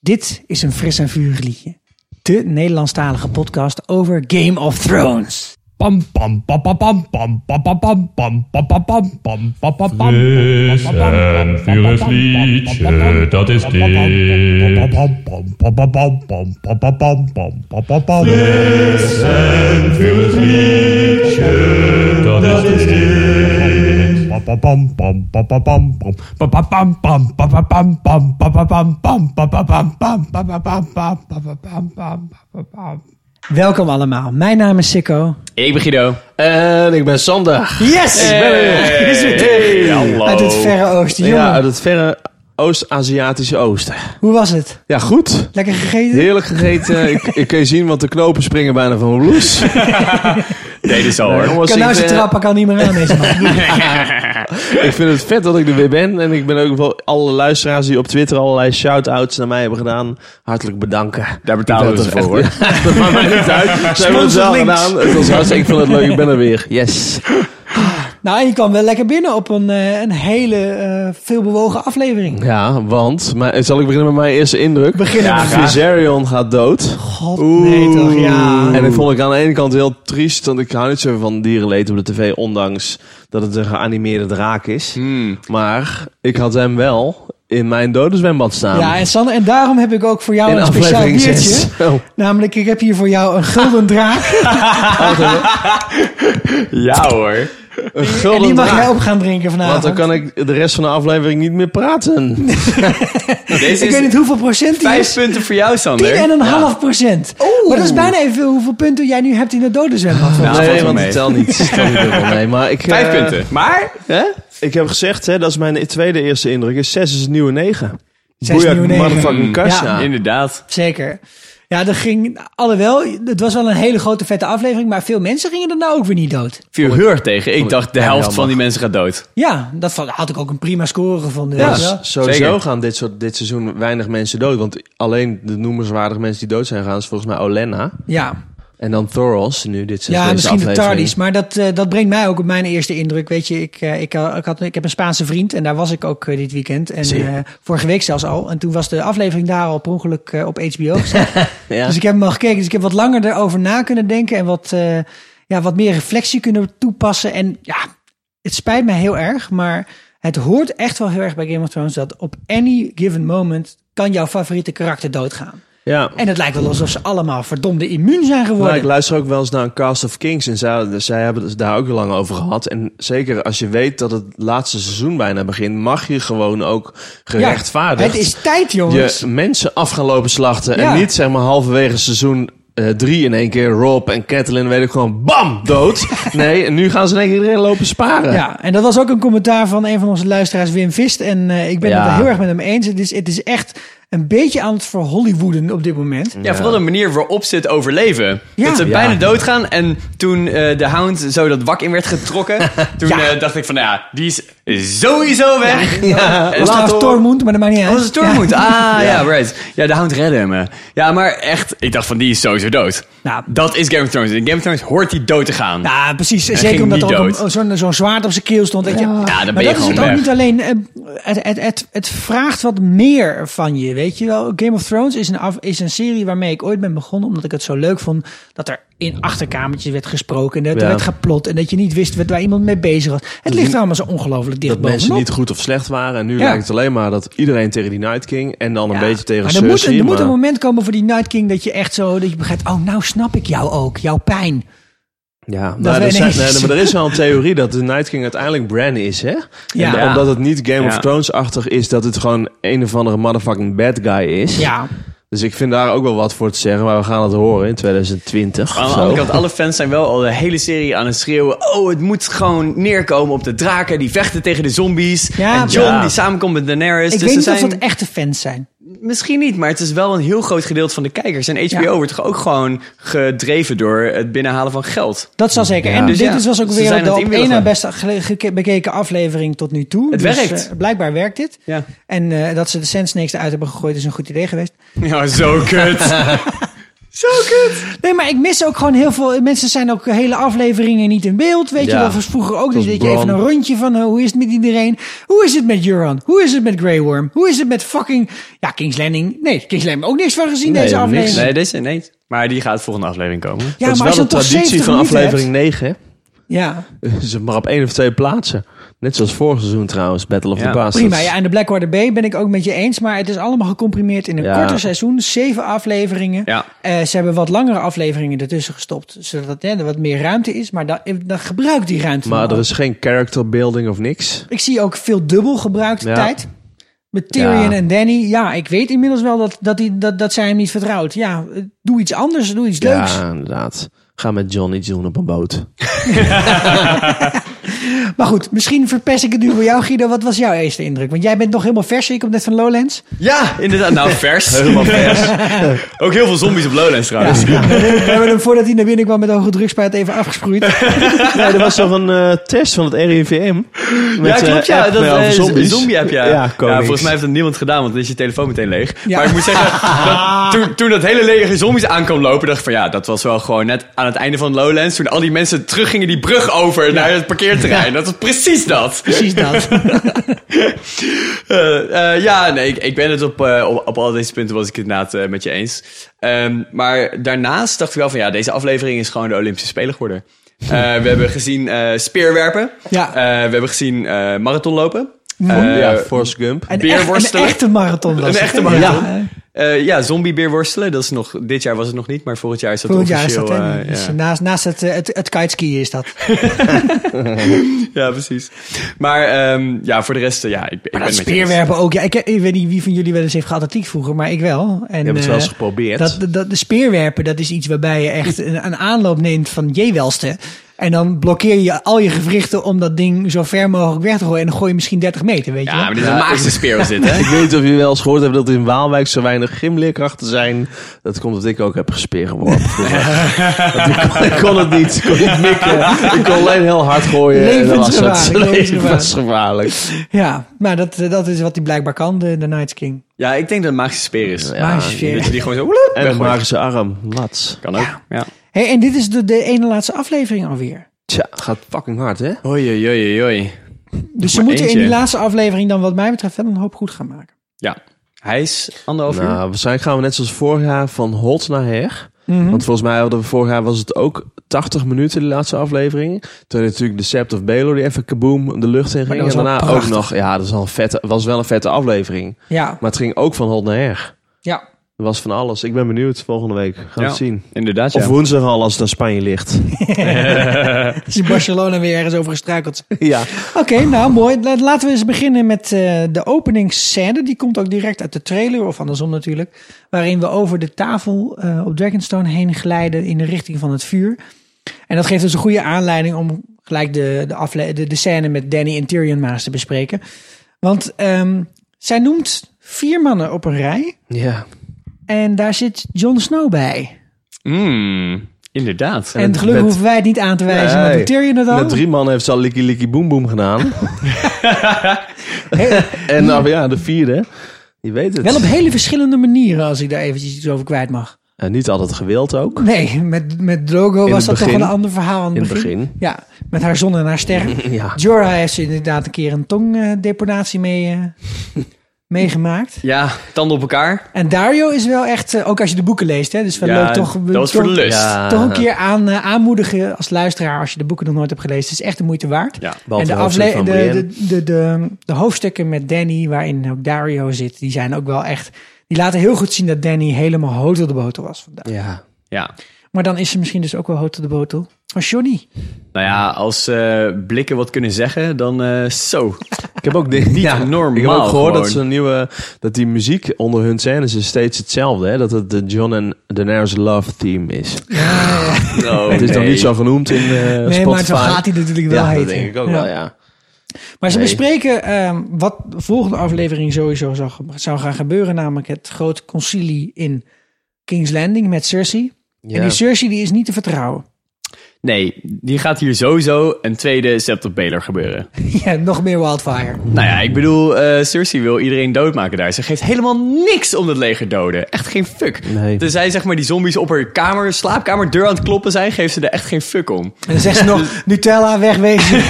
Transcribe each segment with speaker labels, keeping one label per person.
Speaker 1: Dit is een fris en vuur liedje. De Nederlandstalige podcast over Game of Thrones.
Speaker 2: Pam pam pam pam pam pam pam pam pam pam pam pam pam pam pam pam pam
Speaker 3: Fris en vurig liedje, dat is dit. Fris en vurig liedje, dat is dit.
Speaker 1: Welkom allemaal. Mijn naam is Sikko.
Speaker 4: Ik ben Guido.
Speaker 5: En ik ben Sander.
Speaker 1: Yes! Dit is weer terug. Uit het verre oosten. Jongen,
Speaker 5: Ja, uit het verre Oost-Aziatische oosten.
Speaker 1: hoe was het?
Speaker 5: Ja, goed.
Speaker 1: Lekker gegeten?
Speaker 5: Heerlijk gegeten. ik, ik kun je zien, want de knopen springen bijna van mijn blouse.
Speaker 4: Nee, dit is al hoor.
Speaker 5: Jongens,
Speaker 1: kan nou
Speaker 5: ik,
Speaker 1: zijn
Speaker 5: eh,
Speaker 1: trappen kan niet meer aan deze man.
Speaker 5: ik vind het vet dat ik er weer ben. En ik ben ook wel alle luisteraars die op Twitter allerlei shout-outs naar mij hebben gedaan. Hartelijk bedanken.
Speaker 4: Daar betalen we ze voor hoor.
Speaker 5: Dat maakt mij niet uit. Ze hebben het wel
Speaker 1: links.
Speaker 5: gedaan. Het was hartstikke, ik vind het leuk. Ik ben er weer. Yes.
Speaker 1: Nou, en je kwam wel lekker binnen op een, eh, een hele eh, veelbewogen aflevering.
Speaker 5: Ja, want... Maar, zal ik beginnen met mijn eerste indruk?
Speaker 1: Beginnen
Speaker 5: Ja,
Speaker 1: we.
Speaker 5: Viserion gaat dood.
Speaker 1: God, nee toch, ja.
Speaker 5: En dat vond ik aan de ene kant heel triest, want ik hou niet zo van dierenleed op de tv, ondanks dat het een geanimeerde draak is.
Speaker 4: Hmm.
Speaker 5: Maar ik had hem wel in mijn dode zwembad staan.
Speaker 1: Ja, en Sander, en daarom heb ik ook voor jou
Speaker 5: ehm, in
Speaker 1: een speciaal
Speaker 5: aflevering
Speaker 1: biertje.
Speaker 5: 6. Oh,
Speaker 1: Namelijk, ik heb hier voor jou een gulden draak.
Speaker 4: Ja hoor.
Speaker 5: een
Speaker 1: en die
Speaker 5: gulden
Speaker 1: mag jij
Speaker 5: draak.
Speaker 1: op gaan drinken vanavond.
Speaker 5: Want dan kan ik de rest van de aflevering niet meer praten.
Speaker 4: Deze
Speaker 1: ik weet niet
Speaker 4: is
Speaker 1: hoeveel procent die
Speaker 4: vijf
Speaker 1: is.
Speaker 4: punten voor jou,
Speaker 1: Tien
Speaker 4: Sander.
Speaker 1: en een half procent. Maar dat is bijna even hoeveel punten jij nu hebt in het dodenzwembad.
Speaker 4: Nou, valt
Speaker 5: nee,
Speaker 4: wel
Speaker 5: want
Speaker 4: mee.
Speaker 5: ik tel niet. Ik tel niet helemaal mee, maar ik,
Speaker 4: Vijf
Speaker 5: eh,
Speaker 4: punten. Maar
Speaker 5: Hè? Ik heb gezegd, hè, dat is mijn tweede eerste indruk. Is 6 is het nieuwe 9.
Speaker 1: Zes nieuwe negen.
Speaker 5: motherfucking
Speaker 1: Ah.
Speaker 5: Kasia.
Speaker 4: inderdaad.
Speaker 1: Zeker. Ja, dat ging... Alhoewel, het was wel een hele grote vette aflevering, maar veel mensen gingen er nou ook weer niet dood.
Speaker 4: Viel heel erg tegen. Ik dacht de helft
Speaker 5: jammer.
Speaker 4: van die mensen gaat dood.
Speaker 1: Ja, dat vond- had ik ook een prima score gevonden. weet je wel.
Speaker 5: Ja, sowieso
Speaker 4: Zeker.
Speaker 5: gaan dit, soort, dit seizoen weinig mensen dood. Want alleen de noemenswaardige mensen die dood zijn gegaan... is volgens mij Olenna.
Speaker 1: ja.
Speaker 5: En dan Thoros, nu dit zijn
Speaker 1: Ja,
Speaker 5: deze
Speaker 1: misschien de
Speaker 5: aflevering.
Speaker 1: Tardis. Maar dat, eh, dat brengt mij ook op mijn eerste indruk. Weet je, ik, eh, ik, eh, ik, had, ik heb een Spaanse vriend en daar was ik ook eh, dit weekend. En
Speaker 5: Zie je.
Speaker 1: eh, vorige week zelfs al. En toen was de aflevering daar al per ongeluk eh, op HBO gezet.
Speaker 5: Ja.
Speaker 1: Dus ik heb hem al gekeken. Dus ik heb wat langer erover na kunnen denken. En wat, eh, ja, wat meer reflectie kunnen toepassen. En ja, het spijt mij heel erg. Maar het hoort echt wel heel erg bij Game of Thrones. Dat op any given moment kan jouw favoriete karakter doodgaan.
Speaker 5: ja.
Speaker 1: En het lijkt wel alsof ze allemaal verdomde immuun zijn geworden.
Speaker 5: Maar Nou, ik luister ook wel eens naar een Cast of Kings. En zij, zij hebben het daar ook lang over gehad. En zeker als je weet dat het laatste seizoen bijna begint... mag je gewoon ook
Speaker 1: Ja,
Speaker 5: gerechtvaardigd...
Speaker 1: Het is tijd, jongens.
Speaker 5: je mensen af gaan lopen slachten.
Speaker 1: Ja.
Speaker 5: En niet zeg maar halverwege seizoen eh, drie in één keer. Rob en Catelyn weet ik gewoon bam, dood. Nee, en nu gaan ze in één keer iedereen lopen sparen.
Speaker 1: Ja, en dat was ook een commentaar van een van onze luisteraars, Wim Vist. En eh, ik ben
Speaker 5: Ja.
Speaker 1: het wel heel erg met hem eens. Het is, het is echt een beetje aan het verhollywooden op dit moment.
Speaker 4: Ja, vooral de manier waarop ze het overleven.
Speaker 1: Ja.
Speaker 4: Dat ze
Speaker 1: Ja.
Speaker 4: bijna doodgaan en toen eh, de hound zo dat wak in werd getrokken... toen
Speaker 1: Ja.
Speaker 4: eh, dacht ik van, nou ja, die is sowieso weg. Ja.
Speaker 1: Dat was trouwens Tormund, maar dat maakt niet uit.
Speaker 4: Dat was het Tormund. Ah, ja. right. Ja, de hound redde hem. eh. Ja, maar echt, ik dacht van, die is sowieso dood.
Speaker 1: Nou.
Speaker 4: dat is Game of Thrones. In Game of Thrones hoort hij dood te gaan.
Speaker 1: Ja, ja, Nou, precies.
Speaker 4: ging
Speaker 1: Zeker omdat
Speaker 4: niet
Speaker 1: er ook
Speaker 4: dood.
Speaker 1: een- zo'n zo'n zwaard op zijn keel stond. Weet je. Ja,
Speaker 4: dan ben
Speaker 1: maar
Speaker 4: je
Speaker 1: dat is het
Speaker 4: gewoon
Speaker 1: ook
Speaker 4: weg.
Speaker 1: niet alleen. eh, Het, het, het, het vraagt wat meer van je, weet je wel. Game of Thrones is een, af, is een serie waarmee ik ooit ben begonnen... omdat ik het zo leuk vond dat er in achterkamertjes werd gesproken... en dat er
Speaker 5: Ja.
Speaker 1: werd geplot en dat je niet wist wat- waar iemand mee bezig was. Het ligt er allemaal zo ongelooflijk dicht
Speaker 5: Dat mensen
Speaker 1: bovenop.
Speaker 5: niet goed of slecht waren. En nu
Speaker 1: Ja.
Speaker 5: lijkt het alleen maar dat iedereen tegen die Night King. En dan een
Speaker 1: Ja.
Speaker 5: beetje tegen
Speaker 1: maar er moet,
Speaker 5: Cersei.
Speaker 1: er moet
Speaker 5: maar-
Speaker 1: een moment komen voor die Night King dat je echt zo dat je begrijpt, oh nou snap ik jou ook, jouw pijn.
Speaker 5: Ja, maar,
Speaker 1: we
Speaker 5: er zijn-
Speaker 1: ineens-
Speaker 5: nee, maar er is wel een theorie dat de Night King uiteindelijk Bran is, hè?
Speaker 1: Ja.
Speaker 5: En Omdat het niet Game
Speaker 4: Ja.
Speaker 5: of Thrones-achtig is, dat het gewoon een of andere motherfucking bad guy is.
Speaker 1: Ja,
Speaker 5: Dus ik vind daar ook wel wat voor te zeggen, maar we gaan het horen in 2020.
Speaker 4: Aan
Speaker 1: Oh,
Speaker 5: of
Speaker 4: de
Speaker 5: zo.
Speaker 4: andere kant, alle fans zijn wel al de hele serie aan het schreeuwen. Oh, het moet gewoon neerkomen op de draken. Die vechten tegen de zombies.
Speaker 1: Ja,
Speaker 4: en John
Speaker 1: ja.
Speaker 4: die samenkomt met Daenerys.
Speaker 1: ik
Speaker 4: dus
Speaker 1: weet
Speaker 4: er
Speaker 1: niet
Speaker 4: zijn...
Speaker 1: of dat echte fans zijn.
Speaker 4: Misschien niet, maar het is wel een heel groot gedeelte van de kijkers. En HBO
Speaker 1: Ja.
Speaker 4: wordt toch ook gewoon gedreven door het binnenhalen van geld.
Speaker 1: Dat zal zeker. en
Speaker 4: Dus
Speaker 1: dit
Speaker 4: ja,
Speaker 1: is was ook
Speaker 4: ze
Speaker 1: weer de
Speaker 4: zijn het
Speaker 1: op één
Speaker 4: inwilligen.
Speaker 1: na best gele- geke- bekeken aflevering tot nu toe.
Speaker 4: Het
Speaker 1: Dus,
Speaker 4: werkt.
Speaker 1: eh, blijkbaar werkt dit.
Speaker 4: Ja.
Speaker 1: En eh, dat ze de Sand Snakes eruit hebben gegooid is een goed idee geweest.
Speaker 4: Ja, zo kut. zo kut.
Speaker 1: Nee, maar ik mis ook gewoon heel veel. Mensen zijn ook hele afleveringen niet in beeld. Weet je
Speaker 5: Ja.
Speaker 1: wel, was vroeger ook
Speaker 5: Dat
Speaker 1: niet.
Speaker 5: is
Speaker 1: Dat je even
Speaker 5: Bron.
Speaker 1: een rondje van eh, hoe is het met iedereen? Hoe is het met Euron? Hoe is het met Grey Worm? Hoe is het met fucking. Ja, Kings Landing. Nee, Kings Landing ook niks van gezien
Speaker 5: Nee,
Speaker 1: deze
Speaker 5: niks.
Speaker 1: aflevering.
Speaker 4: Nee, deze niet. Maar die gaat volgende aflevering komen.
Speaker 1: Ja,
Speaker 5: dat is
Speaker 1: maar als
Speaker 5: wel
Speaker 1: je
Speaker 5: de
Speaker 1: dan toch
Speaker 5: traditie
Speaker 1: 70
Speaker 5: van
Speaker 1: minuten
Speaker 5: aflevering 9. hè?
Speaker 1: hebt- Ja,
Speaker 5: Het is maar op één of twee plaatsen. Net zoals vorig seizoen trouwens, Battle of
Speaker 4: Ja,
Speaker 5: the Bastards.
Speaker 1: prima. Ja, en de Blackwater Bay ben ik ook met je eens. Maar het is allemaal gecomprimeerd in een
Speaker 5: Ja.
Speaker 1: korter seizoen. Zeven afleveringen.
Speaker 4: Ja.
Speaker 1: Eh, ze hebben wat langere afleveringen ertussen gestopt. Zodat hè, er wat meer ruimte is. Maar dan, eh, dan gebruik die ruimte.
Speaker 5: Maar
Speaker 1: dan
Speaker 5: er
Speaker 1: ook.
Speaker 5: is geen character building of niks.
Speaker 1: Ik zie ook veel dubbel gebruikte
Speaker 5: Ja.
Speaker 1: tijd. Met Tyrion
Speaker 5: Ja.
Speaker 1: en Danny. Ja, ik weet inmiddels wel dat, dat, die, dat, dat zij hem niet vertrouwt. Ja, eh, doe iets anders. Doe iets leuks.
Speaker 5: Ja, inderdaad. Ga met Johnny iets doen op een boot.
Speaker 1: Maar goed, misschien verpest ik het nu voor jou, Guido. Wat was jouw eerste indruk? Want jij bent nog helemaal vers. Ik kom net van Lowlands.
Speaker 4: Ja, inderdaad. Nou, vers. Helemaal vers. Ook heel veel zombies op Lowlands trouwens.
Speaker 1: We hebben hem voordat hij naar binnen kwam met hoge drugspuit even afgesproeid.
Speaker 5: Nee, er was toch een eh, test van het RIVM?
Speaker 4: Ja,
Speaker 5: Met, eh,
Speaker 4: klopt. Ja,
Speaker 5: app
Speaker 4: dat
Speaker 5: wel
Speaker 4: eh,
Speaker 5: voor zombies.
Speaker 4: zombie heb je.
Speaker 5: Ja,
Speaker 4: Ja,
Speaker 5: konings.
Speaker 4: volgens mij heeft dat niemand gedaan, want dan is je telefoon meteen leeg.
Speaker 1: Ja.
Speaker 4: Maar ik moet zeggen, dat, toen, toen dat hele lege zombies aankwam lopen, dacht ik van ja, dat was wel gewoon net aan het einde van Lowlands. Toen al die mensen teruggingen die brug over naar het parkeerterrein. Dat was precies dat.
Speaker 1: Precies dat.
Speaker 4: Eh, eh, ja, nee, ik, ik ben het op, eh, op, op al deze punten was ik het inderdaad eh, met je eens. Ehm, maar daarnaast dacht ik wel van ja, deze aflevering is gewoon de Olympische Spelen geworden. Eh, we hebben gezien eh, speerwerpen.
Speaker 1: Ja.
Speaker 4: Eh, we hebben gezien eh, marathonlopen. Eh,
Speaker 5: ja, Forrest Gump.
Speaker 1: Een,
Speaker 4: Beer
Speaker 1: echt- een
Speaker 4: worstelen.
Speaker 1: echte marathon was
Speaker 4: Een
Speaker 1: het,
Speaker 4: echte
Speaker 1: hè?
Speaker 4: marathon.
Speaker 1: Ja, eh,
Speaker 4: Eh, ja, zombiebeer worstelen. Dat is nog, dit jaar was het nog niet, maar vorig jaar is dat
Speaker 1: Volgend jaar is
Speaker 4: officieel.
Speaker 1: dat. hè?
Speaker 4: eh,
Speaker 1: Dus
Speaker 4: ja.
Speaker 1: naast, naast het, eh, het, het kiteskiën is dat.
Speaker 4: ja, precies. Maar ehm, ja, voor de rest, eh, ja, ik, ik ben
Speaker 1: Maar
Speaker 4: met
Speaker 1: dat
Speaker 4: je
Speaker 1: speerwerpen ook. Ja, ik, eh, ik weet niet wie van jullie wel eens heeft geatletiek vroeger, maar ik wel. En,
Speaker 5: Je hebt het wel eens
Speaker 1: eh,
Speaker 5: geprobeerd.
Speaker 1: Dat, dat, de speerwerpen, dat is iets waarbij je echt een, een aanloop neemt van jewelste. En dan blokkeer je al je gewrichten om dat ding zo ver mogelijk weg te gooien. En dan gooi je misschien 30 meter, weet
Speaker 4: eens.
Speaker 1: je
Speaker 4: Ja,
Speaker 1: wel.
Speaker 4: maar dit is een magische speer was dit, hè?
Speaker 5: Ik weet niet of jullie wel eens gehoord hebben dat er in Waalwijk zo weinig gymleerkrachten zijn. Dat komt omdat ik ook heb gespeergeworpen. vroeger. Want ik, kon, ik kon het niet. Ik kon niet mikken. Ik kon alleen heel hard gooien. en dat was het.
Speaker 1: Levensgevaarlijk, levensgevaarlijk.
Speaker 5: Levensgevaarlijk.
Speaker 1: Ja, maar dat, eh, dat is wat hij blijkbaar kan, de, de Night King.
Speaker 4: Ja, ik denk dat het een magische speer is.
Speaker 5: Ja,
Speaker 1: Magische
Speaker 4: Dat je
Speaker 1: speer.
Speaker 4: die gewoon zo... woeloep,
Speaker 5: En een
Speaker 4: weggooit.
Speaker 5: magische arm. Lats.
Speaker 4: Kan ook, ja.
Speaker 1: Hey, en dit is de, de ene laatste aflevering alweer.
Speaker 5: Tja, gaat fucking hard, hè?
Speaker 4: Oei, oei, oei, oei.
Speaker 1: Dus ze
Speaker 4: maar
Speaker 1: moeten in
Speaker 4: eentje.
Speaker 1: die laatste aflevering dan wat mij betreft wel een hoop goed gaan maken.
Speaker 4: Ja. Hij is anderhalf uur.
Speaker 5: Nou, waarschijnlijk gaan we net zoals vorig jaar van hot naar her.
Speaker 1: Mhm.
Speaker 5: Want volgens mij hadden we vorig jaar was het ook 80 minuten de laatste aflevering. Toen natuurlijk de Sept of Baylor die even kaboom de lucht in
Speaker 1: dat
Speaker 5: ging. En
Speaker 1: was wel
Speaker 5: daarna ook
Speaker 1: prachtig.
Speaker 5: nog, ja, dat is wel een vette, was wel een vette aflevering.
Speaker 1: Ja,
Speaker 5: Maar het ging ook van hot naar her.
Speaker 1: ja.
Speaker 5: Er was van alles. Ik ben benieuwd volgende week. Gaan we
Speaker 4: Ja,
Speaker 5: het zien.
Speaker 4: Inderdaad, ja.
Speaker 5: Of woensdag al als het naar Spanje ligt.
Speaker 1: Is in Barcelona weer ergens over gestruikeld.
Speaker 5: ja.
Speaker 1: Oké, nou mooi. La- Laten we eens beginnen met eh, de openingsscène. Die komt ook direct uit de trailer, of andersom natuurlijk. Waarin we over de tafel eh, op Dragonstone heen glijden in de richting van het vuur. En dat geeft ons een goede aanleiding om gelijk de, de, afle- de, de scène met Danny en Tyrion maar eens te bespreken. Want ehm, zij noemt vier mannen op een rij.
Speaker 5: Ja.
Speaker 1: En daar zit Jon Snow bij.
Speaker 4: Mm, inderdaad.
Speaker 1: En gelukkig
Speaker 5: met-
Speaker 1: hoeven wij het niet aan te wijzen, want
Speaker 5: Nee.
Speaker 1: doet Tyrion het al.
Speaker 5: Met drie mannen heeft ze al likkie likkie boem boem gedaan. en nou ja, de vierde. Je weet het.
Speaker 1: Wel op hele verschillende manieren, als ik daar eventjes iets over kwijt mag.
Speaker 5: En niet altijd gewild ook.
Speaker 1: Nee, met, met Drogo
Speaker 5: In
Speaker 1: was
Speaker 5: het
Speaker 1: dat toch
Speaker 5: begin.
Speaker 1: wel een ander verhaal aan het
Speaker 5: In het
Speaker 1: begin.
Speaker 5: begin.
Speaker 1: Ja, met haar zon en haar ster.
Speaker 5: Ja.
Speaker 1: Jorah heeft ze inderdaad een keer een tongdeponatie mee, eh, meegemaakt.
Speaker 4: Ja, tanden op elkaar.
Speaker 1: En Dario is wel echt, eh, ook als je de boeken leest, hè, dus wel
Speaker 4: ja,
Speaker 1: leuk toch,
Speaker 4: dat was voor de
Speaker 1: toch,
Speaker 4: lust.
Speaker 5: Ja.
Speaker 1: toch een keer aan, eh, aanmoedigen als luisteraar als je de boeken nog nooit hebt gelezen. Het is echt de moeite waard.
Speaker 4: Ja.
Speaker 5: Behalve
Speaker 1: en de,
Speaker 5: de hoofdstuk
Speaker 1: afle-
Speaker 5: van
Speaker 1: de,
Speaker 5: Brienne.
Speaker 1: de, de, de, de hoofdstukken met Danny, waarin ook Dario zit, die zijn ook wel echt... Die laten heel goed zien dat Danny helemaal hoot op de boter was vandaag.
Speaker 5: Ja.
Speaker 4: Ja.
Speaker 1: Maar dan is ze misschien dus ook wel hout op de botel van Johnny.
Speaker 4: Nou ja, als eh, blikken wat kunnen zeggen, dan eh, zo.
Speaker 5: Ik heb ook dingen. Ja,
Speaker 4: normaal
Speaker 5: Ik heb ook gehoord dat,
Speaker 4: gewoon.
Speaker 5: ze een nieuwe, dat die muziek onder hun scènes is steeds hetzelfde. Hè? Dat het de John en Daenerys Love Theme is.
Speaker 4: Oh,
Speaker 5: het is nog
Speaker 4: nee.
Speaker 5: niet zo genoemd in eh Spotify.
Speaker 1: Nee, maar zo gaat hij natuurlijk wel
Speaker 5: ja,
Speaker 1: heten.
Speaker 5: dat denk ik ook
Speaker 1: Ja.
Speaker 5: wel, ja.
Speaker 1: Maar ze
Speaker 5: Nee.
Speaker 1: bespreken ehm, wat de volgende aflevering sowieso zou, zou gaan gebeuren. Namelijk het grote concilie in King's Landing met Cersei. En die Cersei die is niet te vertrouwen.
Speaker 4: Nee, die gaat hier sowieso een tweede Septop Baylor gebeuren.
Speaker 1: Ja, nog meer Wildfire.
Speaker 4: Nou ja, ik bedoel, eh, Cersei wil iedereen doodmaken daar. Ze geeft helemaal niks om dat leger doden. Echt geen fuck.
Speaker 5: Nee.
Speaker 4: Tenzij zeg maar die zombies op haar kamer, slaapkamerdeur aan het kloppen zijn, geeft ze er echt geen fuck om.
Speaker 1: En dan zegt ze nog, Nutella wegwezen.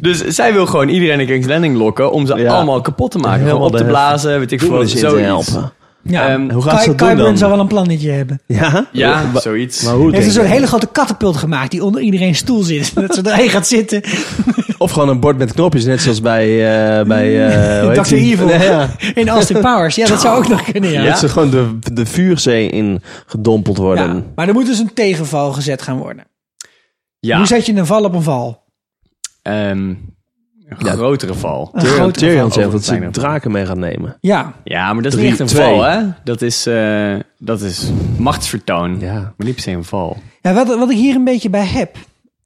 Speaker 4: Dus zij wil gewoon iedereen in King's Landing lokken om ze
Speaker 5: Ja.
Speaker 4: allemaal kapot te maken.
Speaker 5: Helemaal
Speaker 4: Gewoon op te
Speaker 5: de-
Speaker 4: blazen, weet ik veel,
Speaker 5: Voelen ze in te
Speaker 4: zoiets.
Speaker 5: helpen.
Speaker 1: Ja,
Speaker 4: Ehm,
Speaker 5: Hoe gaan ze
Speaker 1: Ky-
Speaker 5: dat doen
Speaker 1: Kyburn
Speaker 5: dan?
Speaker 1: zou wel een plannetje hebben.
Speaker 5: Ja?
Speaker 4: Ja,
Speaker 5: Wa-
Speaker 4: zoiets.
Speaker 5: Maar hoe
Speaker 1: Hij heeft een
Speaker 5: denk
Speaker 1: soort
Speaker 5: je?
Speaker 1: hele grote katapult gemaakt die onder iedereen stoel zit. Dat ze erheen gaat zitten.
Speaker 5: Of gewoon een bord met knopjes, net zoals bij... eh, bij eh hoe heet
Speaker 1: Dr.
Speaker 5: die?
Speaker 1: Mm. Evil.
Speaker 5: Nee, ja.
Speaker 1: In Austin Powers. Ja, dat zou ook nog kunnen, ja.
Speaker 5: Dat ze gewoon de, de vuurzee in gedompeld worden.
Speaker 1: Ja, Maar er moet dus een tegenval gezet gaan worden.
Speaker 4: Ja,
Speaker 1: Hoe zet je een val op een val?
Speaker 4: Ehm, een
Speaker 5: Ja.
Speaker 4: grotere val.
Speaker 1: Een
Speaker 5: Tyrion,
Speaker 1: grotere
Speaker 5: Tyrion
Speaker 1: val.
Speaker 5: zegt dat ze
Speaker 4: Kleine val.
Speaker 5: draken mee gaat nemen.
Speaker 1: Ja,
Speaker 4: Ja, maar dat is
Speaker 5: Drie,
Speaker 4: niet echt een
Speaker 5: twee.
Speaker 4: val, hè? Dat is, eh, dat is machtsvertoon.
Speaker 5: Ja.
Speaker 4: Maar niet per se een val.
Speaker 1: Ja, wat, wat ik hier een beetje bij heb,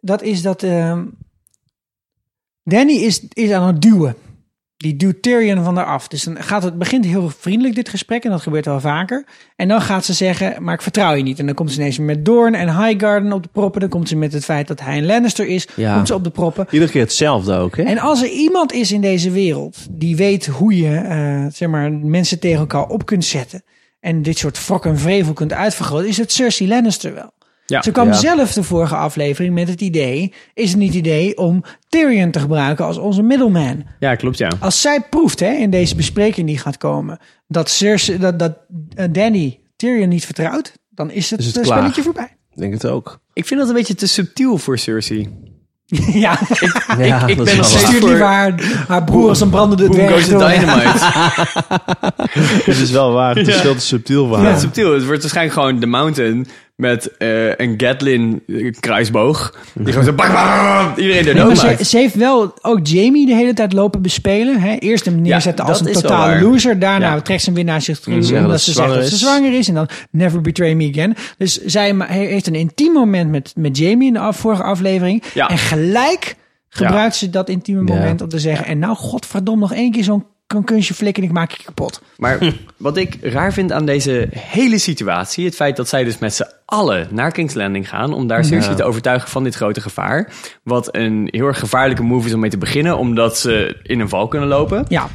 Speaker 1: dat is dat ehm, Danny is, is aan het duwen. Die duwt Tyrion van haar af. Dus dan gaat het, begint heel vriendelijk dit gesprek en dat gebeurt wel vaker. En dan gaat ze zeggen, maar ik vertrouw je niet. En dan komt ze ineens met Doorn en Highgarden op de proppen. Dan komt ze met het feit dat hij een Lannister is,
Speaker 5: Ja.
Speaker 1: komt ze op de proppen.
Speaker 5: Iedere keer hetzelfde ook, hè?
Speaker 1: En als er iemand is in deze wereld die weet hoe je eh, zeg maar, mensen tegen elkaar op kunt zetten en dit soort wrok en vrevel kunt uitvergroten, is het Cersei Lannister wel.
Speaker 4: Ja.
Speaker 1: Ze kwam
Speaker 5: Ja.
Speaker 1: zelf de vorige aflevering met het idee, is het niet idee om Tyrion te gebruiken als onze middleman.
Speaker 4: Ja, klopt, ja.
Speaker 1: Als zij proeft hè, in deze bespreking die gaat komen dat, Cersei, dat, dat eh, Danny Tyrion niet vertrouwt, dan is het,
Speaker 5: Is het
Speaker 1: eh,
Speaker 5: klaar.
Speaker 1: spelletje voorbij.
Speaker 5: Ik denk het ook.
Speaker 4: Ik vind dat een beetje te subtiel voor Cersei.
Speaker 1: ja,
Speaker 5: Ja,
Speaker 4: Ah, ik ben nog
Speaker 5: dat is wel
Speaker 1: ze
Speaker 5: waar.
Speaker 4: steeds-
Speaker 1: stuurt
Speaker 4: voor-
Speaker 1: liever haar, haar broer als een brandende
Speaker 4: Boom
Speaker 1: dwerg.
Speaker 4: goes the
Speaker 1: door.
Speaker 4: dynamite.
Speaker 5: Het is wel waar. Het is veel te subtiel waar.
Speaker 4: Ja, het is subtiel. Het wordt waarschijnlijk gewoon The Mountain met eh, een Gatlin eh, kruisboog. Die gewoon zo... bang, bang, bang, iedereen er
Speaker 1: Nee,
Speaker 4: dood
Speaker 1: maar
Speaker 4: maakt.
Speaker 1: ze, ze heeft wel ook Jamie de hele tijd lopen bespelen. Hè? Eerst hem neerzetten
Speaker 4: Ja,
Speaker 1: als
Speaker 4: dat
Speaker 1: een
Speaker 4: is wel
Speaker 1: totale
Speaker 4: waar.
Speaker 1: loser. Daarna
Speaker 4: Ja. Mhm.
Speaker 1: trekt ze hem weer naar zich toe.
Speaker 5: zeggen
Speaker 1: omdat
Speaker 5: dat
Speaker 1: ze
Speaker 5: ze
Speaker 1: zegt dat
Speaker 5: zwanger
Speaker 1: ze
Speaker 5: is.
Speaker 1: zwanger is. En dan never betray me again. Dus zij ma- he- heeft een intiem moment met, met Jamie in de af- vorige aflevering.
Speaker 4: Ja.
Speaker 1: En gelijk gebruikt ze dat intieme
Speaker 5: Ja.
Speaker 1: moment om te zeggen... En nou, godverdomme, nog één keer zo'n k- kunstje flikken en ik maak je kapot.
Speaker 4: Maar wat ik raar vind aan deze hele situatie... het feit dat zij dus met z'n allen naar King's Landing gaan... om daar Cersei te overtuigen van dit grote gevaar. Wat een heel erg gevaarlijke move is om mee te beginnen... omdat ze in een val kunnen lopen.
Speaker 1: Ja,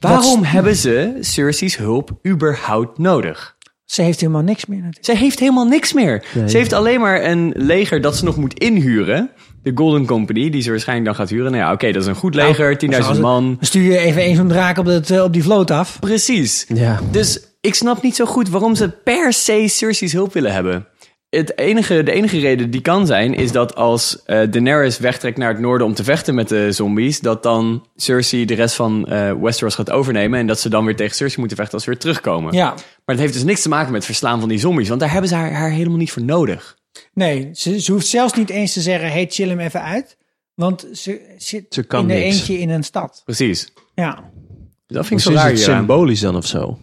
Speaker 4: Waarom hebben ze Cersei's hulp überhaupt nodig?
Speaker 1: ze heeft helemaal niks meer. natuurlijk.
Speaker 4: Ze heeft helemaal niks meer. Ze heeft alleen maar een leger dat ze nog moet inhuren. De Golden Company, die ze waarschijnlijk dan gaat huren. Nou ja, oké, dat is een goed leger, 10.000 man.
Speaker 1: Dan stuur je even een zo'n draak op, dat, eh, op die vloot af.
Speaker 4: Precies.
Speaker 5: Ja.
Speaker 4: Dus ik snap niet zo goed waarom ze per se Cersei's hulp willen hebben. Het enige, de enige reden die kan zijn, is dat als eh, Daenerys wegtrekt naar het noorden om te vechten met de zombies, dat dan Cersei de rest van eh, Westeros gaat overnemen en dat ze dan weer tegen Cersei moeten vechten als ze weer terugkomen.
Speaker 1: Ja.
Speaker 4: Maar het heeft dus niks te maken met het verslaan van die zombies, want daar hebben ze haar, haar helemaal niet voor nodig.
Speaker 1: Nee, ze, ze hoeft zelfs niet eens te zeggen: hey, chill hem even uit. Want ze zit
Speaker 5: Ze kan
Speaker 1: in een
Speaker 5: niks.
Speaker 1: eentje in een stad.
Speaker 4: Precies.
Speaker 1: Ja. Nou,
Speaker 4: Dat vind ik
Speaker 5: Misschien
Speaker 4: zo
Speaker 5: is
Speaker 4: raar.
Speaker 5: het
Speaker 4: hieraan.
Speaker 5: symbolisch dan of zo.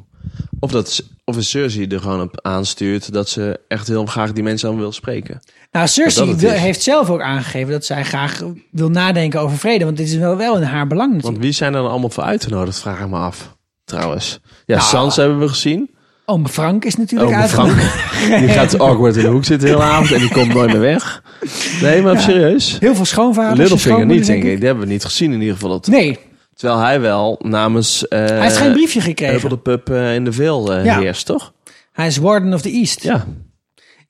Speaker 5: Of dat ze- of een Cersei er gewoon op aanstuurt dat ze echt heel graag die mensen aan wil spreken.
Speaker 1: Nou,
Speaker 5: Dat
Speaker 1: Cersei
Speaker 5: dat het
Speaker 1: wil-
Speaker 5: is.
Speaker 1: heeft zelf ook aangegeven dat zij graag wil nadenken over vrede. Want dit is wel, wel in haar belang
Speaker 5: Want
Speaker 1: natuurlijk.
Speaker 5: wie zijn er dan allemaal voor uitgenodigd, vraag ik me af. Trouwens. Ja,
Speaker 1: Nou.
Speaker 5: Sansa hebben we gezien.
Speaker 1: Oom Frank is natuurlijk
Speaker 5: Ome Frank.
Speaker 1: uitgenodigd.
Speaker 5: Die gaat awkward in de hoek zitten de hele avond en die komt nooit meer weg. Nee, maar serieus.
Speaker 1: Heel veel schoonvaders. en
Speaker 5: Littlefinger niet,
Speaker 1: schoonmoeders,
Speaker 5: denk ik. Die hebben we niet gezien in ieder geval. Dat,
Speaker 1: Nee,
Speaker 5: Terwijl hij wel namens... eh
Speaker 1: hij heeft geen briefje
Speaker 5: Heuvel
Speaker 1: gekregen.
Speaker 5: de Pup eh, in de Veel eh
Speaker 1: Ja.
Speaker 5: heerst, toch?
Speaker 1: Hij is Warden of the East.
Speaker 5: Ja.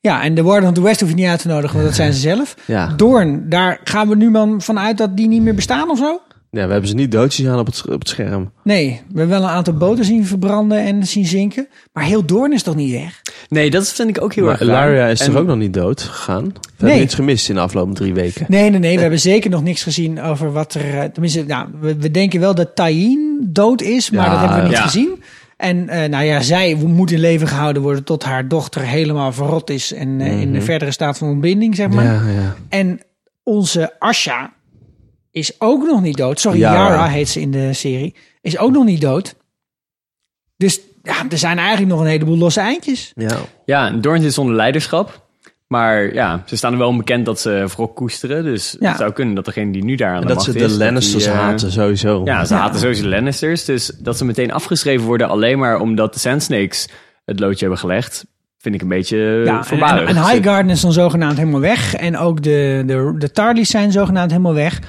Speaker 1: Ja, en de Warden of the West hoef je niet uit te nodigen, want dat zijn ze zelf.
Speaker 5: Ja.
Speaker 1: Doorn, daar gaan we nu man vanuit dat die niet meer bestaan of zo?
Speaker 5: ja, we hebben ze niet doodjes aan op het, op het scherm.
Speaker 1: Nee, we hebben wel een aantal boten zien verbranden en zien zinken. Maar heel Doorn is toch niet weg?
Speaker 4: Nee, dat vind ik ook heel
Speaker 5: Maar
Speaker 4: erg raar.
Speaker 5: Ilaria is
Speaker 4: En-
Speaker 5: toch ook nog niet dood gegaan? We
Speaker 1: Nee.
Speaker 5: hebben niets gemist in de afgelopen drie weken.
Speaker 1: Nee, nee, nee. We hebben zeker nog niks gezien over wat er... eh, Tenminste, nou, we, we denken wel dat Taïn dood is, maar
Speaker 5: Ja,
Speaker 1: dat hebben we niet
Speaker 4: ja.
Speaker 1: gezien. En eh, nou ja, zij moet in leven gehouden worden tot haar dochter helemaal verrot is en eh, in de verdere staat van ontbinding, zeg maar.
Speaker 5: Ja, ja.
Speaker 1: En onze Asha is ook nog niet dood. Sorry,
Speaker 5: Yara.
Speaker 1: Yara heet ze in de serie. Is ook nog niet dood. Dus ja, er zijn eigenlijk nog een heleboel losse eindjes.
Speaker 5: Ja.
Speaker 4: Ja, en Doorn zit zonder leiderschap. Maar ja, ze staan er wel onbekend dat ze wrok koesteren. Dus
Speaker 1: Ja.
Speaker 4: het zou kunnen dat degene die nu daar aan
Speaker 5: En
Speaker 4: de
Speaker 5: dat
Speaker 4: macht
Speaker 5: ze
Speaker 4: is...
Speaker 5: de Lannisters
Speaker 4: dat die, eh,
Speaker 5: haten, sowieso.
Speaker 4: Ja, ze
Speaker 1: Ja.
Speaker 4: haten sowieso de Lannisters. Dus dat ze meteen afgeschreven worden alleen maar omdat de Sand Snakes het loodje hebben gelegd... Vind ik een beetje ja,
Speaker 5: eh,
Speaker 1: Ja, en, en,
Speaker 4: voorbarig.
Speaker 1: Highgarden is dan zogenaamd helemaal weg. En ook de, de, de Tarleys zijn zogenaamd helemaal weg.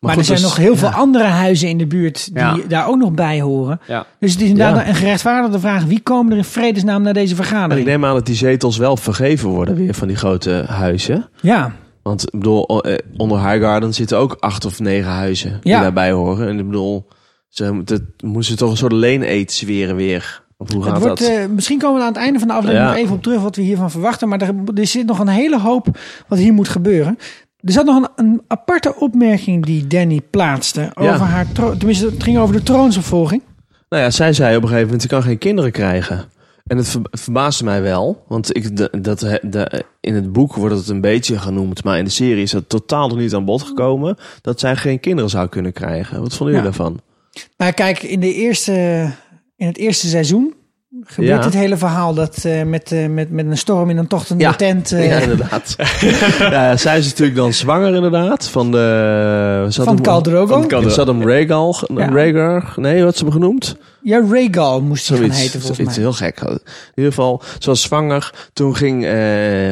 Speaker 1: Maar,
Speaker 5: goed,
Speaker 1: er zijn
Speaker 5: dus-
Speaker 1: nog heel veel andere huizen in de buurt die
Speaker 4: Ja.
Speaker 1: daar ook nog bij horen.
Speaker 4: Ja.
Speaker 1: Dus het is inderdaad
Speaker 5: Ja.
Speaker 1: een gerechtvaardigde vraag. Wie komen er in vredesnaam naar deze
Speaker 5: En ik
Speaker 1: vergadering?
Speaker 5: neem aan dat die zetels wel vergeven worden weer van die grote huizen.
Speaker 1: Ja,
Speaker 5: Want ik bedoel, o- eh, onder Highgarden zitten ook acht of negen huizen die
Speaker 1: Ja.
Speaker 5: daarbij horen. En ik bedoel, ze dat moesten toch een soort leen-eet zweren weer. Of hoe
Speaker 1: het
Speaker 5: gaat
Speaker 1: wordt,
Speaker 5: dat?
Speaker 1: eh, misschien komen we aan het einde van de aflevering
Speaker 5: Ja.
Speaker 1: nog even op terug wat we hiervan verwachten. Maar er, er zit nog een hele hoop wat hier moet gebeuren. Er zat nog een, een aparte opmerking die Danny plaatste over haar troon. Tenminste, het ging over de troonsopvolging.
Speaker 5: Nou ja, zij zei op een gegeven moment, ze kan geen kinderen krijgen. En het, ver- het verbaasde mij wel, want ik, de- dat, he- de- in het boek wordt het een beetje genoemd, maar in de serie is dat totaal nog niet aan bod gekomen, dat zij geen kinderen zou kunnen krijgen. Wat vonden jullie
Speaker 1: Ja.
Speaker 5: daarvan?
Speaker 1: Nou, kijk, in, de eerste, in het eerste seizoen gebeurt
Speaker 5: Ja.
Speaker 1: het hele verhaal dat eh, met, eh, met, met een storm in een tochtende
Speaker 5: Ja.
Speaker 1: tent. eh,
Speaker 5: ja, inderdaad. ja, zij is natuurlijk dan zwanger inderdaad, van de... eh,
Speaker 1: Van Khal Drogo? Van
Speaker 5: Van
Speaker 4: Khal
Speaker 5: Saddam Rhaegal, Rhaegar, nee, wat ze hem genoemd?
Speaker 1: Ja, Rhaegal moest hij gaan
Speaker 5: Zoiets,
Speaker 1: heten volgens
Speaker 5: zoiets
Speaker 1: mij.
Speaker 5: heel gek. In ieder geval, ze was zwanger. Toen ging, eh,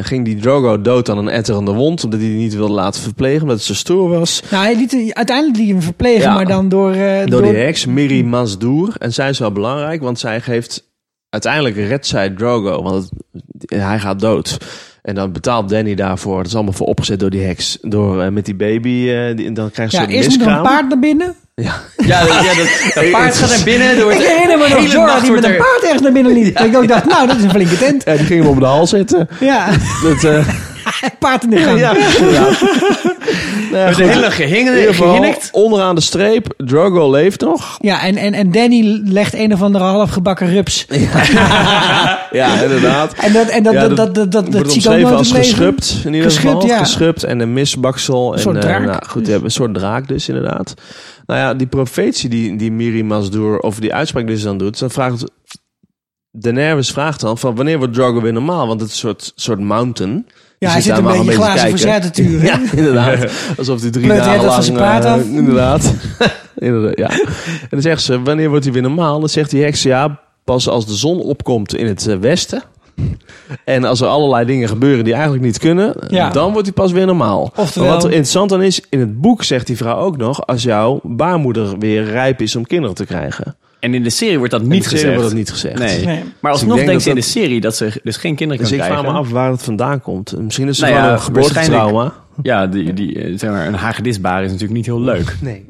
Speaker 5: ging die Drogo dood aan een etterende wond. Omdat hij die niet wilde laten verplegen. Omdat ze stoer was.
Speaker 1: Nou, hij liet, hem- uiteindelijk liet hij hem verplegen,
Speaker 5: Ja.
Speaker 1: maar dan door... eh,
Speaker 5: Door die heks, Miri Mazdoor. En zij is wel belangrijk. Want zij geeft... Uiteindelijk redt zij Drogo. Want het- hij gaat dood. En dan betaalt Danny daarvoor. Dat is allemaal voor opgezet door die heks. Door, eh, met die baby. eh, die, en dan krijgt ze
Speaker 1: ja,
Speaker 5: een
Speaker 1: eerst moet er een
Speaker 5: miskraam.
Speaker 1: paard naar binnen.
Speaker 5: Ja.
Speaker 4: Ja, dat, ja, dat, dat paard gaat naar binnen. Er wordt
Speaker 1: Ik herinner me nog
Speaker 4: hele
Speaker 1: Jorah
Speaker 4: nacht
Speaker 1: die met
Speaker 4: wordt
Speaker 1: een
Speaker 4: er-
Speaker 1: paard ergens naar binnen liep. Dat Ik ook dacht, nou, dat is een flinke tent.
Speaker 5: Ja, die ging hem op de hals zitten.
Speaker 1: Ja,
Speaker 5: Dat, eh,
Speaker 1: paard in de gang.
Speaker 5: ja, inderdaad. Nou ja,
Speaker 4: De
Speaker 5: goed.
Speaker 4: hele
Speaker 5: In ieder
Speaker 4: gehingen,
Speaker 5: geval,
Speaker 4: gehinnikt.
Speaker 5: onderaan de streep, Drogo leeft nog.
Speaker 1: Ja, en, en, en Danny legt een of andere halfgebakken rups.
Speaker 5: Ja, inderdaad.
Speaker 1: En dat, en dat,
Speaker 5: Ja,
Speaker 1: dat, dat, dat, dat,
Speaker 5: Wordt
Speaker 1: zie ik ook nooit in
Speaker 5: omschreven als
Speaker 1: het leven.
Speaker 5: geschupt. In ieder
Speaker 1: Geschupt,
Speaker 5: geval
Speaker 1: ja.
Speaker 5: geschupt en een misbaksel.
Speaker 1: soort
Speaker 5: en, eh,
Speaker 1: draak
Speaker 5: nou, goed, ja, een soort draak dus inderdaad. Nou ja, die profetie die, die Miri Mazdoor, of die uitspraak die ze dan doet, dan vraagt... Daenerys vraagt dan van wanneer wordt Drogo weer normaal? Want het is een soort, soort mountain. Die
Speaker 1: Ja, hij zit
Speaker 5: daar
Speaker 1: een
Speaker 5: maar
Speaker 1: beetje glazen
Speaker 5: kijken.
Speaker 1: voor zij te turen.
Speaker 5: Ja, inderdaad. Alsof hij drie
Speaker 1: Pleurt hij
Speaker 5: dagen
Speaker 1: dat van zijn
Speaker 5: lang...
Speaker 1: paard
Speaker 5: eh,
Speaker 1: af?
Speaker 5: Inderdaad. inderdaad, ja. En dan zegt ze, wanneer wordt hij weer normaal? Dan zegt die heks, ja, pas als de zon opkomt in het eh, westen. En als er allerlei dingen gebeuren die eigenlijk niet kunnen,
Speaker 1: Ja.
Speaker 5: dan wordt hij pas weer normaal.
Speaker 1: Oftewel-
Speaker 5: Maar Wat er interessant dan is, in het boek zegt die vrouw ook nog, als jouw baarmoeder weer rijp is om kinderen te krijgen.
Speaker 4: En in de serie wordt dat
Speaker 5: In
Speaker 4: niet
Speaker 5: de serie
Speaker 4: gezegd.
Speaker 5: wordt dat niet gezegd.
Speaker 1: Nee.
Speaker 4: Nee. Maar
Speaker 5: Dus ik
Speaker 4: alsnog
Speaker 5: denk
Speaker 4: denkt ze
Speaker 5: dat
Speaker 4: in de serie dat ze dus geen kinderen
Speaker 5: Dus ik
Speaker 4: kan
Speaker 5: vraag me
Speaker 4: krijgen.
Speaker 5: af waar het vandaan komt. Misschien is het
Speaker 4: Nou
Speaker 5: gewoon
Speaker 4: ja,
Speaker 5: een geboortetrauma.
Speaker 4: Ja, die, die, eh, zeg maar, een hagedisbaar is natuurlijk niet heel leuk.
Speaker 5: Nee.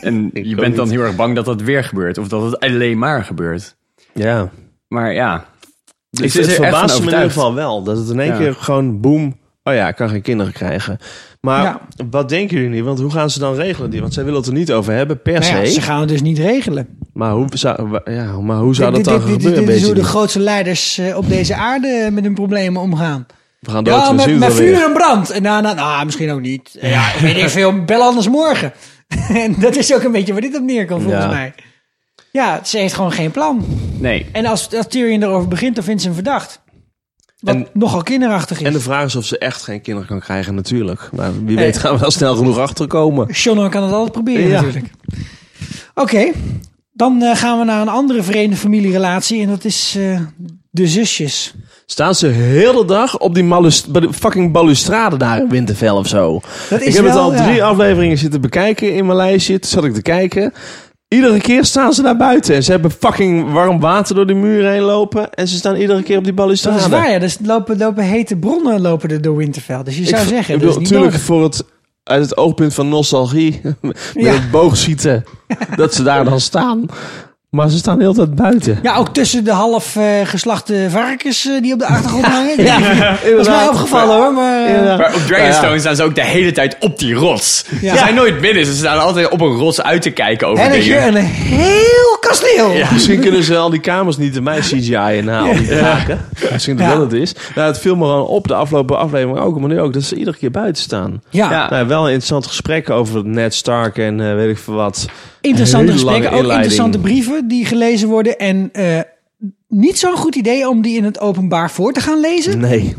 Speaker 4: En je bent dan heel erg bang dat dat weer gebeurt. Of dat het alleen maar gebeurt.
Speaker 5: Ja.
Speaker 4: Maar ja, ik
Speaker 5: Ik
Speaker 4: zit
Speaker 5: het
Speaker 4: er echt van
Speaker 5: verbaast me in ieder
Speaker 4: overtuigd.
Speaker 5: geval wel. Dat het in één
Speaker 4: Ja.
Speaker 5: keer gewoon boem. Oh ja, ik kan geen kinderen krijgen. Maar
Speaker 1: Ja.
Speaker 5: wat denken jullie nu? Want hoe gaan ze dan regelen die? Want zij willen het er niet over hebben per
Speaker 1: Nou ja,
Speaker 5: se.
Speaker 1: ze gaan het dus niet regelen.
Speaker 5: Maar hoe zou, wa- ja, maar hoe zou
Speaker 1: dit,
Speaker 5: dat dan
Speaker 1: dit- dit-
Speaker 5: gebeuren?
Speaker 1: dit is
Speaker 5: weet
Speaker 1: hoe
Speaker 5: je
Speaker 1: de
Speaker 5: niet.
Speaker 1: grootste leiders eh, op deze aarde met hun problemen omgaan.
Speaker 5: We gaan dood,
Speaker 1: Ja,
Speaker 5: we
Speaker 1: met,
Speaker 5: zien
Speaker 1: met
Speaker 5: het wel
Speaker 1: vuur
Speaker 5: weer.
Speaker 1: en brand. En daarna, nou, misschien ook niet. Ja, weet ik veel, bel anders morgen. en dat is ook een beetje waar dit op neerkomt, volgens
Speaker 5: Ja.
Speaker 1: mij. Ja, ze heeft gewoon geen plan.
Speaker 4: Nee.
Speaker 1: En als, als Tyrion erover begint, dan vindt ze hem verdacht. Wat
Speaker 5: En-
Speaker 1: nogal kinderachtig is.
Speaker 5: En de vraag is of ze echt geen kinderen kan krijgen natuurlijk. Maar wie weet gaan we wel snel genoeg achterkomen.
Speaker 1: Shannon kan het altijd proberen
Speaker 5: Ja.
Speaker 1: natuurlijk. Oké, dan eh, gaan we naar een andere vreemde familierelatie. En dat is eh, de zusjes.
Speaker 5: Staan ze heel de dag op die malus- bij de fucking balustrade daar in Winterfell of zo.
Speaker 1: Dat is
Speaker 5: ik heb het
Speaker 1: wel,
Speaker 5: al
Speaker 1: ja.
Speaker 5: drie afleveringen zitten bekijken in mijn lijstje. Toen zat ik te kijken. Iedere keer staan ze daar buiten. En ze hebben fucking warm water door de muren heen lopen. En ze staan iedere keer op die
Speaker 1: Dat
Speaker 5: balustrade.
Speaker 1: is waar, ja. Dus lopen, lopen hete bronnen lopen er door Winterfell. Dus je zou
Speaker 5: ik,
Speaker 1: zeggen,
Speaker 5: ik
Speaker 1: dat is niet
Speaker 5: bedoel, natuurlijk
Speaker 1: nodig.
Speaker 5: voor het, uit het oogpunt van nostalgie. met
Speaker 1: Ja.
Speaker 5: het boogschieten. dat ze daar dan staan. Maar ze staan de hele tijd buiten.
Speaker 1: Ja, ook tussen de half eh, geslachte varkens eh, die op de achtergrond hangen. dat is mij
Speaker 5: inderdaad.
Speaker 1: opgevallen hoor, maar... eh,
Speaker 5: Inderdaad.
Speaker 4: Maar op Dragonstone
Speaker 5: Nou ja.
Speaker 4: staan ze ook de hele tijd op die rots.
Speaker 1: Ja.
Speaker 4: Ze zijn nooit binnen. Ze staan altijd op een rots uit te kijken over
Speaker 1: En dat je
Speaker 4: dingen.
Speaker 1: een heel kasteel. Ja.
Speaker 5: Misschien kunnen ze al die kamers niet in mijn CGI en al die draken. Misschien dat
Speaker 1: Ja.
Speaker 5: dat het is. Nou, het viel me gewoon op de afgelopen aflevering ook, maar nu ook, dat ze iedere keer buiten staan.
Speaker 4: Ja.
Speaker 5: Nou, wel een interessant gesprek over Ned Stark en eh, weet ik veel wat.
Speaker 1: Interessante
Speaker 5: Hele lange
Speaker 1: gesprekken, ook
Speaker 5: inleiding.
Speaker 1: interessante brieven die gelezen worden. En eh, niet zo'n goed idee om die in het openbaar voor te gaan lezen.
Speaker 5: Nee.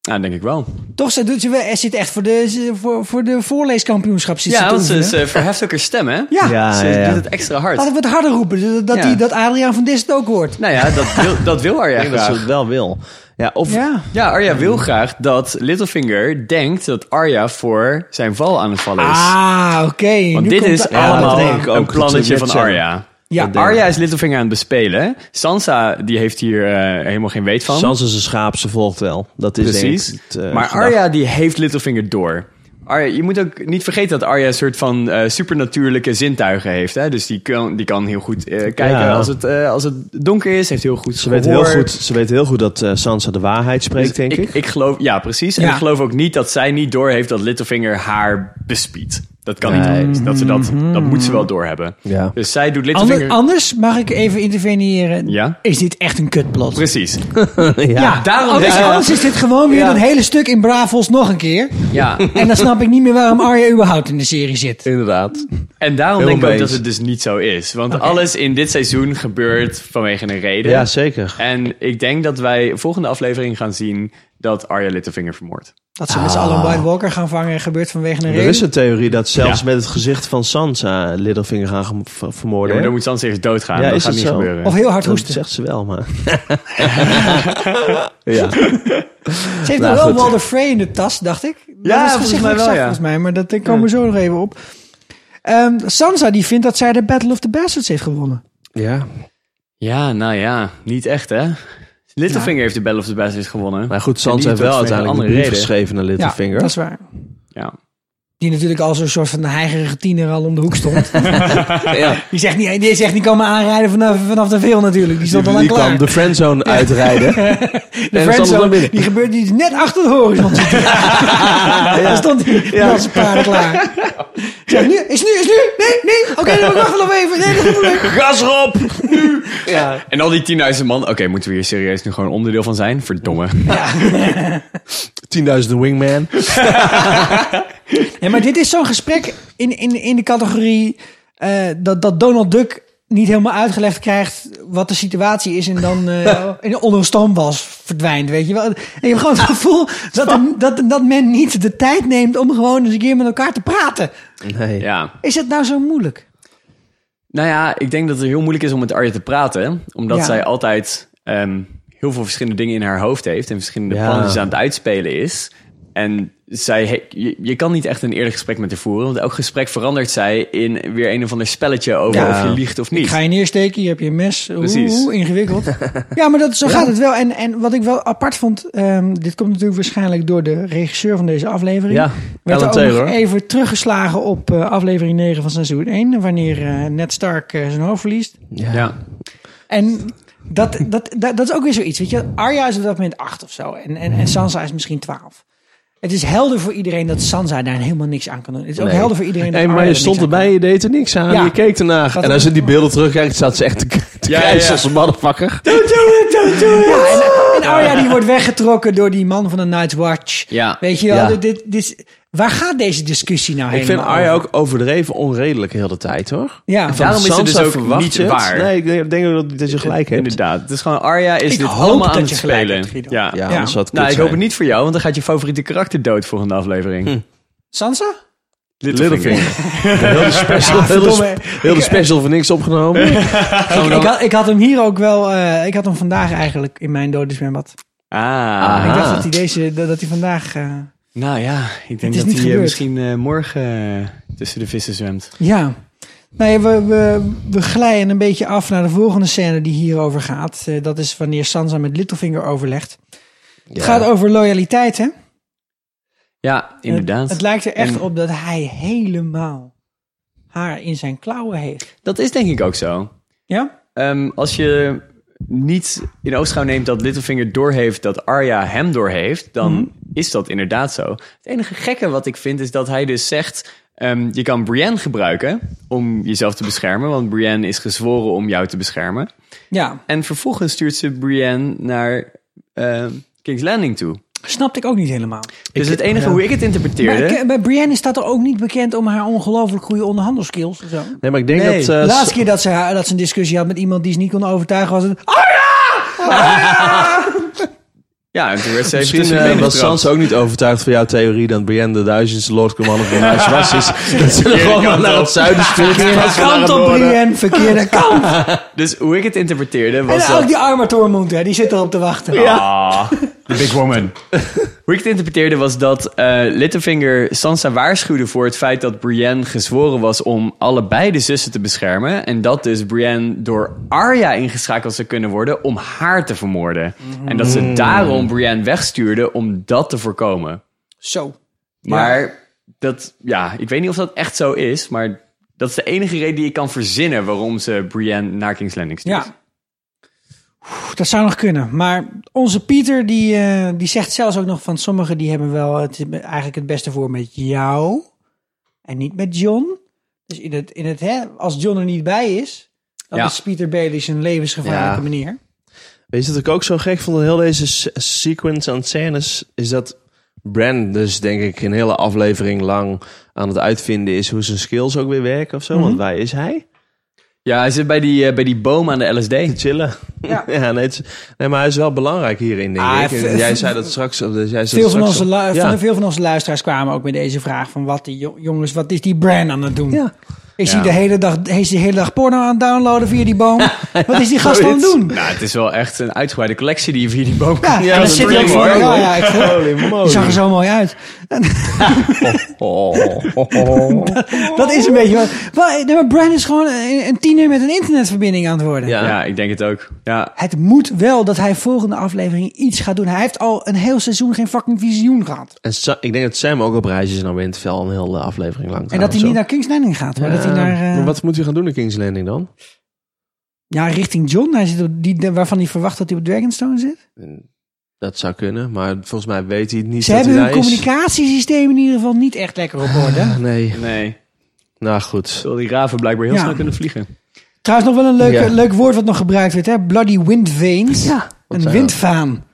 Speaker 4: Ja, denk ik wel.
Speaker 1: Toch, ze, doet, ze, wel- ze zit echt voor de, ze- voor, voor de voorleeskampioenschap. Zit
Speaker 4: Ja,
Speaker 1: te
Speaker 4: want ze,
Speaker 1: oefenen.
Speaker 4: ze verheft ook haar stem, hè?
Speaker 1: ja.
Speaker 5: Ja,
Speaker 4: ze
Speaker 5: ja, ja.
Speaker 4: doet het extra hard.
Speaker 1: laten we het harder roepen. Dat, dat,
Speaker 4: Ja.
Speaker 1: die, dat Adriaan van Dis het ook hoort.
Speaker 4: Nou ja, dat wil, dat wil haar
Speaker 5: Ik
Speaker 4: echt
Speaker 5: denk dat ze
Speaker 4: graag.
Speaker 5: het wel wil. Ja, of
Speaker 1: Ja.
Speaker 4: Ja, Arya wil graag dat Littlefinger denkt dat Arya voor zijn val aan het vallen is.
Speaker 1: Ah, oké.
Speaker 4: Want
Speaker 1: nu
Speaker 4: dit
Speaker 1: komt
Speaker 4: is
Speaker 1: de-
Speaker 5: Ja,
Speaker 4: allemaal
Speaker 5: dat denk ik ook.
Speaker 4: een
Speaker 5: Dat
Speaker 4: plannetje
Speaker 5: zou
Speaker 4: van
Speaker 5: ik net zeggen.
Speaker 4: Arya.
Speaker 1: Ja.
Speaker 4: Ja, Arya is Littlefinger aan het bespelen. Sansa die heeft hier eh, helemaal geen weet van.
Speaker 5: Sans is een schaap, ze volgt wel. Dat is
Speaker 4: Precies.
Speaker 5: denk ik het, eh,
Speaker 4: maar
Speaker 5: gedacht.
Speaker 4: Arya die heeft Littlefinger door. Arya, je moet ook niet vergeten dat Arya een soort van eh, supernatuurlijke zintuigen heeft. Hè? Dus die kan, die kan heel goed eh, kijken
Speaker 5: Ja.
Speaker 4: als, het, eh, als het donker is. Heeft heel goed
Speaker 5: Ze weet, heel
Speaker 4: gehoor.
Speaker 5: goed, ze weet heel goed dat eh, Sansa de waarheid spreekt,
Speaker 4: Dus
Speaker 5: denk ik.
Speaker 4: ik geloof, ja, precies. En
Speaker 1: Ja.
Speaker 4: ik geloof ook niet dat zij niet doorheeft dat Littlefinger haar bespiedt. Dat kan
Speaker 5: Nee. Mhm.
Speaker 4: niet. Dat, ze dat, dat moet ze wel doorhebben.
Speaker 5: Ja.
Speaker 4: Dus zij doet
Speaker 1: Ander-
Speaker 4: Littlefinger...
Speaker 1: anders mag ik even interveneren.
Speaker 4: Ja.
Speaker 1: Is dit echt een kutplot?
Speaker 4: Precies.
Speaker 1: Ja,
Speaker 4: daarom-
Speaker 1: anders,
Speaker 4: ja.
Speaker 1: anders is dit gewoon weer
Speaker 4: Ja.
Speaker 1: dat hele stuk in Bravos nog een keer.
Speaker 4: Ja.
Speaker 1: En dan snap ik niet meer waarom Arya überhaupt in de serie zit.
Speaker 5: Inderdaad.
Speaker 4: En daarom
Speaker 5: Heel
Speaker 4: denk ik
Speaker 5: mee
Speaker 4: ook dat
Speaker 5: eens.
Speaker 4: het dus niet zo is. Want alles in dit seizoen gebeurt vanwege een reden.
Speaker 5: Ja, zeker.
Speaker 4: En ik denk dat wij volgende aflevering gaan zien dat Arya Littlefinger vermoordt.
Speaker 1: Dat ze met z'n
Speaker 4: Ah.
Speaker 1: allen een White Walker gaan vangen gebeurt vanwege een
Speaker 5: Er is
Speaker 1: reden.
Speaker 5: een theorie dat zelfs
Speaker 4: Ja.
Speaker 5: met het gezicht van Sansa Littlefinger gaan gem- ver-
Speaker 4: Ja,
Speaker 5: vermoorden.
Speaker 4: maar
Speaker 5: hè?
Speaker 4: dan moet Sansa eerst doodgaan.
Speaker 5: Ja,
Speaker 4: dat
Speaker 5: is
Speaker 4: gaat
Speaker 5: het
Speaker 4: niet
Speaker 5: zo?
Speaker 4: gebeuren.
Speaker 1: Of heel hard
Speaker 5: dat
Speaker 1: hoesten.
Speaker 5: zegt ze wel, maar... ja.
Speaker 1: Ze heeft
Speaker 5: Nou,
Speaker 1: nog wel
Speaker 5: goed.
Speaker 1: Walder Frey in de tas, dacht ik.
Speaker 4: Ja,
Speaker 1: dat is
Speaker 4: volgens
Speaker 1: gezichtelijk
Speaker 4: mij wel,
Speaker 1: zacht,
Speaker 4: ja.
Speaker 1: volgens mij. Maar dat daar komen we zo nog even op. Ehm, Sansa die vindt dat zij de Battle of the Bastards heeft gewonnen.
Speaker 5: ja.
Speaker 4: Ja, nou ja, niet echt hè. Littlefinger heeft de Battle of the Bastards gewonnen.
Speaker 5: Maar goed,
Speaker 4: En die
Speaker 5: Sansa heeft
Speaker 4: doet
Speaker 5: wel
Speaker 4: het vanwege
Speaker 5: uiteindelijk een
Speaker 4: andere
Speaker 5: brief
Speaker 4: reden.
Speaker 5: geschreven naar Littlefinger.
Speaker 1: Ja, dat is waar.
Speaker 4: Ja.
Speaker 1: Die natuurlijk al zo'n soort van heigerige tiener al om de hoek stond.
Speaker 5: Ja.
Speaker 1: Die zegt niet, die zegt niet komen aanrijden vanaf, vanaf de veel natuurlijk. Die stond al aan
Speaker 5: Die kwam
Speaker 1: klaar.
Speaker 5: de friendzone uitrijden.
Speaker 1: De
Speaker 5: En stond er dan
Speaker 1: friendzone,
Speaker 5: binnen.
Speaker 1: die gebeurt die is net achter de horizon. Daar stond hij ja. als paarden klaar. Zeg, nu, is nu, is nu. Nee, nee. Oké, dan wacht nog even. Nee, dat is goed.
Speaker 4: Gas erop!
Speaker 5: ja.
Speaker 4: En al die 10.000 man. Oké, moeten we hier serieus nu gewoon onderdeel van zijn? Verdomme.
Speaker 5: 10.000 wingman.
Speaker 1: Ja, maar dit is zo'n gesprek in, in, in de categorie eh, dat, dat Donald Duck niet helemaal uitgelegd krijgt wat de situatie is en dan eh, in, onder een stoomwas verdwijnt, weet je wel. En je hebt gewoon het gevoel dat, er- dat, dat men niet de tijd neemt om gewoon eens een keer met elkaar te praten.
Speaker 5: Nee.
Speaker 4: Ja.
Speaker 1: Is het nou zo moeilijk?
Speaker 4: Nou ja, ik denk dat het heel moeilijk is om met Arya te praten. Omdat
Speaker 1: Ja.
Speaker 4: zij altijd ehm, heel veel verschillende dingen in haar hoofd heeft. En verschillende
Speaker 5: Ja.
Speaker 4: plannen die ze aan het uitspelen is. En zij he- je, je kan niet echt een eerlijk gesprek met haar voeren. Want elk gesprek verandert zij in weer een of ander spelletje over
Speaker 5: Ja.
Speaker 4: of je liegt of niet.
Speaker 1: Ik ga je neersteken, je hebt je mes.
Speaker 4: Precies.
Speaker 1: Hoe ingewikkeld. ja, maar dat, zo gaat het wel. En, en wat ik wel apart vond, ehm, dit komt natuurlijk waarschijnlijk door de regisseur van deze aflevering.
Speaker 5: Ja,
Speaker 1: werd er
Speaker 5: Alan
Speaker 1: ook
Speaker 5: Taylor.
Speaker 1: nog even teruggeslagen op eh, aflevering 9 van seizoen 1, wanneer eh, Ned Stark eh, zijn hoofd verliest.
Speaker 4: Ja.
Speaker 1: En dat, dat, dat, dat is ook weer zoiets. Weet je, Arya is op dat moment 8 of zo. En, en, en Sansa is misschien 12. Het is helder voor iedereen dat Sansa daar helemaal niks aan kan doen. Het is ook
Speaker 5: Nee.
Speaker 1: helder voor iedereen dat
Speaker 5: Hey, maar
Speaker 1: Arya
Speaker 5: je
Speaker 1: er niks
Speaker 5: stond
Speaker 1: aan kan
Speaker 5: erbij, je deed er niks aan.
Speaker 1: Ja.
Speaker 5: Je keek ernaar. En als je die beelden terugkijkt, staat ze echt te, k- te
Speaker 4: Ja, ja,
Speaker 5: krijsen
Speaker 4: ja.
Speaker 5: als een motherfucker.
Speaker 1: Ja, en, en Arya die wordt weggetrokken door die man van de Night's Watch.
Speaker 4: Ja.
Speaker 1: Weet je wel,
Speaker 5: Ja.
Speaker 1: dit, dit, dit is- waar gaat deze discussie nou heen?
Speaker 5: Ik vind Arya ook overdreven onredelijk heel de tijd, hoor.
Speaker 1: Ja,
Speaker 5: Van
Speaker 4: Daarom is het
Speaker 5: Sansa
Speaker 4: dus ook
Speaker 5: verwacht
Speaker 4: niet
Speaker 5: je het.
Speaker 4: waar.
Speaker 5: Nee, ik denk dat, dat je gelijk hebt.
Speaker 4: Inderdaad. Het is gewoon Arya is
Speaker 1: Ik
Speaker 4: dit
Speaker 1: hoop
Speaker 4: allemaal
Speaker 1: dat
Speaker 4: aan het
Speaker 1: je gelijk
Speaker 4: spelen.
Speaker 1: hebt, Guido.
Speaker 4: ja.
Speaker 5: Ja,
Speaker 1: Ja.
Speaker 5: anders had het
Speaker 4: Nou,
Speaker 5: kut
Speaker 4: ik hoop
Speaker 5: zijn.
Speaker 4: het niet voor jou, want dan gaat je favoriete karakter dood volgende aflevering.
Speaker 1: Hm. Sansa?
Speaker 4: Littlefinger.
Speaker 5: Heel de special,
Speaker 1: Ja,
Speaker 5: heel de,
Speaker 1: verdomme.
Speaker 5: sp- heel de special voor niks opgenomen.
Speaker 1: Ik, ik, had, ik had hem hier ook wel... eh, ik had hem vandaag eigenlijk in mijn dode zwembad.
Speaker 4: Ah.
Speaker 1: Ik dacht dat hij, deze, dat, dat hij vandaag... eh,
Speaker 4: Nou ja, ik denk
Speaker 1: is niet
Speaker 4: dat hij eh,
Speaker 1: gebeurd.
Speaker 4: misschien eh, morgen eh, tussen de vissen zwemt.
Speaker 1: ja. Nee, we, we, we glijden een beetje af naar de volgende scène die hierover gaat. Eh, dat is wanneer Sansa met Littlefinger overlegt. Het gaat over loyaliteit, hè?
Speaker 4: Ja, inderdaad.
Speaker 1: Het, het lijkt er echt
Speaker 4: En-
Speaker 1: op dat hij helemaal haar in zijn klauwen heeft.
Speaker 4: dat is denk ik ook zo.
Speaker 1: Ja?
Speaker 4: Ehm, als je niet in oogschouw neemt dat Littlefinger doorheeft dat Arya hem doorheeft, dan
Speaker 1: Mhm.
Speaker 4: is dat inderdaad zo. Het enige gekke wat ik vind is dat hij dus zegt: ehm, je kan Brienne gebruiken om jezelf te beschermen, want Brienne is gezworen om jou te beschermen.
Speaker 1: Ja.
Speaker 4: En vervolgens stuurt ze Brienne naar ehm, King's Landing toe.
Speaker 1: Snapte ik ook niet helemaal.
Speaker 4: Dus het enige hoe ik het
Speaker 1: Maar
Speaker 4: interpreteerde.
Speaker 1: ik- bij Brienne staat er ook niet bekend om haar ongelooflijk goede onderhandelskills. of Zo.
Speaker 5: Nee, maar ik denk
Speaker 4: Nee.
Speaker 5: dat... eh,
Speaker 1: De laatste keer dat ze, haar- dat ze een discussie had met iemand die ze niet kon overtuigen was het... "Ah,
Speaker 4: Ja, en toen werd ze even
Speaker 5: Misschien
Speaker 4: tussen de
Speaker 5: eh,
Speaker 4: benen
Speaker 5: was
Speaker 4: getrapt.
Speaker 5: Sans ook niet overtuigd van jouw theorie dat Brienne de duizendste Lord Commander van huis was. Is, dat ze hem gewoon naar het zuiden stuurt. in plaats van naar het
Speaker 1: Kant op
Speaker 5: noorden.
Speaker 1: Brienne, verkeerde kant.
Speaker 4: Dus hoe ik het interpreteerde was
Speaker 1: En
Speaker 4: dat...
Speaker 1: ook die arme Tormund, hè, die zit erop te wachten.
Speaker 4: Ah, the big woman. Hoe ik het interpreteerde was dat eh, Littlefinger Sansa waarschuwde voor het feit dat Brienne gezworen was om allebei de zussen te beschermen. En dat dus Brienne door Arya ingeschakeld zou kunnen worden om haar te vermoorden.
Speaker 5: Mhm.
Speaker 4: En dat ze daarom Brienne wegstuurde om dat te voorkomen.
Speaker 1: Zo.
Speaker 4: Maar dat, ja, ik weet niet of dat echt zo is, maar dat is de enige reden die ik kan verzinnen waarom ze Brienne naar King's Landing stuurt.
Speaker 1: Ja. Oeh, dat zou nog kunnen. Maar onze Pieter, die, eh, die zegt zelfs ook nog van sommigen die hebben wel het, eigenlijk het beste voor met jou. En niet met John. Dus in het, in het, hè, als John er niet bij is, dan
Speaker 4: Ja.
Speaker 1: is Pieter Baelish een levensgevaarlijke
Speaker 5: Ja.
Speaker 1: manier.
Speaker 5: Weet je dat ik ook zo gek vond? aan Heel deze s- sequence aan scènes is dat Bran dus denk ik een hele aflevering lang aan het uitvinden is hoe zijn skills ook weer werken of zo. Want waar is hij?
Speaker 4: Mhm. Ja, hij zit bij die, eh, bij die boom aan de LSD.
Speaker 5: Chillen. Ja,
Speaker 1: Ja.
Speaker 5: nee, het is- nee, maar hij is wel belangrijk hierin denk
Speaker 1: Ah,
Speaker 5: ik. En
Speaker 1: v-
Speaker 5: jij zei dat straks. Of, jij zei dat
Speaker 1: Veel van,
Speaker 5: straks
Speaker 1: onze,
Speaker 5: al.
Speaker 1: lu-
Speaker 5: ja.
Speaker 1: van, veel van onze luisteraars kwamen ook met deze vraag van wat die jo- jongens, wat is die Bran aan het doen?
Speaker 5: Ja.
Speaker 1: Is
Speaker 4: Ja.
Speaker 1: hij de hele dag, is hij de hele dag porno aan het downloaden via die boom? Wat is die gast aan het
Speaker 5: zoiets.
Speaker 1: doen?
Speaker 4: Nou, het is wel echt een uitgebreide collectie die je via die boom
Speaker 1: Ja,
Speaker 4: kan.
Speaker 1: en dan
Speaker 5: dat
Speaker 1: zit hij
Speaker 5: is
Speaker 1: ook
Speaker 5: mooi,
Speaker 1: voor. Ja,
Speaker 5: hoor.
Speaker 1: ja, ik
Speaker 5: Holy moly.
Speaker 1: Die zag er zo mooi uit. Dat is een beetje wat. Wa- nee, Maar Brian is gewoon een, een tiener met een internetverbinding aan het worden.
Speaker 5: Ja.
Speaker 4: Ja, ik denk het ook. Ja,
Speaker 1: Het moet wel dat hij volgende aflevering iets gaat doen. Hij heeft al een heel seizoen geen fucking visioen gehad.
Speaker 5: En Sa- ik denk dat Sam ook op reis is nou naar Winterfell een hele aflevering lang.
Speaker 1: En dat hij
Speaker 5: trouwens,
Speaker 1: niet
Speaker 5: hoor.
Speaker 1: naar King's Landing gaat. Maar dat hij
Speaker 5: Ja,
Speaker 1: naar, eh,
Speaker 5: maar wat moet hij gaan doen in King's Landing dan?
Speaker 1: ja, richting John. Hij zit op die, de- waarvan hij verwacht dat hij op Dragonstone zit.
Speaker 5: Dat zou kunnen, maar volgens mij weet hij het niet
Speaker 1: Ze
Speaker 5: dat
Speaker 1: hebben
Speaker 5: hij
Speaker 1: hun
Speaker 5: daar is. Ah,
Speaker 1: communicatiesysteem in ieder geval niet echt lekker op orde.
Speaker 5: Nee,
Speaker 4: nee.
Speaker 5: nou goed.
Speaker 4: Terwijl die raven blijkbaar heel
Speaker 1: Ja.
Speaker 4: snel kunnen vliegen.
Speaker 1: Trouwens, nog wel een leuk,
Speaker 5: Ja.
Speaker 1: leuk woord wat nog gebruikt werd. Hè? Bloody windveins.
Speaker 5: Ja, wat zijn
Speaker 1: een
Speaker 5: dat?
Speaker 1: windvaan.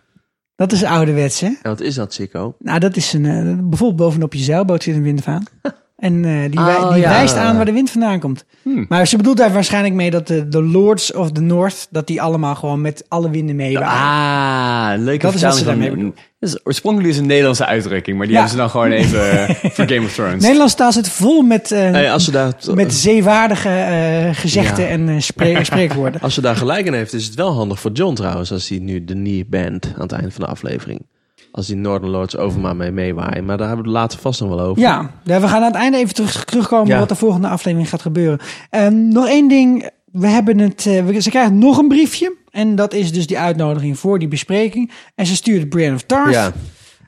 Speaker 1: Dat is ouderwets, hè?
Speaker 5: En wat is dat, Sikko?
Speaker 1: Nou, dat is een. eh, bijvoorbeeld bovenop je zeilboot zit een windvaan. En eh, die, wij-
Speaker 5: Oh,
Speaker 1: die
Speaker 5: ja.
Speaker 1: wijst aan waar de wind vandaan komt.
Speaker 5: Hmm.
Speaker 1: Maar ze bedoelt daar waarschijnlijk mee dat de, de Lords of the North. dat die allemaal gewoon met alle winden mee waren.
Speaker 4: Ah, leuke
Speaker 1: Dat is wat ze
Speaker 4: vertaling
Speaker 1: daarmee
Speaker 4: van- Dat is oorspronkelijk is een Nederlandse uitdrukking, maar die
Speaker 1: Ja.
Speaker 4: hebben ze dan gewoon even eh, voor Game of Thrones.
Speaker 1: Nederlands taal zit vol met, eh,
Speaker 5: Hey, als, ze daar,
Speaker 1: met zeewaardige eh, gezegden
Speaker 5: Ah Ja.
Speaker 1: en eh, spre- spreekwoorden.
Speaker 5: als ze daar gelijk in heeft, is het wel handig voor John trouwens. Als hij nu de knee bent aan het eind van de aflevering. Als die Northern Lords overmaar mee meewaaien. Maar daar hebben we het later vast nog wel over.
Speaker 1: Ja, ja, we gaan aan het einde even terug, terugkomen
Speaker 5: Ja.
Speaker 1: wat de volgende aflevering gaat gebeuren. En nog één ding. We hebben het, eh, we- ze krijgt nog een briefje. En dat is dus die uitnodiging voor die bespreking. En ze stuurt Brian of Tarth.
Speaker 5: Ja.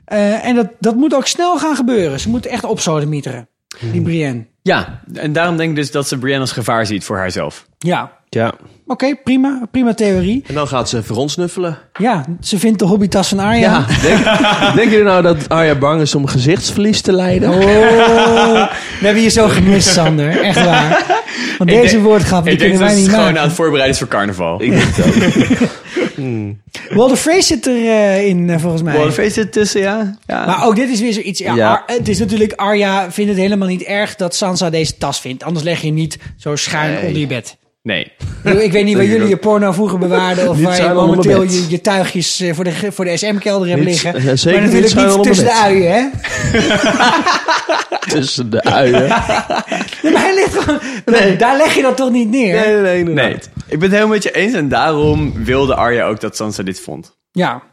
Speaker 1: Eh, en dat, dat moet ook snel gaan gebeuren. Ze moet echt opsodemieteren, die Brienne.
Speaker 4: Ja, en daarom denk ik dus dat ze Brienne als gevaar ziet voor haarzelf.
Speaker 1: Ja, oké,
Speaker 5: ja.
Speaker 1: prima. Prima theorie.
Speaker 5: En dan gaat ze voor ons snuffelen.
Speaker 1: Ja, ze vindt de hobbytas van Arya.
Speaker 5: Ja. Denk, denken jullie nou dat Arya bang is om gezichtsverlies te lijden?
Speaker 1: Oh, we hebben je zo gemist, Sander. Echt waar. Want deze
Speaker 4: denk-
Speaker 1: woordgrappen, die
Speaker 4: ik denk
Speaker 1: kunnen
Speaker 4: dat
Speaker 1: wij
Speaker 4: ze
Speaker 1: niet
Speaker 4: het gewoon
Speaker 1: maken.
Speaker 4: aan het voorbereiden is voor carnaval.
Speaker 5: Ik denk dat.
Speaker 1: Walter Frey zit erin, in eh, volgens mij.
Speaker 4: Wel, feest zit tussen, ja. ja.
Speaker 1: Maar ook dit is weer zoiets. Ja,
Speaker 5: Ja.
Speaker 1: Ar- het is natuurlijk, Arya vindt het helemaal niet erg dat Sansa deze tas vindt. Anders leg je hem niet zo schuin onder je bed.
Speaker 4: nee.
Speaker 1: Ik bedoel, Ik weet niet waar jullie je porno vroeger bewaarden. Of
Speaker 5: Niet
Speaker 1: waar je
Speaker 5: schuin onder
Speaker 1: momenteel
Speaker 5: mijn bed.
Speaker 1: je, je tuigjes eh, voor de, ge- voor de SM-kelder hebt
Speaker 5: Niet-
Speaker 1: liggen.
Speaker 5: eh, zeker
Speaker 1: maar
Speaker 5: niet
Speaker 1: natuurlijk
Speaker 5: schuin
Speaker 1: niet,
Speaker 5: onder
Speaker 1: tussen de
Speaker 5: mijn bed.
Speaker 1: uien, hè?
Speaker 5: Tussen de uien.
Speaker 1: Nee, maar hij ligt gewoon, Daar leg je dat toch niet neer?
Speaker 5: Nee, nee, nee.
Speaker 4: Nee,
Speaker 5: inderdaad.
Speaker 4: ik ben het helemaal met je eens en daarom wilde Arya ook dat Sansa dit vond.
Speaker 1: Ja.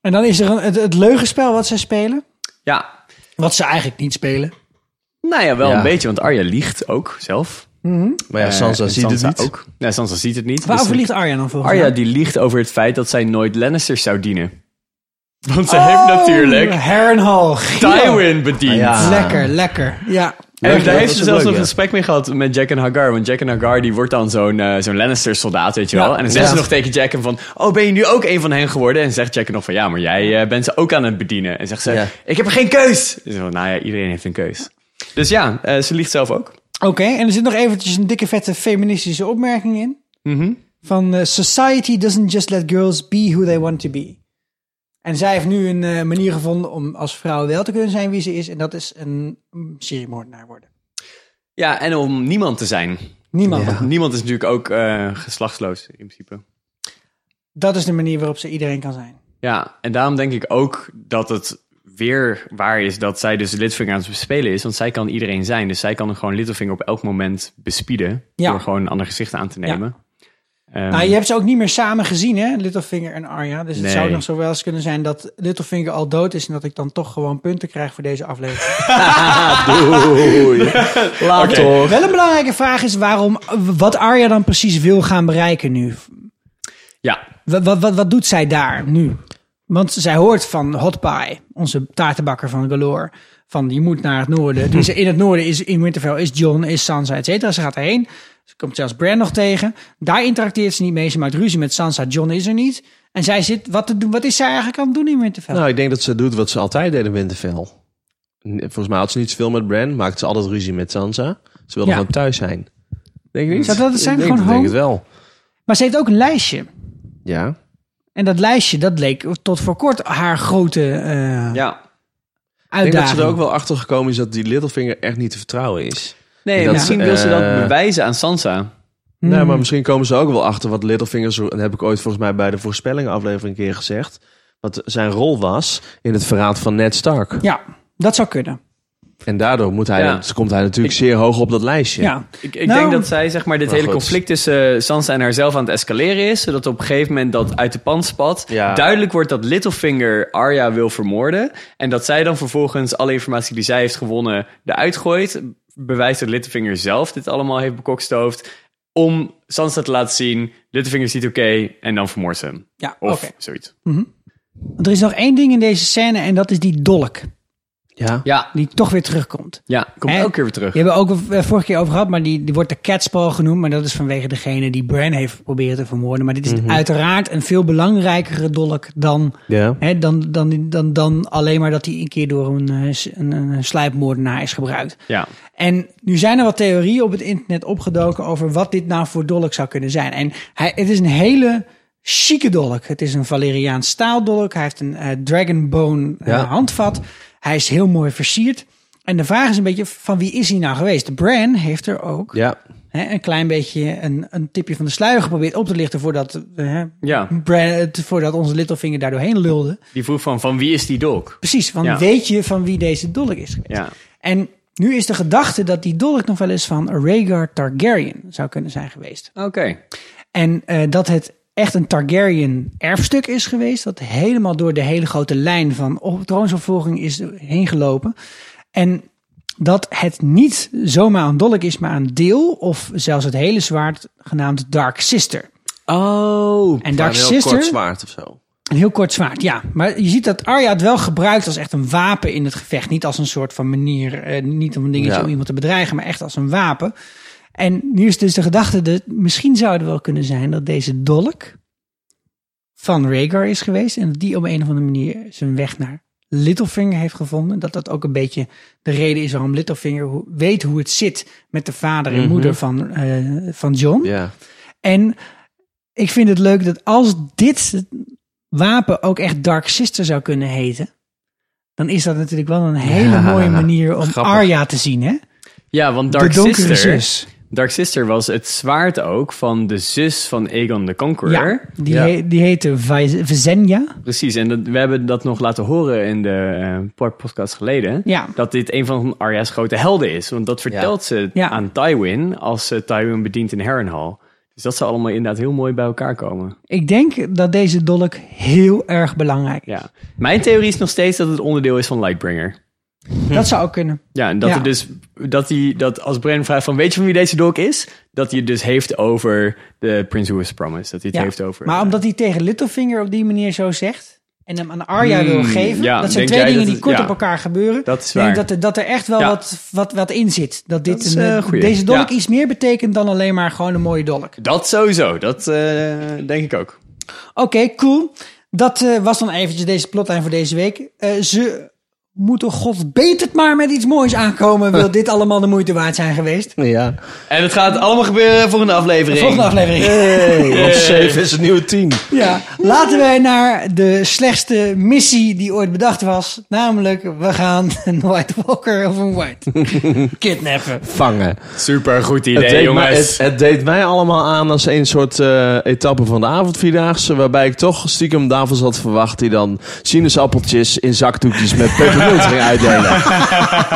Speaker 1: En dan is er een, het, het leugenspel wat zij spelen.
Speaker 4: Ja,
Speaker 1: Wat ze eigenlijk niet spelen.
Speaker 4: nou ja, wel
Speaker 5: Ja.
Speaker 4: een beetje, want Arya liegt ook zelf.
Speaker 5: Maar ja,
Speaker 4: Eh,
Speaker 5: Sansa
Speaker 4: en
Speaker 5: ziet
Speaker 4: Sansa
Speaker 5: het niet.
Speaker 4: Ook. Nee, Sansa ziet het niet.
Speaker 1: Waarover
Speaker 4: dus-
Speaker 1: ligt Arya dan volgens
Speaker 4: Arya
Speaker 1: jou?
Speaker 4: die liegt over het feit dat zij nooit Lannisters zou dienen. Want ze heeft natuurlijk
Speaker 1: Oh, Harrenhal. Tywin.
Speaker 4: Tywin bediend.
Speaker 5: Ja.
Speaker 1: Lekker, lekker. Ja.
Speaker 4: En
Speaker 5: dat
Speaker 4: daar heeft
Speaker 5: was
Speaker 4: ze
Speaker 5: het
Speaker 4: zelfs
Speaker 5: leuk,
Speaker 4: nog
Speaker 5: ja.
Speaker 4: een gesprek mee gehad met Jack en Hagar. Want Jack en Hagar die wordt dan zo'n eh, zo'n Lannister soldaat, weet je
Speaker 1: Ja.
Speaker 4: wel. En dan zegt
Speaker 1: Ja.
Speaker 4: ze nog tegen Jack van... Oh, ben je nu ook een van hen geworden? En zegt Jack nog van... Ja, maar jij eh, bent ze ook aan het bedienen. En zegt ze...
Speaker 5: Ja.
Speaker 4: Ik heb geen keus! Dus van, nou ja, iedereen heeft een keus. Dus ja, eh, ze liegt zelf ook.
Speaker 1: Oké, en er zit nog eventjes een dikke vette feministische opmerking in. Van eh, society doesn't just let girls be who they want to be. En zij heeft nu een eh, manier gevonden om als vrouw wel te kunnen zijn wie ze is. En dat is een mm, seriemoordenaar worden.
Speaker 4: Ja, en om niemand te zijn.
Speaker 1: Niemand.
Speaker 4: Want niemand is natuurlijk ook eh, geslachtsloos in principe.
Speaker 1: Dat is de manier waarop ze iedereen kan zijn.
Speaker 4: Ja, en daarom denk ik ook dat het weer waar is dat zij dus Littlefinger aan het bespelen is. Want zij kan iedereen zijn. Dus zij kan gewoon Littlefinger op elk moment bespieden.
Speaker 1: Ja.
Speaker 4: Door gewoon een ander gezicht aan te nemen. Ehm,
Speaker 1: Nou, je hebt ze ook niet meer samen gezien, hè? Littlefinger en Arya. Dus het
Speaker 4: Nee.
Speaker 1: zou nog zo wel eens kunnen zijn dat Littlefinger al dood is... en dat ik dan toch gewoon punten krijg voor deze aflevering.
Speaker 5: Doei. Laat toch.
Speaker 1: wel een belangrijke vraag is waarom... wat Arya dan precies wil gaan bereiken nu.
Speaker 4: Ja,
Speaker 1: Wat, wat, wat, wat doet zij daar nu? Want zij hoort van Hot Pie, onze taartenbakker van Galore. Van je moet naar het
Speaker 5: Mhm.
Speaker 1: noorden. Dus in het noorden is in Winterfell is John, is Sansa, et cetera. Ze gaat erheen. Ze komt zelfs Bran nog tegen. Daar interacteert ze niet mee. Ze maakt ruzie met Sansa. John is er niet. En zij zit wat te doen. Wat is zij eigenlijk aan het doen in Winterfell?
Speaker 5: Nou, ik denk dat ze doet wat ze altijd deed in Winterfell. N- Volgens mij had ze niet zoveel met Bran, maakte ze altijd ruzie met Sansa. Ze wilde
Speaker 1: Ja.
Speaker 5: gewoon thuis zijn. Denk je niet?
Speaker 1: Zou dat het zijn?
Speaker 5: Ik denk,
Speaker 1: Gewoon
Speaker 5: ik denk het
Speaker 1: home?
Speaker 5: wel.
Speaker 1: Maar ze heeft ook een lijstje.
Speaker 5: Ja.
Speaker 1: En dat lijstje, dat leek tot voor kort haar grote eh
Speaker 4: ja.
Speaker 5: Ik denk dat
Speaker 1: uitdaging.
Speaker 5: ze er ook wel achter gekomen is dat die Littlefinger echt niet te vertrouwen is.
Speaker 4: Nee,
Speaker 5: Dat,
Speaker 4: misschien wil ze dat
Speaker 5: eh,
Speaker 4: bewijzen aan Sansa.
Speaker 1: Hmm.
Speaker 5: Nee, maar misschien komen ze ook wel achter wat Littlefinger, zo- dat heb ik ooit volgens mij bij de voorspellingenaflevering een keer gezegd, wat zijn rol was in het verraad van Ned Stark.
Speaker 1: Ja, dat zou kunnen.
Speaker 5: En daardoor moet hij,
Speaker 4: Ja.
Speaker 5: dus komt hij natuurlijk zeer hoog op dat lijstje.
Speaker 1: Ja.
Speaker 4: Ik, ik
Speaker 1: Nou,
Speaker 4: denk dat zij zeg maar, dit
Speaker 5: Maar
Speaker 4: hele
Speaker 5: goed.
Speaker 4: conflict tussen eh, Sansa en haarzelf aan het escaleren is. Zodat op een gegeven moment dat uit de pan spat.
Speaker 5: Ja.
Speaker 4: Duidelijk wordt dat Littlefinger Arya wil vermoorden. En dat zij dan vervolgens alle informatie die zij heeft gewonnen eruit gooit. Bewijst dat Littlefinger zelf dit allemaal heeft bekokstoofd. Om Sansa te laten zien, Littlefinger ziet oké en dan vermoordt ze hem.
Speaker 1: Ja, oké.
Speaker 4: Of zoiets.
Speaker 1: Want er is nog één ding in deze scène en dat is die dolk.
Speaker 5: Ja.
Speaker 4: Ja,
Speaker 1: Die toch weer terugkomt.
Speaker 4: ja komt
Speaker 1: Hè?
Speaker 4: elke keer weer terug.
Speaker 1: Die hebben we ook eh, vorige keer over gehad, maar die, die wordt de catspall genoemd. Maar dat is vanwege degene die Bran heeft proberen te vermoorden. Maar dit is
Speaker 4: Mhm.
Speaker 1: uiteraard een veel belangrijkere dolk dan,
Speaker 5: Ja.
Speaker 1: hè, dan, dan, dan, dan alleen maar dat hij een keer door een, eh, s- een, een slijpmoordenaar is gebruikt.
Speaker 4: Ja.
Speaker 1: En nu zijn er wat theorieën op het internet opgedoken over wat dit nou voor dolk zou kunnen zijn. En hij, het is een hele chique dolk. Het is een Valeriaans staaldolk. Hij heeft een eh, dragonbone eh,
Speaker 5: Ja.
Speaker 1: handvat. Hij is heel mooi versierd. En de vraag is een beetje van wie is hij nou geweest? Bran heeft er ook
Speaker 5: Ja.
Speaker 1: hè, een klein beetje een, een tipje van de sluier geprobeerd op te lichten voordat, eh,
Speaker 4: Ja,
Speaker 1: Bran, het- voordat onze Littlefinger daar doorheen lulde.
Speaker 4: die vroeg van, van wie is die dolk?
Speaker 1: Precies, want
Speaker 4: Ja.
Speaker 1: weet je van wie deze dolk is geweest?
Speaker 4: Ja.
Speaker 1: En nu is de gedachte dat die dolk nog wel eens van Rhaegar Targaryen zou kunnen zijn geweest.
Speaker 4: Oké.
Speaker 1: En eh, dat het echt een Targaryen erfstuk is geweest. Dat helemaal door de hele grote lijn van op- troonsopvolging is heen gelopen. En dat het niet zomaar een dolk is, maar een deel of zelfs het hele zwaard genaamd Dark Sister.
Speaker 5: Oh.
Speaker 1: En Dark
Speaker 5: een heel
Speaker 1: Sister?
Speaker 5: kort zwaard of zo.
Speaker 1: Een heel kort zwaard, ja. Maar je ziet dat Arya het wel gebruikt als echt een wapen in het gevecht. Niet als een soort van manier, eh, niet om een dingetje
Speaker 5: Ja.
Speaker 1: om iemand te bedreigen, maar echt als een wapen. En nu is dus de gedachte, dat misschien zou het wel kunnen zijn dat deze dolk van Rhaegar is geweest. En dat die op een of andere manier zijn weg naar Littlefinger heeft gevonden. Dat dat ook een beetje de reden is waarom Littlefinger ho- weet hoe het zit met de vader en moeder van, eh, van John.
Speaker 5: Ja.
Speaker 1: En ik vind het leuk dat als dit wapen ook echt Dark Sister zou kunnen heten, dan is dat natuurlijk wel een hele
Speaker 5: Ja,
Speaker 1: mooie manier om
Speaker 5: grappig.
Speaker 1: Arya te zien, hè?
Speaker 4: Ja, want Dark
Speaker 1: de donkere
Speaker 4: Sister...
Speaker 1: zus.
Speaker 4: Dark Sister was het zwaard ook van de zus van Aegon the Conqueror.
Speaker 1: Ja, die,
Speaker 5: Ja.
Speaker 1: he- die heette Viz- Visenya.
Speaker 4: Precies, en dat, we hebben dat nog laten horen in de eh, paar podcast geleden.
Speaker 1: Ja.
Speaker 4: Dat dit een van Arya's grote helden is. Want dat vertelt ze
Speaker 1: Ja.
Speaker 4: aan Tywin als ze Tywin bedient in Harrenhal. Dus dat ze allemaal inderdaad heel mooi bij elkaar komen.
Speaker 1: Ik denk dat deze dolk heel erg belangrijk is.
Speaker 4: Ja. Mijn theorie is nog steeds dat het onderdeel is van Lightbringer.
Speaker 1: Dat zou ook kunnen.
Speaker 4: Ja, en dat,
Speaker 1: Ja.
Speaker 4: Er dus, dat, die, dat als Bran vraagt van weet je van wie deze dolk is? Dat hij het dus heeft over de Prince Who's Promise. Dat hij het
Speaker 1: Ja.
Speaker 4: heeft over... eh,
Speaker 1: Maar omdat hij tegen Littlefinger op die manier zo zegt en hem aan Arya wil geven,
Speaker 4: Hmm, ja,
Speaker 1: dat zijn
Speaker 4: denk
Speaker 1: twee
Speaker 4: jij
Speaker 1: dingen
Speaker 4: dat
Speaker 1: die
Speaker 4: het-
Speaker 1: kort
Speaker 4: ja.
Speaker 1: op elkaar gebeuren.
Speaker 4: Dat is
Speaker 1: Ik denk
Speaker 4: waar.
Speaker 1: dat er, dat er echt wel
Speaker 4: Ja.
Speaker 1: wat, wat, wat in zit. Dat, dit
Speaker 4: Dat is,
Speaker 1: een,
Speaker 4: eh,
Speaker 1: eh,
Speaker 4: goeie.
Speaker 1: deze dolk
Speaker 4: Ja.
Speaker 1: iets meer betekent dan alleen maar gewoon een mooie dolk.
Speaker 4: Dat sowieso, dat eh, denk ik ook.
Speaker 1: Oké, cool. Dat eh, was dan eventjes deze plotlijn voor deze week. Eh, ze moet toch god beter het maar met iets moois aankomen. Wil dit allemaal de moeite waard zijn geweest?
Speaker 5: Ja.
Speaker 4: En het gaat allemaal gebeuren volgende aflevering.
Speaker 1: Volgende aflevering.
Speaker 5: Hey, want 7 is een nieuwe 10.
Speaker 1: Ja, laten wij naar de slechtste missie die ooit bedacht was. Namelijk, we gaan een White Walker of een White kidnappen.
Speaker 5: Vangen.
Speaker 4: Super goed
Speaker 5: Het,
Speaker 4: idee,
Speaker 5: deed mij,
Speaker 4: jongens.
Speaker 5: het, het deed mij allemaal aan als een soort eh, etappe van de avondvierdaagse. Waarbij ik toch stiekem Davos had verwacht. Die dan sinaasappeltjes in zakdoekjes met pepermunt ging uitdelen.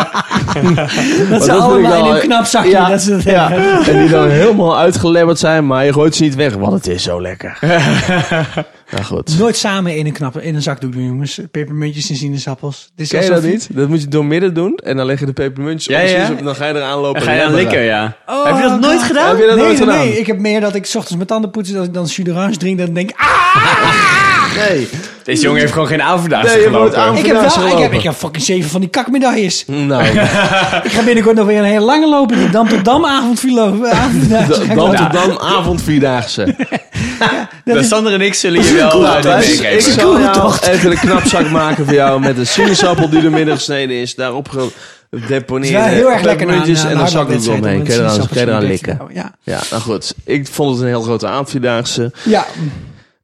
Speaker 1: Dat ze
Speaker 5: dat vind ik
Speaker 1: allemaal
Speaker 5: wel-
Speaker 1: in een knap zakje
Speaker 5: Ja,
Speaker 1: dat ze dat
Speaker 5: Ja.
Speaker 1: hebben.
Speaker 5: En die dan helemaal uitgelebberd zijn. Maar je gooit ze niet weg. Want het is zo lekker. nou goed.
Speaker 1: Nooit samen in een, knappe, in een zakdoek doen, jongens. Pepermuntjes en sinaasappels. Het is
Speaker 5: Ken je
Speaker 1: alsof
Speaker 5: dat niet? Dat moet je door midden doen. En dan leggen de pepermuntjes
Speaker 4: Ja,
Speaker 5: op.
Speaker 4: ja.
Speaker 5: precies op en dan ga je eraan lopen.
Speaker 4: Dan ga je
Speaker 5: en
Speaker 4: aan
Speaker 5: jammeren.
Speaker 4: likken, ja.
Speaker 1: Oh,
Speaker 4: Heb je dat nooit
Speaker 1: God.
Speaker 4: gedaan?
Speaker 5: Heb je dat
Speaker 1: nee,
Speaker 5: nooit
Speaker 1: nee,
Speaker 5: gedaan?
Speaker 1: nee. Ik heb meer dat ik 's ochtends mijn tanden poetsen, dat ik dan suderange drink, dat ik denk, ah,
Speaker 5: Nee.
Speaker 4: Deze jongen heeft gewoon geen avonddaagse
Speaker 5: Nee, je
Speaker 4: gelopen.
Speaker 5: wordt aan-
Speaker 1: ik heb, wel, ik,
Speaker 5: gelopen.
Speaker 1: heb, ik heb fucking zeven van die kakmedailles.
Speaker 5: Nou,
Speaker 1: ik ga binnenkort nog weer een hele lange lopen, die dam tot dam avondvierlopen.
Speaker 5: d-
Speaker 1: avondvierdaagse.
Speaker 5: dan tot dan avondvierdaagse. Nou,
Speaker 4: Dat Sander en ik zullen je wel eh, uit de
Speaker 5: Thijs,
Speaker 4: bek
Speaker 5: ik
Speaker 4: geven.
Speaker 5: zal jou
Speaker 1: Koeltocht.
Speaker 5: even een knapzak maken voor jou met een sinaasappel die er midden gesneden is. Daarop gedeponeerd.
Speaker 1: Het is wel heel erg lekker na,
Speaker 5: muntjes
Speaker 1: na
Speaker 5: en
Speaker 1: een
Speaker 5: dan
Speaker 1: harde
Speaker 5: zak ik
Speaker 1: wedstrijd
Speaker 5: eromheen.
Speaker 1: om
Speaker 5: Kun je eraan-
Speaker 1: sinaasappels
Speaker 5: kun je eraan
Speaker 1: in bed te
Speaker 5: likken.
Speaker 1: houden, Ja.
Speaker 5: Ja, nou goed. Ik vond het een heel grote avondvierdaagse.
Speaker 1: Ja,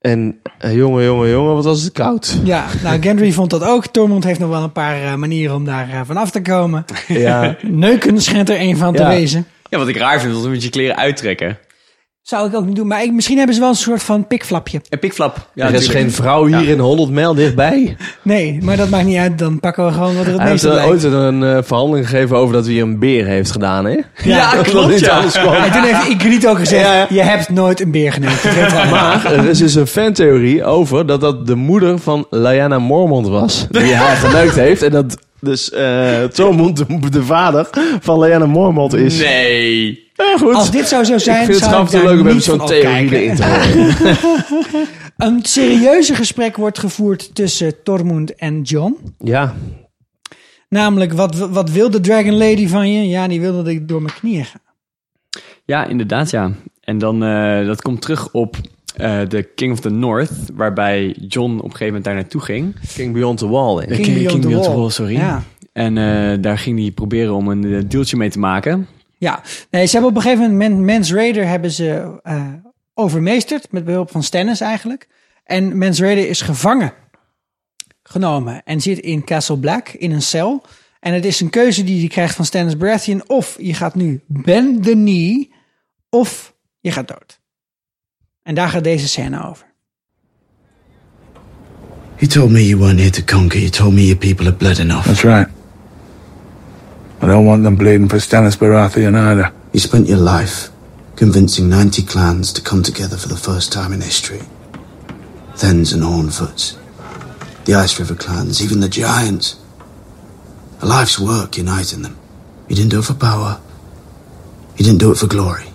Speaker 5: En eh, jongen, jongen, jongen, wat was het koud.
Speaker 1: ja, nou Gendry vond dat ook. Tormund heeft nog wel een paar eh, manieren om daar eh, van af te komen.
Speaker 5: Ja.
Speaker 1: Neuken schijnt er een van te
Speaker 5: Ja.
Speaker 1: wezen.
Speaker 4: Ja, wat ik raar vind, is dat we met je kleren uittrekken.
Speaker 1: Zou ik ook niet doen, maar ik, misschien hebben ze wel een soort van pikflapje.
Speaker 4: En pikflap. Ja,
Speaker 5: er is
Speaker 4: natuurlijk.
Speaker 5: geen vrouw hier in 100 mijl dichtbij.
Speaker 1: Nee, maar dat maakt niet uit. Dan pakken we gewoon wat er het
Speaker 5: Hij heeft
Speaker 1: meeste
Speaker 5: eh,
Speaker 1: lijkt.
Speaker 5: ooit een eh, verhandeling gegeven over dat hij een beer heeft gedaan, hè?
Speaker 4: Ja,
Speaker 5: Dat
Speaker 4: klopt,
Speaker 5: niet
Speaker 4: ja.
Speaker 5: alles kwam.
Speaker 1: En toen heeft Igriet ook gezegd,
Speaker 5: Ja, ja.
Speaker 1: je hebt nooit een beer genomen. Dat weet wel.
Speaker 5: Maar er is dus een fantheorie over dat dat de moeder van Lyanna Mormont was. Die hij geneukt heeft. En dat dus eh Tormund de, de vader van Lyanna Mormont is.
Speaker 4: Nee.
Speaker 5: Ja, goed.
Speaker 1: Als dit zou zo zijn,
Speaker 5: ik vind het
Speaker 1: zou
Speaker 5: grappig
Speaker 1: ik
Speaker 5: te
Speaker 1: daar
Speaker 5: leuk om
Speaker 1: niet
Speaker 5: even zo'n
Speaker 1: van
Speaker 5: theorie
Speaker 1: opkijken.
Speaker 5: erin te horen.
Speaker 1: Een serieuze gesprek wordt gevoerd tussen Tormund en John.
Speaker 5: Ja,
Speaker 1: Namelijk, wat, wat wil de Dragon Lady van je? Ja, die wil dat ik door mijn knieën ga.
Speaker 4: Ja, inderdaad, ja. En dan, eh, dat komt terug op eh The King of the North, waarbij John op een gegeven moment daar naartoe ging.
Speaker 5: King Beyond the Wall. Denk ik.
Speaker 1: King Beyond the Wall.
Speaker 4: sorry.
Speaker 1: Ja.
Speaker 4: En eh, daar ging hij proberen om een eh, deeltje mee te maken.
Speaker 1: Ja, nee, ze hebben op een gegeven moment Men- Mans Raider hebben ze eh, overmeesterd met behulp van Stannis eigenlijk. En Mans Raider is gevangen genomen en zit in Castle Black in een cel. En het is een keuze die hij krijgt van Stannis Baratheon. Of je gaat nu bend the knee, of je gaat dood. En daar gaat deze scène over.
Speaker 6: You told me you weren't here to conquer. You told me your people had bled enough.
Speaker 7: That's right. I don't want them bleeding for Stannis Baratheon either.
Speaker 6: You spent your life convincing 90 clans to come together for the first time in history. Thens and Hornfoots, the Ice River clans, even the giants. A life's work uniting them. You didn't do it for power. You didn't do it for glory.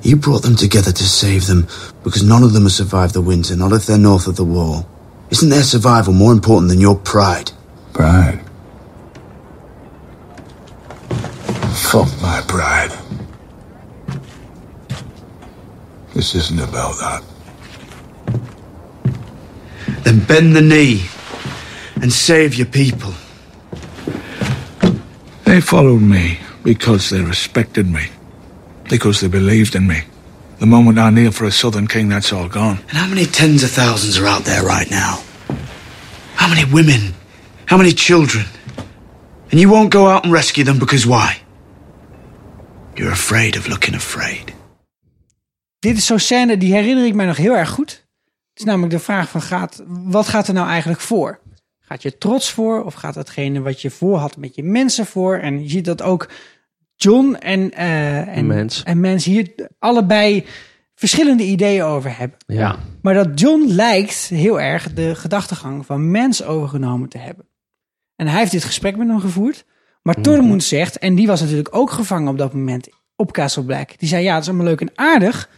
Speaker 6: You brought them together to save them because none of them has survived the winter, not if they're north of the wall. Isn't their survival more important than your pride?
Speaker 7: Pride. Fuck my pride. This isn't about that.
Speaker 6: Then bend the knee and save your people.
Speaker 7: They followed me because they respected me. Because they believed in me. The moment I kneel for a southern king, that's all gone.
Speaker 6: And how many tens of thousands are out there right now? How many women? How many children? And you won't go out and rescue them because why? You're afraid of looking afraid.
Speaker 1: Dit is zo'n scène, die herinner ik mij nog heel erg goed. Het is namelijk de vraag van, gaat, wat gaat er nou eigenlijk voor? Gaat je trots voor of gaat datgene wat je voor had met je mensen voor? En je ziet dat ook John en, eh en,
Speaker 5: Mens.
Speaker 1: en Mens hier allebei verschillende ideeën over hebben.
Speaker 5: ja.
Speaker 1: Maar dat John lijkt heel erg de gedachtegang van mens overgenomen te hebben. En hij heeft dit gesprek met hem gevoerd. Maar
Speaker 5: Mhm.
Speaker 1: Tormund zegt, en die was natuurlijk ook gevangen op dat moment op Castle Black. Die zei, ja, het is allemaal leuk en aardig.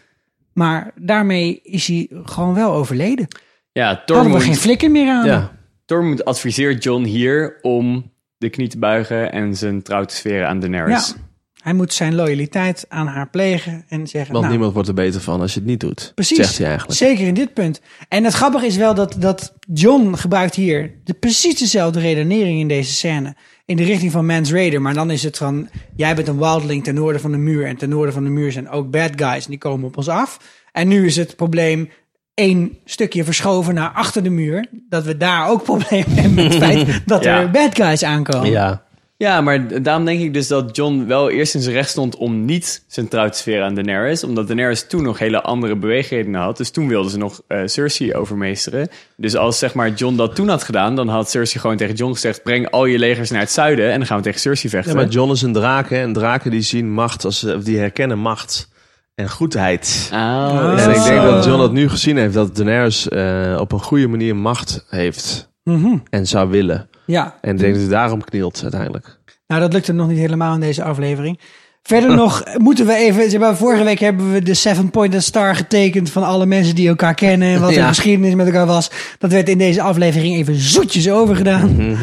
Speaker 1: Maar daarmee is hij gewoon wel overleden.
Speaker 4: Ja,
Speaker 1: Hadden we geen
Speaker 4: Tormund,
Speaker 1: flikker meer aan.
Speaker 5: ja.
Speaker 4: Tormund adviseert John hier om de knie te buigen en zijn trouw te zweren aan Daenerys.
Speaker 1: Ja. Hij moet zijn loyaliteit aan haar plegen en zeggen...
Speaker 5: Want
Speaker 1: nou,
Speaker 5: niemand wordt er beter van als je het niet doet.
Speaker 1: Precies.
Speaker 5: Zegt hij eigenlijk.
Speaker 1: Zeker in dit punt. En het grappige is wel dat, dat John gebruikt hier de, precies dezelfde redenering in deze scène. In de richting van Mans Raider. Maar dan is het van, jij bent een wildling ten noorden van de muur. En ten noorden van de muur zijn ook bad guys. En die komen op ons af. En nu is het probleem één stukje verschoven naar achter de muur. Dat we daar ook problemen hebben met het feit dat
Speaker 4: Ja.
Speaker 1: er bad guys aankomen.
Speaker 5: Ja.
Speaker 4: Ja, maar daarom denk ik dus dat John wel eerst in zijn recht stond om niet zijn trouw te sferen aan Daenerys. Omdat Daenerys toen nog hele andere beweegredenen had. Dus toen wilde ze nog eh, Cersei overmeesteren. Dus als zeg maar John dat toen had gedaan, dan had Cersei gewoon tegen John gezegd... breng al je legers naar het zuiden en dan gaan we tegen Cersei
Speaker 5: ja,
Speaker 4: vechten.
Speaker 5: maar John is een draak hè, en draken die zien macht, als, ze- of die herkennen macht en goedheid.
Speaker 4: Ah, is
Speaker 5: En
Speaker 4: dat
Speaker 5: ik denk
Speaker 4: zo?
Speaker 5: dat John dat nu gezien heeft, dat Daenerys eh, op een goede manier macht heeft
Speaker 1: Mhm.
Speaker 5: en zou willen.
Speaker 1: ja.
Speaker 5: En ik denk dat hij daarom knielt uiteindelijk.
Speaker 1: Nou, dat lukt hem nog niet helemaal in deze aflevering. Verder nog eh, moeten we even... Zeg maar, vorige week hebben we de Seven Pointed Star getekend... van alle mensen die elkaar kennen en wat de
Speaker 5: Ja.
Speaker 1: geschiedenis met elkaar was. Dat werd in deze aflevering even zoetjes overgedaan.
Speaker 5: Mhm.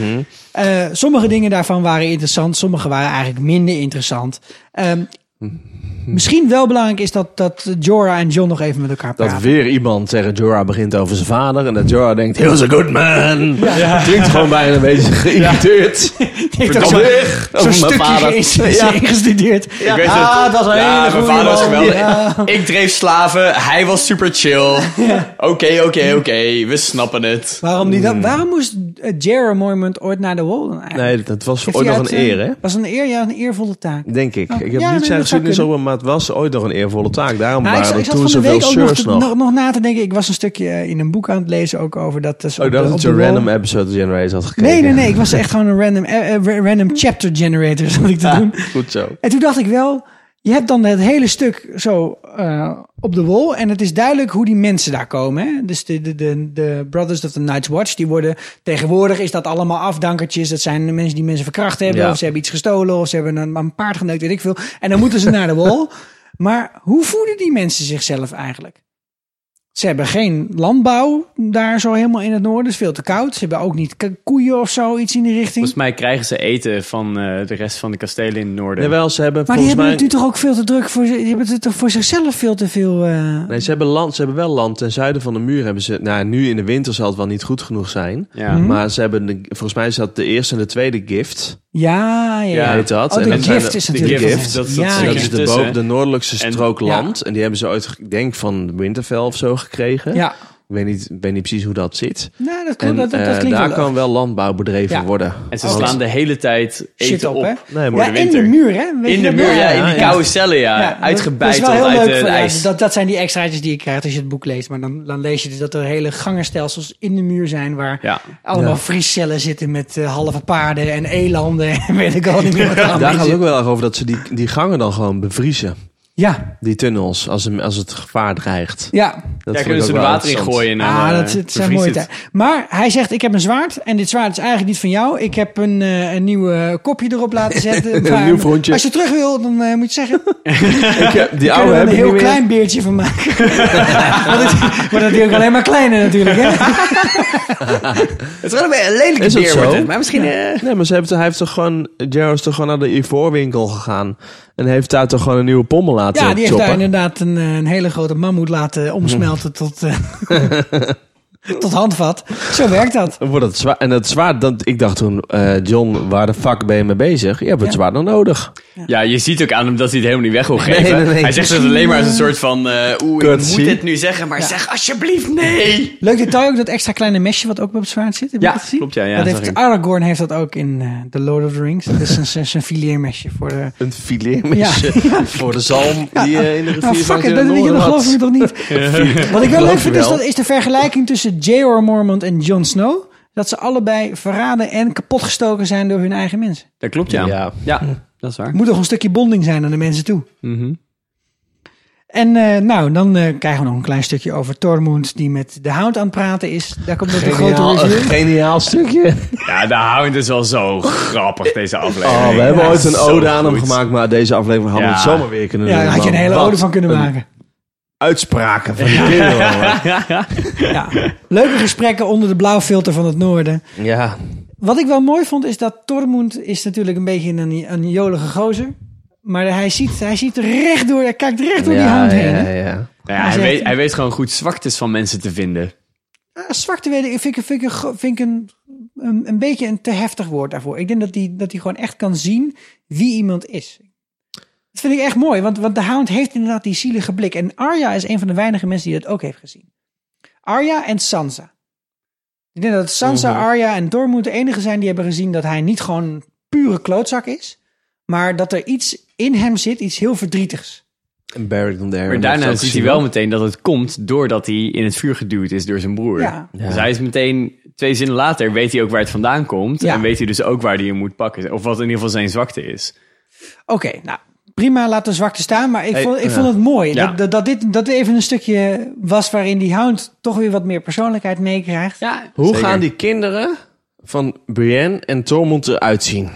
Speaker 1: Eh, sommige dingen daarvan waren interessant, sommige waren eigenlijk minder interessant. Ehm,
Speaker 5: Mhm.
Speaker 1: misschien wel belangrijk is dat, dat Jorah en John nog even met elkaar
Speaker 5: Dat
Speaker 1: praten.
Speaker 5: weer iemand tegen Jorah begint over zijn vader en dat Jorah denkt, he was a good man. Klinkt gewoon bijna een beetje geïrriteerd.
Speaker 1: Ik dacht,
Speaker 5: Verdomme.
Speaker 1: zo'n-
Speaker 5: Over
Speaker 1: Zo'n
Speaker 5: mijn
Speaker 1: stukje
Speaker 5: vader.
Speaker 1: is
Speaker 5: Ja.
Speaker 1: ingestudeerd.
Speaker 4: Ik weet het.
Speaker 1: Ah, dat was een
Speaker 4: Ja,
Speaker 1: hele
Speaker 4: mijn
Speaker 1: goede
Speaker 4: vader was
Speaker 1: man.
Speaker 4: geweldig.
Speaker 1: Ja.
Speaker 4: Ik dreef slaven, hij was super chill. Oké, oké, oké, we snappen het.
Speaker 1: Waarom, niet dat, waarom moest eh, Jeremy Mormont ooit naar de Walden eigenlijk?
Speaker 5: Mm. Nee, dat was
Speaker 1: Heeft
Speaker 5: ooit
Speaker 1: hij
Speaker 5: nog
Speaker 1: uit eh,
Speaker 5: een eer, hè?
Speaker 1: Was een eer, ja, een eervolle taak.
Speaker 5: eh, Denk ik.
Speaker 1: Oh,
Speaker 5: ik heb
Speaker 1: ja, nee,
Speaker 5: niet zijn
Speaker 1: dat zou
Speaker 5: geschiedenis
Speaker 1: kunnen.
Speaker 5: over, maar het was ooit nog een eervolle taak. Daarom
Speaker 1: Nou, ik,
Speaker 5: waren
Speaker 1: zat- ik
Speaker 5: er
Speaker 1: zat
Speaker 5: toen
Speaker 1: van de
Speaker 5: zoveel
Speaker 1: week ook nog,
Speaker 5: seurs
Speaker 1: te-
Speaker 5: nog.
Speaker 1: nog, nog na te denken. Ik was een stukje eh, in een boek aan het lezen ook over dat. Dus
Speaker 5: Oh,
Speaker 1: op de-
Speaker 5: dat
Speaker 1: op
Speaker 5: het
Speaker 1: de
Speaker 5: een
Speaker 1: Walden-
Speaker 5: random episode generator had gekeken.
Speaker 1: Nee, nee, nee. Ik was echt gewoon een random, eh, eh, random chapter generator, zat ik
Speaker 5: Ah.
Speaker 1: te doen.
Speaker 5: Goed zo.
Speaker 1: En toen dacht ik wel, je hebt dan het hele stuk zo eh, op de wol. En het is duidelijk hoe die mensen daar komen. Hè? Dus de, de, de, de Brothers of the Night's Watch, die worden tegenwoordig, is dat allemaal afdankertjes. Dat zijn de mensen die mensen verkracht hebben.
Speaker 5: Ja.
Speaker 1: Of ze hebben iets gestolen. Of ze hebben een, een paard geneukt, weet ik veel. En dan moeten ze naar de wol. Maar hoe voeden die mensen zichzelf eigenlijk? Ze hebben geen landbouw daar zo helemaal in het noorden. Het is veel te koud. Ze hebben ook niet k- koeien of zo, iets in die richting.
Speaker 4: Volgens mij krijgen ze eten van eh, de rest van de kastelen in het noorden.
Speaker 5: Jawel, ze hebben
Speaker 1: Maar die
Speaker 5: volgens
Speaker 1: hebben
Speaker 5: mij...
Speaker 1: het nu toch ook veel te druk voor, ze- die hebben het toch voor zichzelf veel te veel. eh,
Speaker 5: Nee, ze hebben, land, ze hebben wel land. Ten zuiden van de muur hebben ze... Nou, nu in de winter zal het wel niet goed genoeg zijn.
Speaker 4: Ja.
Speaker 5: Maar ze hebben... de- volgens mij is dat de eerste en de tweede gift.
Speaker 1: Ja, ja.
Speaker 5: Ja,
Speaker 1: ja.
Speaker 5: heet dat.
Speaker 1: Oh,
Speaker 5: En
Speaker 1: de
Speaker 5: dat zijn
Speaker 1: gift
Speaker 5: de-
Speaker 1: is
Speaker 5: de
Speaker 1: natuurlijk. een-
Speaker 5: gift,
Speaker 4: dat- dat
Speaker 1: ja,
Speaker 5: En
Speaker 4: zeker.
Speaker 5: dat is de,
Speaker 4: Tussen.
Speaker 5: bo- de noordelijkste
Speaker 4: En-
Speaker 5: strook
Speaker 1: ja.
Speaker 5: land. En die hebben ze ooit, ik denk van Winterfell of zo, gekregen.
Speaker 1: ja.
Speaker 5: Ik weet niet, ik weet niet precies hoe dat zit.
Speaker 1: Nou, dat,
Speaker 5: En
Speaker 1: klopt, dat, dat
Speaker 5: eh,
Speaker 1: klinkt
Speaker 5: daar
Speaker 1: wel.
Speaker 5: kan wel landbouw bedreven
Speaker 1: Ja.
Speaker 5: worden.
Speaker 4: En ze
Speaker 5: Want-
Speaker 4: slaan de hele tijd eten
Speaker 1: shit op, hè?
Speaker 5: Nee, maar
Speaker 1: ja,
Speaker 5: de
Speaker 1: in de
Speaker 4: winter.
Speaker 1: muur, hè? Weet
Speaker 4: In
Speaker 1: je
Speaker 4: de
Speaker 1: dat
Speaker 4: muur,
Speaker 1: wel?
Speaker 4: ja, in die
Speaker 5: ja.
Speaker 4: koude cellen, ja.
Speaker 1: Ja, dat-
Speaker 4: Uitgebeiteld
Speaker 1: dat is wel heel
Speaker 4: uit
Speaker 1: leuk
Speaker 4: het
Speaker 1: voor- ja,
Speaker 4: ijs.
Speaker 1: dat, dat zijn die extraatjes die je krijgt als je het boek leest. Maar dan, dan lees je dus dat er hele gangenstelsels in de muur zijn... waar
Speaker 4: Ja.
Speaker 1: allemaal vriescellen zitten met eh, halve paarden en elanden... en weet ik al niet meer wat er allemaal
Speaker 5: Daar
Speaker 1: in
Speaker 5: gaat het
Speaker 1: zit.
Speaker 5: ook wel erg over dat ze die, die gangen dan gewoon bevriezen.
Speaker 1: Ja,
Speaker 5: Die tunnels, als, hem- als het gevaar dreigt.
Speaker 1: ja.
Speaker 5: Dat
Speaker 4: ja,
Speaker 5: vind ik
Speaker 4: kunnen
Speaker 5: ook
Speaker 4: ze er
Speaker 5: wel
Speaker 4: water in
Speaker 5: interessant.
Speaker 4: gooien. En,
Speaker 1: ah,
Speaker 4: dan,
Speaker 1: dat
Speaker 4: eh,
Speaker 1: het zijn
Speaker 4: bevriest
Speaker 1: mooie
Speaker 4: het.
Speaker 1: tijden. Maar hij zegt, ik heb een zwaard en dit zwaard is eigenlijk niet van jou. Ik heb een, eh, een nieuw eh, kopje erop laten zetten.
Speaker 5: Een
Speaker 1: Maar
Speaker 5: nieuw frontje.
Speaker 1: Als je terug wil, dan eh, moet je zeggen, ik
Speaker 5: Ik heb- die
Speaker 1: kan
Speaker 5: oude
Speaker 1: er een
Speaker 5: hebben
Speaker 1: heel
Speaker 5: niet meer.
Speaker 1: klein beertje van maken. Want het- maar dat wil ik alleen maar kleiner natuurlijk. Hè?
Speaker 4: Het is wel een lelijke
Speaker 5: Is dat
Speaker 4: beer,
Speaker 5: zo?
Speaker 4: wordt het. Maar misschien... eh,
Speaker 5: Nee, maar ze hebben, hij heeft toch gewoon, Jarrow is toch gewoon naar de Ivoorwinkel gegaan. En heeft daar toch gewoon een nieuwe pommel laten
Speaker 1: Ja, die heeft
Speaker 5: choppen.
Speaker 1: daar inderdaad een, eh, een hele grote mammoet laten
Speaker 5: Hm.
Speaker 1: omsmelten tot, eh, tot handvat. Zo werkt dat.
Speaker 5: Dan wordt het zwaar. En dat zwaard, dan, ik dacht toen, eh, John, waar de fuck ben je mee bezig? Je hebt het
Speaker 1: Ja.
Speaker 5: zwaard nog nodig.
Speaker 4: Ja, je ziet ook aan hem dat hij het helemaal niet weg wil
Speaker 5: Nee,
Speaker 4: geven.
Speaker 5: nee, nee.
Speaker 4: Hij zegt het alleen maar als een soort van... eh Oeh, ik
Speaker 5: Courtesy.
Speaker 4: moet dit nu zeggen, maar zeg alsjeblieft nee.
Speaker 1: Leuk detail ook dat extra kleine mesje wat ook op het zwaard zit. Heb je
Speaker 4: Ja,
Speaker 1: dat gezien?
Speaker 4: klopt, ja, ja,
Speaker 1: dat
Speaker 4: zag
Speaker 1: heeft,
Speaker 4: ik.
Speaker 1: Aragorn heeft dat ook in eh, The Lord of the Rings. Dat is een, zijn- zijn fileermesje voor de...
Speaker 5: Een fileermesje voor de zalm die eh, in de rivier
Speaker 1: Nou, fuck
Speaker 5: van
Speaker 1: it,
Speaker 5: Zin-
Speaker 1: dat,
Speaker 5: en
Speaker 1: dat
Speaker 5: Noorden
Speaker 1: geloof
Speaker 5: had.
Speaker 1: ik toch niet. Wat ik wel leuk
Speaker 5: Geloof
Speaker 1: vind,
Speaker 5: je
Speaker 1: is,
Speaker 5: wel.
Speaker 1: dat, is de vergelijking tussen J.R. Mormont en Jon Snow. Dat ze allebei verraden en kapotgestoken zijn door hun eigen mensen.
Speaker 4: Dat klopt, ja.
Speaker 5: Ja.
Speaker 4: Ja, dat is waar.
Speaker 1: Het moet toch een stukje bonding zijn aan de mensen toe.
Speaker 5: Mhm.
Speaker 1: En eh, nou, dan eh, krijgen we nog een klein stukje over Tormund... die met de hound aan het praten is. Daar komt ook de grote
Speaker 5: Geniaal, een
Speaker 1: review.
Speaker 5: geniaal stukje.
Speaker 4: Ja, de hound is wel zo grappig, deze aflevering.
Speaker 5: Oh, we hebben
Speaker 4: Ja,
Speaker 5: ooit een
Speaker 4: zo
Speaker 5: ode aan hem
Speaker 4: goed.
Speaker 5: gemaakt, maar deze aflevering hadden we het
Speaker 4: Ja.
Speaker 5: zomaar weer kunnen
Speaker 1: Ja,
Speaker 5: doen.
Speaker 1: daar had je een
Speaker 5: man.
Speaker 1: hele
Speaker 5: Wat
Speaker 1: ode van kunnen
Speaker 5: een
Speaker 1: maken.
Speaker 5: Uitspraken van die kinderen. man.
Speaker 1: Ja. Leuke gesprekken onder de blauwfilter van het noorden.
Speaker 5: Ja,
Speaker 1: Wat ik wel mooi vond is dat Tormund is natuurlijk een beetje een, een jolige gozer. Maar hij ziet, hij ziet recht door, hij kijkt recht door die
Speaker 5: ja,
Speaker 1: hand heen.
Speaker 5: ja,
Speaker 1: hè?
Speaker 5: ja.
Speaker 4: Nou ja,
Speaker 1: Maar
Speaker 4: hij,
Speaker 1: ze-
Speaker 4: weet, hij weet gewoon goed zwaktes van mensen te vinden.
Speaker 1: Ah, zwakte weet ik, vind ik, vind ik, een gro- vind ik een, een, een beetje een te heftig woord daarvoor. Ik denk dat hij dat die gewoon echt kan zien wie iemand is. Dat vind ik echt mooi, want, want de Hound heeft inderdaad die zielige blik. En Arya is een van de weinige mensen die dat ook heeft gezien. Arya en Sansa. Ik denk dat Sansa, Arya en Dormund de enige zijn die hebben gezien dat hij niet gewoon pure klootzak is. Maar dat er iets in hem zit, iets heel verdrietigs.
Speaker 5: En Barry dan daar.
Speaker 4: Maar daarna ziet hij wel meteen dat het komt doordat hij in het vuur geduwd is door zijn broer.
Speaker 1: Ja.
Speaker 4: Dus hij is meteen twee zinnen later, weet hij ook waar het vandaan komt.
Speaker 1: Ja.
Speaker 4: En weet hij dus ook waar hij hem moet pakken. Of wat in ieder geval zijn zwakte is.
Speaker 1: Oké, nou prima, laat de zwakte staan. Maar ik, vond, ik vond het mooi
Speaker 4: eh, Ja.
Speaker 1: dat, dat, dat dit, dat dit even een stukje was waarin die hound toch weer wat meer persoonlijkheid meekrijgt.
Speaker 4: Ja,
Speaker 5: Hoe gaan die kinderen van Brienne en Tormund eruit zien?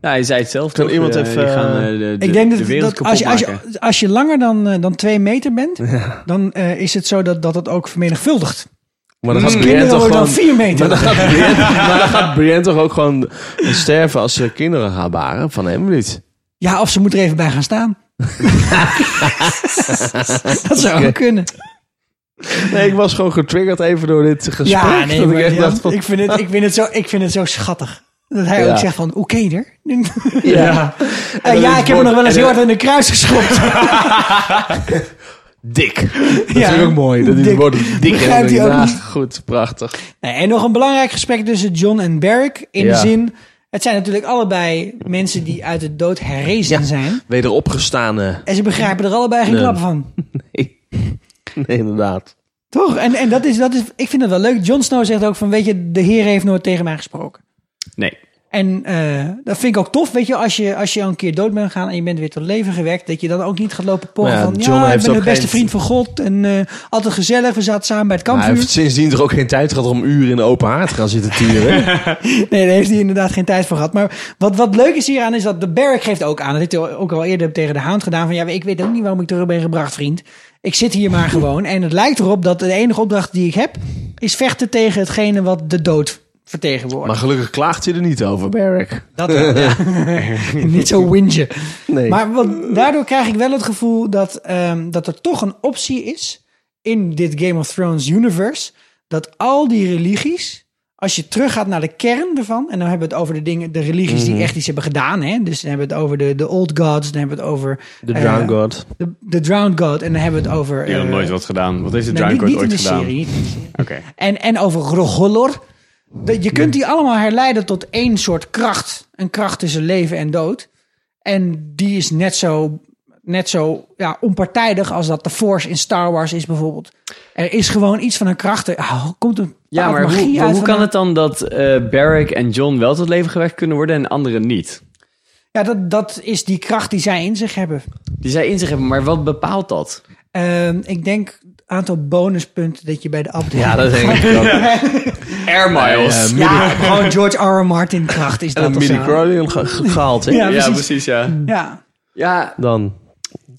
Speaker 4: Nou, hij zei het zelf.
Speaker 5: Kan
Speaker 4: toch,
Speaker 5: iemand
Speaker 4: eh,
Speaker 5: even,
Speaker 4: die gaan, eh, de, de-
Speaker 1: ik denk
Speaker 4: de
Speaker 1: dat,
Speaker 4: wereld
Speaker 1: dat als, je, als,
Speaker 4: kapot
Speaker 1: je,
Speaker 4: maken.
Speaker 1: als je langer dan, eh, dan twee meter bent, dan eh, is het zo dat, dat het ook vermenigvuldigt.
Speaker 5: Maar dan gaat Brienne
Speaker 1: Kinderen
Speaker 5: toch
Speaker 1: worden dan
Speaker 5: gewoon...
Speaker 1: vier
Speaker 5: Maar dan,
Speaker 1: meter.
Speaker 5: gaat Brienne, maar dan gaat Brienne toch ook gewoon sterven als ze kinderen gaan baren van hem niet?
Speaker 1: Ja, of ze moet er even bij gaan staan. dat zou ook kunnen.
Speaker 5: Nee, ik was gewoon getriggerd even door dit gesprek.
Speaker 1: Ja, nee,
Speaker 5: dat
Speaker 1: maar
Speaker 5: ik echt
Speaker 1: ja,
Speaker 5: dacht van...
Speaker 1: ik, vind het, ik, vind het zo, ik vind het zo schattig. Dat hij
Speaker 5: Ja.
Speaker 1: ook zegt van, oké er.
Speaker 5: Ja.
Speaker 1: Eh, ja, ik heb hem nog wel eens heel hard in de kruis geschopt.
Speaker 5: Dik. Dat
Speaker 1: Ja.
Speaker 5: vind ik ook mooi. Dat die
Speaker 1: Dik.
Speaker 5: wordt dik.
Speaker 1: Begrijpt hij ook
Speaker 5: Ja,
Speaker 1: niet.
Speaker 5: Goed, prachtig.
Speaker 1: Nee, en nog een belangrijk gesprek tussen John en Beric. In de
Speaker 5: Ja.
Speaker 1: zin, het zijn natuurlijk allebei mensen die uit de dood herrezen zijn.
Speaker 5: Wederopgestane.
Speaker 1: En ze begrijpen er allebei geen
Speaker 5: Nee.
Speaker 1: klap van.
Speaker 5: Nee, inderdaad.
Speaker 1: Toch? En, en dat is, dat is, ik vind het wel leuk. Jon Snow zegt ook van, weet je, de Heer heeft nooit tegen mij gesproken.
Speaker 4: Nee.
Speaker 1: En eh, dat vind ik ook tof, weet je, als je, als je al een keer dood bent gegaan en je bent weer tot leven gewekt, dat je dan ook niet gaat lopen porren
Speaker 5: Maar ja,
Speaker 1: van,
Speaker 5: Jon
Speaker 1: ja, ik
Speaker 5: heeft
Speaker 1: ben de
Speaker 5: ook
Speaker 1: beste
Speaker 5: geen-
Speaker 1: vriend van God en eh, altijd gezellig, we zaten samen bij het
Speaker 5: Maar
Speaker 1: kampvuur.
Speaker 5: Nou, hij heeft sindsdien toch ook geen tijd gehad om uren in de open haard te gaan zitten tieren. hè?
Speaker 1: Nee, daar heeft hij inderdaad geen tijd voor gehad. Maar wat, wat leuk is hieraan is dat de Barrick geeft ook aan. Dat heeft hij ook al eerder tegen de Hound gedaan. Van ja, ik weet ook niet waarom ik terug ben gebracht, vriend. Ik zit hier maar gewoon. En het lijkt erop dat de enige opdracht die ik heb... is vechten tegen hetgene wat de dood vertegenwoordigt.
Speaker 5: maar gelukkig klaagt hij er niet over, Barrick.
Speaker 1: Dat wel, ja. Niet zo windje.
Speaker 5: Nee.
Speaker 1: Maar wat, daardoor krijg ik wel het gevoel dat, ehm, dat er toch een optie is in dit Game of Thrones universe. Dat al die religies, als je teruggaat naar de kern ervan. En dan hebben we het over de dingen, de religies
Speaker 5: Mhm.
Speaker 1: die echt iets hebben gedaan. Hè? Dus dan hebben we het over de, de Old Gods. Dan hebben we het over
Speaker 5: De
Speaker 1: eh,
Speaker 5: Drown God.
Speaker 1: De, de Drowned God. En dan hebben we het over...
Speaker 4: Die had
Speaker 1: eh,
Speaker 4: nooit wat gedaan. Wat heeft de
Speaker 1: nee,
Speaker 4: Drown
Speaker 1: niet,
Speaker 4: Court
Speaker 1: niet in de
Speaker 4: ooit gedaan?
Speaker 1: serie. niet in de serie.
Speaker 4: Oké.
Speaker 1: En, en over Grogolor. De- Je kunt die allemaal herleiden tot één soort kracht. Een kracht tussen leven en dood. En die is net zo, net zo ja, onpartijdig als dat de Force in Star Wars is bijvoorbeeld. Er is gewoon iets van een kracht. Er ah, komt een
Speaker 4: Ja,
Speaker 1: bepaald
Speaker 4: maar hoe,
Speaker 1: magie
Speaker 4: maar
Speaker 1: uit
Speaker 4: hoe
Speaker 1: van
Speaker 4: kan
Speaker 1: een-
Speaker 4: het dan dat eh Barrick en John wel tot leven gewekt kunnen worden en anderen niet?
Speaker 1: Ja, dat, dat is die kracht die zij in zich hebben.
Speaker 4: Die zij in zich hebben, maar wat bepaalt dat?
Speaker 1: Ehm, ik denk aantal bonuspunten dat je bij de update...
Speaker 5: Ja, dat denk ik ook.
Speaker 4: Air miles.
Speaker 5: Eh,
Speaker 1: Ja, gewoon George R. R. Martin kracht is
Speaker 5: En
Speaker 1: dat
Speaker 5: een
Speaker 1: of zo.
Speaker 5: midi-chlorian ge- ge- gehaald, hè?
Speaker 1: Ja,
Speaker 4: ja,
Speaker 1: precies.
Speaker 4: precies, ja.
Speaker 1: Ja.
Speaker 4: Ja,
Speaker 5: Dan.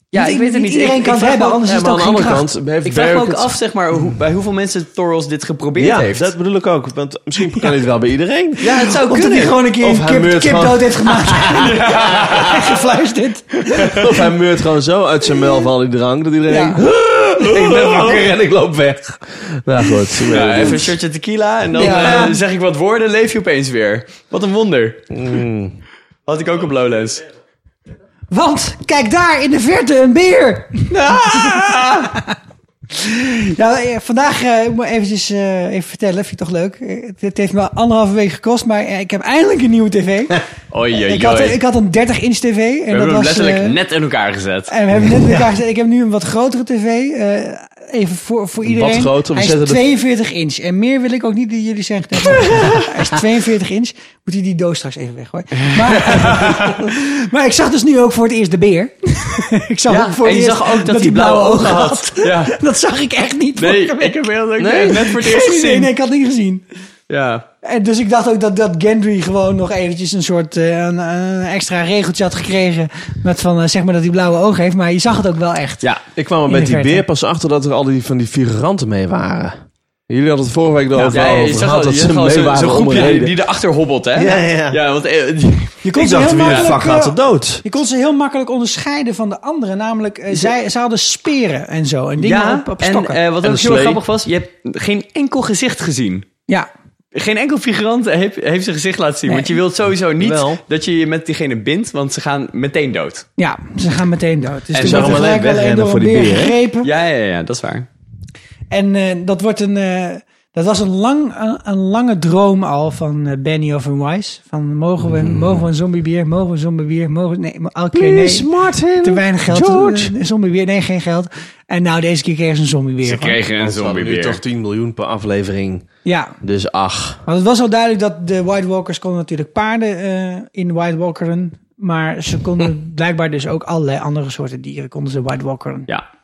Speaker 4: ja
Speaker 1: Niet-
Speaker 4: ik weet
Speaker 1: niet
Speaker 4: het niet.
Speaker 1: iedereen
Speaker 4: ik,
Speaker 1: kan het
Speaker 4: ik vraag me
Speaker 1: hebben,
Speaker 4: ook-
Speaker 1: anders is
Speaker 5: Ja,
Speaker 1: het
Speaker 5: maar aan
Speaker 1: ook
Speaker 5: de
Speaker 1: geen
Speaker 5: andere
Speaker 1: kracht.
Speaker 5: kant heeft
Speaker 4: Ik vraag me
Speaker 5: Barrick
Speaker 4: ook
Speaker 5: het-
Speaker 4: af, zeg maar, hoe, bij hoeveel mensen Thoros dit geprobeerd
Speaker 5: Ja,
Speaker 4: heeft.
Speaker 5: dat bedoel ik ook. Want misschien kan dit wel bij iedereen.
Speaker 4: ja, het zou
Speaker 1: Of dat
Speaker 4: kunnen.
Speaker 1: hij gewoon een keer
Speaker 5: Of
Speaker 1: een
Speaker 5: hij
Speaker 1: kip,
Speaker 5: meurt
Speaker 1: kip
Speaker 5: gewoon.
Speaker 1: dood heeft gemaakt. ja. En gefluisterd.
Speaker 5: Of hij meurt gewoon zo uit zijn melk al die drank dat iedereen
Speaker 1: Ja.
Speaker 5: denkt... Ik ben wakker en ik loop weg. Nou goed. ik weet
Speaker 4: Ja,
Speaker 5: het
Speaker 4: even een
Speaker 5: niet.
Speaker 4: shirtje tequila en dan
Speaker 1: Ja.
Speaker 4: eh, zeg ik wat woorden, leef je opeens weer. Wat een wonder.
Speaker 5: Mm.
Speaker 4: Had ik ook op Lowlands.
Speaker 1: Want kijk daar in de verte een beer.
Speaker 4: Ah!
Speaker 1: nou, eh, vandaag eh, ik moet eventjes eh, even vertellen. Vind je toch leuk? Eh, Het heeft me anderhalve week gekost, maar eh, ik heb eindelijk een nieuwe tv.
Speaker 4: Oei, oei,
Speaker 1: ik, had,
Speaker 4: oei.
Speaker 1: ik had een 30 inch tv. En
Speaker 4: We
Speaker 1: dat
Speaker 4: hebben hem
Speaker 1: was,
Speaker 4: letterlijk
Speaker 1: eh,
Speaker 4: net in elkaar gezet.
Speaker 1: En we hebben net in elkaar gezet. Ik heb nu een wat grotere tv. eh, even voor, voor iedereen.
Speaker 5: groter? We
Speaker 1: Hij
Speaker 5: zetten
Speaker 1: is
Speaker 5: de-
Speaker 1: 42 inch. En meer wil ik ook niet dat jullie zeggen. Hij is 42 inch. Moet hij die doos straks even weggooien. Maar, maar ik zag dus nu ook voor het eerst de beer. ik zag ook voor
Speaker 4: en
Speaker 1: het
Speaker 4: je
Speaker 1: eerst
Speaker 4: zag ook dat hij blauwe ogen had. Ja.
Speaker 1: Dat zag ik echt niet.
Speaker 4: Nee,
Speaker 1: vorige week.
Speaker 4: ik heb heel leuk
Speaker 5: Nee.
Speaker 4: net voor het eerst
Speaker 1: Nee, nee,
Speaker 4: gezien.
Speaker 1: nee, ik had niet gezien.
Speaker 4: Ja.
Speaker 1: En dus ik dacht ook dat, dat Gendry gewoon nog eventjes een soort eh, een, een extra regeltje had gekregen. Met van, eh, zeg maar dat hij blauwe ogen heeft. Maar je zag het ook wel echt.
Speaker 4: ja.
Speaker 5: Ik kwam er
Speaker 1: In
Speaker 5: met
Speaker 1: de
Speaker 5: die
Speaker 1: verte.
Speaker 5: beer pas achter dat er al die van die figuranten mee waren. Jullie hadden het vorige week erover
Speaker 4: Ja,
Speaker 5: al
Speaker 4: je
Speaker 5: over
Speaker 4: zag
Speaker 5: gehad
Speaker 4: al-
Speaker 5: dat
Speaker 4: je
Speaker 5: ze
Speaker 4: zag al
Speaker 5: mee
Speaker 4: zo'n-
Speaker 5: waren
Speaker 4: zo'n
Speaker 5: om een
Speaker 4: groepje die,
Speaker 5: reden.
Speaker 4: die erachter hobbelt, hè?
Speaker 5: Ja, ja, ja.
Speaker 4: want eh, die,
Speaker 1: Je kon
Speaker 5: Ik
Speaker 1: ze heel
Speaker 5: dacht, wie de
Speaker 1: makkelijk,
Speaker 5: fuck laat
Speaker 1: eh,
Speaker 5: ze dood?
Speaker 1: Je kon ze heel makkelijk onderscheiden van de anderen. Namelijk, eh, zij, ze hadden speren en zo. En dingen op, op
Speaker 4: en
Speaker 1: stokken.
Speaker 4: eh, wat
Speaker 5: En
Speaker 4: ook
Speaker 5: een
Speaker 4: heel
Speaker 5: slee.
Speaker 4: grappig was, je hebt geen enkel gezicht gezien.
Speaker 1: ja,
Speaker 4: Geen enkel figurant heeft, heeft zijn gezicht laten zien.
Speaker 1: Nee.
Speaker 4: Want je wilt sowieso niet
Speaker 5: Wel.
Speaker 4: dat je je met diegene bindt, want ze gaan meteen dood.
Speaker 1: ja, ze gaan meteen dood. Dus
Speaker 4: En
Speaker 1: er
Speaker 4: ze
Speaker 1: wordt
Speaker 5: gaan
Speaker 1: gelijk
Speaker 5: alleen
Speaker 1: al een
Speaker 5: wegrennen
Speaker 1: door een
Speaker 5: voor die
Speaker 1: beer
Speaker 5: beer, hè?
Speaker 1: gegrepen.
Speaker 4: Ja, ja, ja, dat is waar.
Speaker 1: En eh, dat wordt een. eh, dat was een, lang, een, een lange droom al van eh, Benny of een Wise. Van mogen we,
Speaker 4: Mm.
Speaker 1: mogen we een zombiebier? Mogen we een zombiebier? Mogen we- Nee, maar elke keer nee.
Speaker 5: Martin.
Speaker 1: Te weinig geld.
Speaker 5: George.
Speaker 1: Een- Een zombiebier? Nee, geen geld. En nou, deze keer kregen ze een zombiebier.
Speaker 4: Ze
Speaker 1: gewoon.
Speaker 4: kregen een
Speaker 5: We hadden
Speaker 4: zombie
Speaker 5: nu toch
Speaker 4: weer.
Speaker 5: 10 miljoen per aflevering.
Speaker 1: Ja,
Speaker 5: Dus ach.
Speaker 1: want het was al duidelijk dat de White Walkers konden natuurlijk paarden eh, in White Walkeren. Maar ze
Speaker 4: Hm.
Speaker 1: konden blijkbaar dus ook allerlei andere soorten dieren konden ze White Walkeren.
Speaker 4: Ja,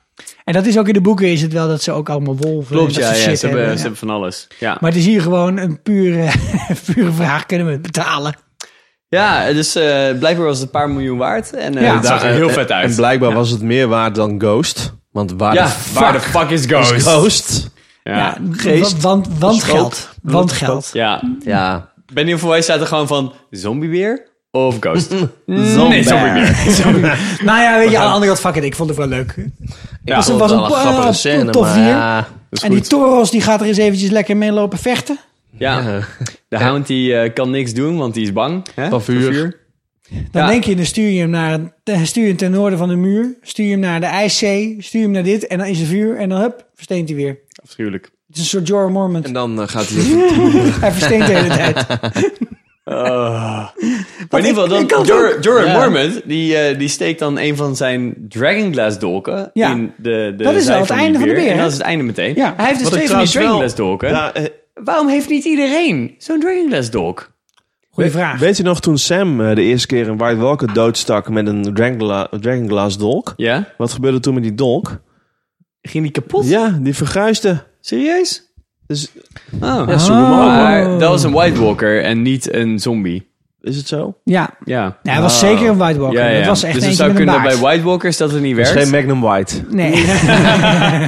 Speaker 1: En dat is ook in de boeken is het wel dat ze ook allemaal wolven
Speaker 4: klopt.
Speaker 1: en dat
Speaker 4: Ja,
Speaker 1: soort
Speaker 4: ja,
Speaker 1: shit
Speaker 4: ze, hebben,
Speaker 1: hebben.
Speaker 4: ze
Speaker 1: Ja.
Speaker 4: hebben van alles. Ja,
Speaker 1: Maar het is hier gewoon een pure, pure vraag. Kunnen we het betalen?
Speaker 4: ja dus eh, blijkbaar was het een paar miljoen waard. En eh
Speaker 1: Ja.
Speaker 4: het zag er
Speaker 5: En-
Speaker 4: heel
Speaker 5: en-
Speaker 4: vet
Speaker 5: En
Speaker 4: uit.
Speaker 5: blijkbaar was het meer waard dan Ghost. Want waar
Speaker 4: ja,
Speaker 5: de fuck
Speaker 4: waar de fuck is
Speaker 5: is
Speaker 4: Ghost?
Speaker 5: Ghost?
Speaker 1: Ja,
Speaker 4: Ja.
Speaker 5: geest,
Speaker 1: want, want, want
Speaker 5: schroot,
Speaker 1: geld.
Speaker 5: bloed,
Speaker 1: Want geld.
Speaker 4: ja,
Speaker 5: Ja.
Speaker 4: Ben je voor mij staat er gewoon van zombie weer of ghost?
Speaker 5: Zombie.
Speaker 4: zombie weer.
Speaker 1: Nou ja, weet je, aan de andere kant, fuck it. Ik vond het wel leuk.
Speaker 5: Ja,
Speaker 1: was-
Speaker 5: het
Speaker 1: was
Speaker 5: wel
Speaker 1: een- eh, tof
Speaker 5: maar
Speaker 1: hier.
Speaker 5: ja.
Speaker 1: En die Toros, die gaat er eens eventjes lekker mee lopen vechten.
Speaker 4: Ja, de hound die eh, kan niks doen, want die is bang. Hè?
Speaker 5: Van vuur.
Speaker 1: Dan
Speaker 4: Ja.
Speaker 1: denk je, dan stuur je hem naar, dan stuur je hem ten noorden van de muur. Stuur je hem naar de ijszee. Stuur je hem naar dit. En dan is er vuur. En dan, hup, versteent hij weer.
Speaker 4: Afschuwelijk.
Speaker 1: Het is een soort Jorah Mormont.
Speaker 5: En dan eh, gaat hij...
Speaker 1: Hij versteent de hele tijd.
Speaker 4: Ah. Maar in ieder
Speaker 1: ik-
Speaker 4: geval,
Speaker 1: ik kan
Speaker 4: dan,
Speaker 1: het
Speaker 4: Jor-
Speaker 1: ook.
Speaker 4: Jorah Mormont, die, eh, die steekt dan een van zijn Dragonglass dolken
Speaker 1: Ja.
Speaker 4: in de, de
Speaker 1: Dat is
Speaker 4: zij
Speaker 1: wel het einde van de beer,
Speaker 4: En
Speaker 1: hè?
Speaker 4: dat is het einde meteen.
Speaker 1: Ja.
Speaker 4: Hij heeft dus
Speaker 5: Wat ik
Speaker 4: twee van die
Speaker 5: trouwens wel-
Speaker 4: Dragonglass dolken.
Speaker 5: Ja, eh,
Speaker 4: Waarom heeft niet iedereen zo'n Dragonglass dolk?
Speaker 1: Goeie vraag.
Speaker 5: Weet je nog toen Sam eh, de eerste keer een White Walker doodstak met een dragongla- Dragonglass dolk?
Speaker 4: Ja?
Speaker 5: Wat gebeurde toen met die dolk?
Speaker 4: Ging die kapot?
Speaker 5: Ja, die verguisde.
Speaker 4: Serieus?
Speaker 5: Dus,
Speaker 4: Oh.
Speaker 5: ja, zoek hem op,
Speaker 4: Maar
Speaker 1: Oh.
Speaker 4: dat was een White Walker en niet een zombie.
Speaker 5: Is het zo?
Speaker 1: Ja.
Speaker 4: Ja.
Speaker 1: Ja, hij was zeker een White Walker.
Speaker 4: Ja, ja.
Speaker 1: Dat was echt
Speaker 4: dus
Speaker 1: een
Speaker 4: het
Speaker 1: eentje
Speaker 4: zou
Speaker 1: met een
Speaker 4: kunnen dat
Speaker 1: baard.
Speaker 4: bij White Walkers dat het niet
Speaker 5: Het
Speaker 4: werkt.
Speaker 5: is geen Magnum White.
Speaker 1: Nee.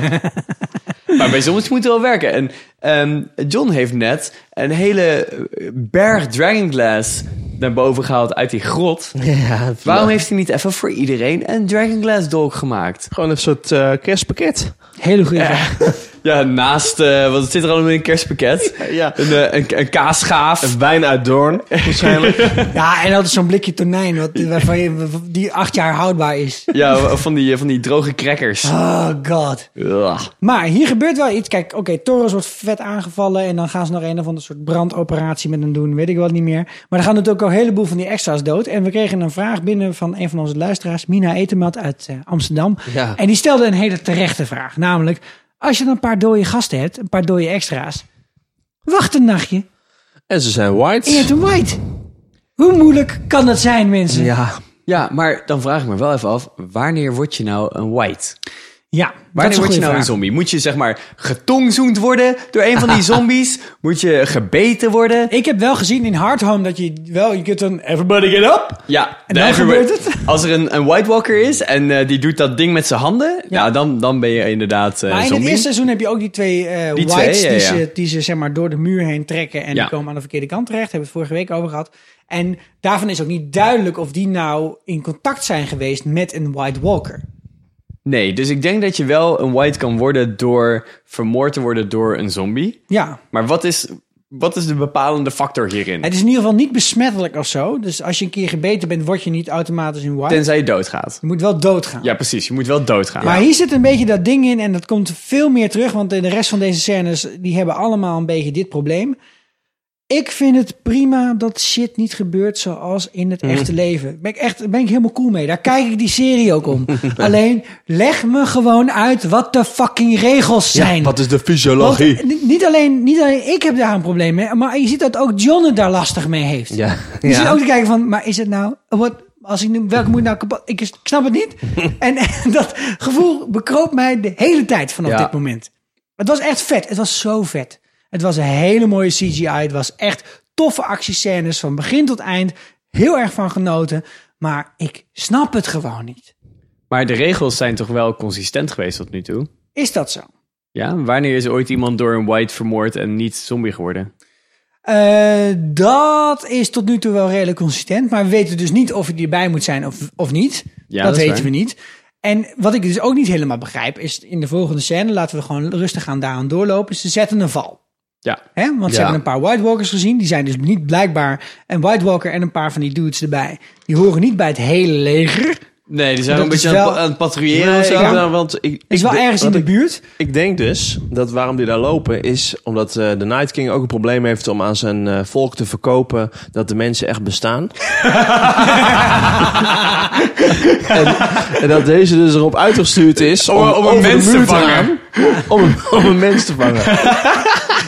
Speaker 4: Maar bij zombies moet het wel werken. En ehm, John heeft net een hele eh, berg Dragonglass naar boven gehaald uit die grot.
Speaker 5: Ja,
Speaker 4: Waarom heeft hij niet even voor iedereen een Dragonglass dolk gemaakt?
Speaker 5: Gewoon een soort eh, kerstpakket.
Speaker 1: Hele goede vraag.
Speaker 4: Ja, naast, eh want het zit er allemaal in een kerstpakket.
Speaker 5: Ja.
Speaker 4: Een, eh, een, een kaasschaaf.
Speaker 5: Een wijn uit Doorn, waarschijnlijk.
Speaker 1: Ja, en altijd zo'n blikje tonijn. Wat, waarvan je, die acht jaar houdbaar is.
Speaker 4: Ja, van die, van die droge
Speaker 5: Ah.
Speaker 4: crackers.
Speaker 1: Oh god.
Speaker 4: Ja.
Speaker 1: Maar hier gebeurt wel iets. Kijk, oké, Torres wordt vet aangevallen. En dan gaan ze nog een of andere soort brandoperatie met hem doen. Weet ik wat niet meer. Maar dan gaan natuurlijk ook een heleboel van die extra's dood. En we kregen een vraag binnen van een van onze luisteraars. Mina Etemat uit eh, Amsterdam.
Speaker 5: Ja.
Speaker 1: En die stelde een hele terechte vraag. Namelijk, als je dan een paar dode gasten hebt. Een paar dode extra's. Wacht een nachtje.
Speaker 5: En ze zijn
Speaker 1: En je hebt
Speaker 5: white.
Speaker 1: een white. Hoe moeilijk kan dat zijn, mensen?
Speaker 5: Ja.
Speaker 4: ja, maar dan vraag ik me wel even af, wanneer word je nou een white?
Speaker 1: Ja, dat is
Speaker 4: Wanneer
Speaker 1: een
Speaker 4: word je
Speaker 1: goede
Speaker 4: nou een
Speaker 1: vraag.
Speaker 4: zombie? Moet je zeg maar getongzoend worden door een van die zombies? Moet je gebeten worden?
Speaker 1: Ik heb wel gezien in Hard Home dat je wel... Je kunt dan everybody get up.
Speaker 4: Ja,
Speaker 1: En dan
Speaker 4: de-
Speaker 1: gebeurt het?
Speaker 4: Als er een, een White Walker is en eh, die doet dat ding met zijn handen, ja. dan, dan ben je inderdaad eh
Speaker 1: Maar in het
Speaker 4: zombie.
Speaker 1: eerste seizoen heb je ook die twee eh
Speaker 4: Die
Speaker 1: whites
Speaker 4: twee, ja,
Speaker 1: die,
Speaker 4: ja.
Speaker 1: Ze, die ze zeg maar door de muur heen trekken en
Speaker 4: Ja.
Speaker 1: die komen aan de verkeerde kant terecht. Hebben we het vorige week over gehad. En daarvan is ook niet duidelijk of die nou in contact zijn geweest met een White Walker.
Speaker 4: Nee, dus ik denk dat je wel een White kan worden door vermoord te worden door een zombie.
Speaker 1: Ja,
Speaker 4: Maar wat is, wat is de bepalende factor hierin?
Speaker 1: het is in ieder geval niet besmettelijk of zo. Dus als je een keer gebeten bent, word je niet automatisch een White.
Speaker 4: Tenzij je doodgaat.
Speaker 1: Je moet wel doodgaan.
Speaker 4: Ja, precies. Je moet wel doodgaan.
Speaker 1: Maar hier zit een beetje dat ding in en dat komt veel meer terug, want de rest van deze scènes die hebben allemaal een beetje dit probleem. Ik vind het prima dat shit niet gebeurt zoals in
Speaker 5: Mhm.
Speaker 1: het echte leven. Ben ik echt ben ik helemaal cool mee. Daar kijk ik die serie ook om. Alleen leg me gewoon uit wat de fucking regels zijn.
Speaker 5: Wat is de
Speaker 1: Want
Speaker 5: fysiologie?
Speaker 1: ni- niet alleen, niet alleen ik heb daar een probleem mee, maar je ziet dat ook John het daar lastig mee heeft.
Speaker 5: Ja.
Speaker 1: Je zit ook te
Speaker 5: ja.
Speaker 1: kijken van, maar is het nou... Wat, als ik nu, welke moet nou kapot... Ik, ik snap het niet. en, en dat gevoel bekroopt mij de hele tijd vanaf
Speaker 5: Ja.
Speaker 1: dit moment. Het was echt vet. Het was zo vet. Het was een hele mooie CGI. Het was echt toffe actiescènes van begin tot eind. Heel erg van genoten. Maar ik snap het gewoon niet.
Speaker 4: maar de regels zijn toch wel consistent geweest tot nu toe?
Speaker 1: Is dat zo?
Speaker 4: Ja, wanneer is ooit iemand door een white vermoord en niet zombie geworden?
Speaker 1: Eh, dat is tot nu toe wel redelijk consistent. Maar we weten dus niet of hij erbij moet zijn of, of niet.
Speaker 4: Ja,
Speaker 1: dat
Speaker 4: dat is
Speaker 1: weten
Speaker 4: waar.
Speaker 1: we niet. En wat ik dus ook niet helemaal begrijp, is in de volgende scène, laten we gewoon rustig aan daaraan doorlopen. Ze zetten een val.
Speaker 4: Ja.
Speaker 1: Hè? Want ze
Speaker 5: Ja.
Speaker 1: hebben een paar White Walkers gezien. Die zijn dus niet blijkbaar een White Walker en een paar van die dudes erbij. Die horen niet bij het hele leger.
Speaker 4: Nee, die zijn
Speaker 1: Dat
Speaker 4: een
Speaker 1: is
Speaker 4: beetje aan het
Speaker 1: wel-
Speaker 4: pa- aan het patrouilleren
Speaker 5: Nee,
Speaker 4: of
Speaker 5: ik
Speaker 4: zo.
Speaker 5: heb daar- nou, want ik,
Speaker 1: Het is wel
Speaker 5: ik-
Speaker 1: ergens in
Speaker 5: wat
Speaker 1: de
Speaker 5: ik-
Speaker 1: buurt.
Speaker 5: Ik denk dus dat waarom die daar lopen is omdat eh, de Night King ook een probleem heeft om aan zijn eh, volk te verkopen dat de mensen echt bestaan. en, en dat deze dus erop uitgestuurd is om,
Speaker 4: Om- om een
Speaker 5: over de
Speaker 4: mens te
Speaker 5: muur gaan.
Speaker 4: vangen.
Speaker 5: Om, een- om een mens te vangen.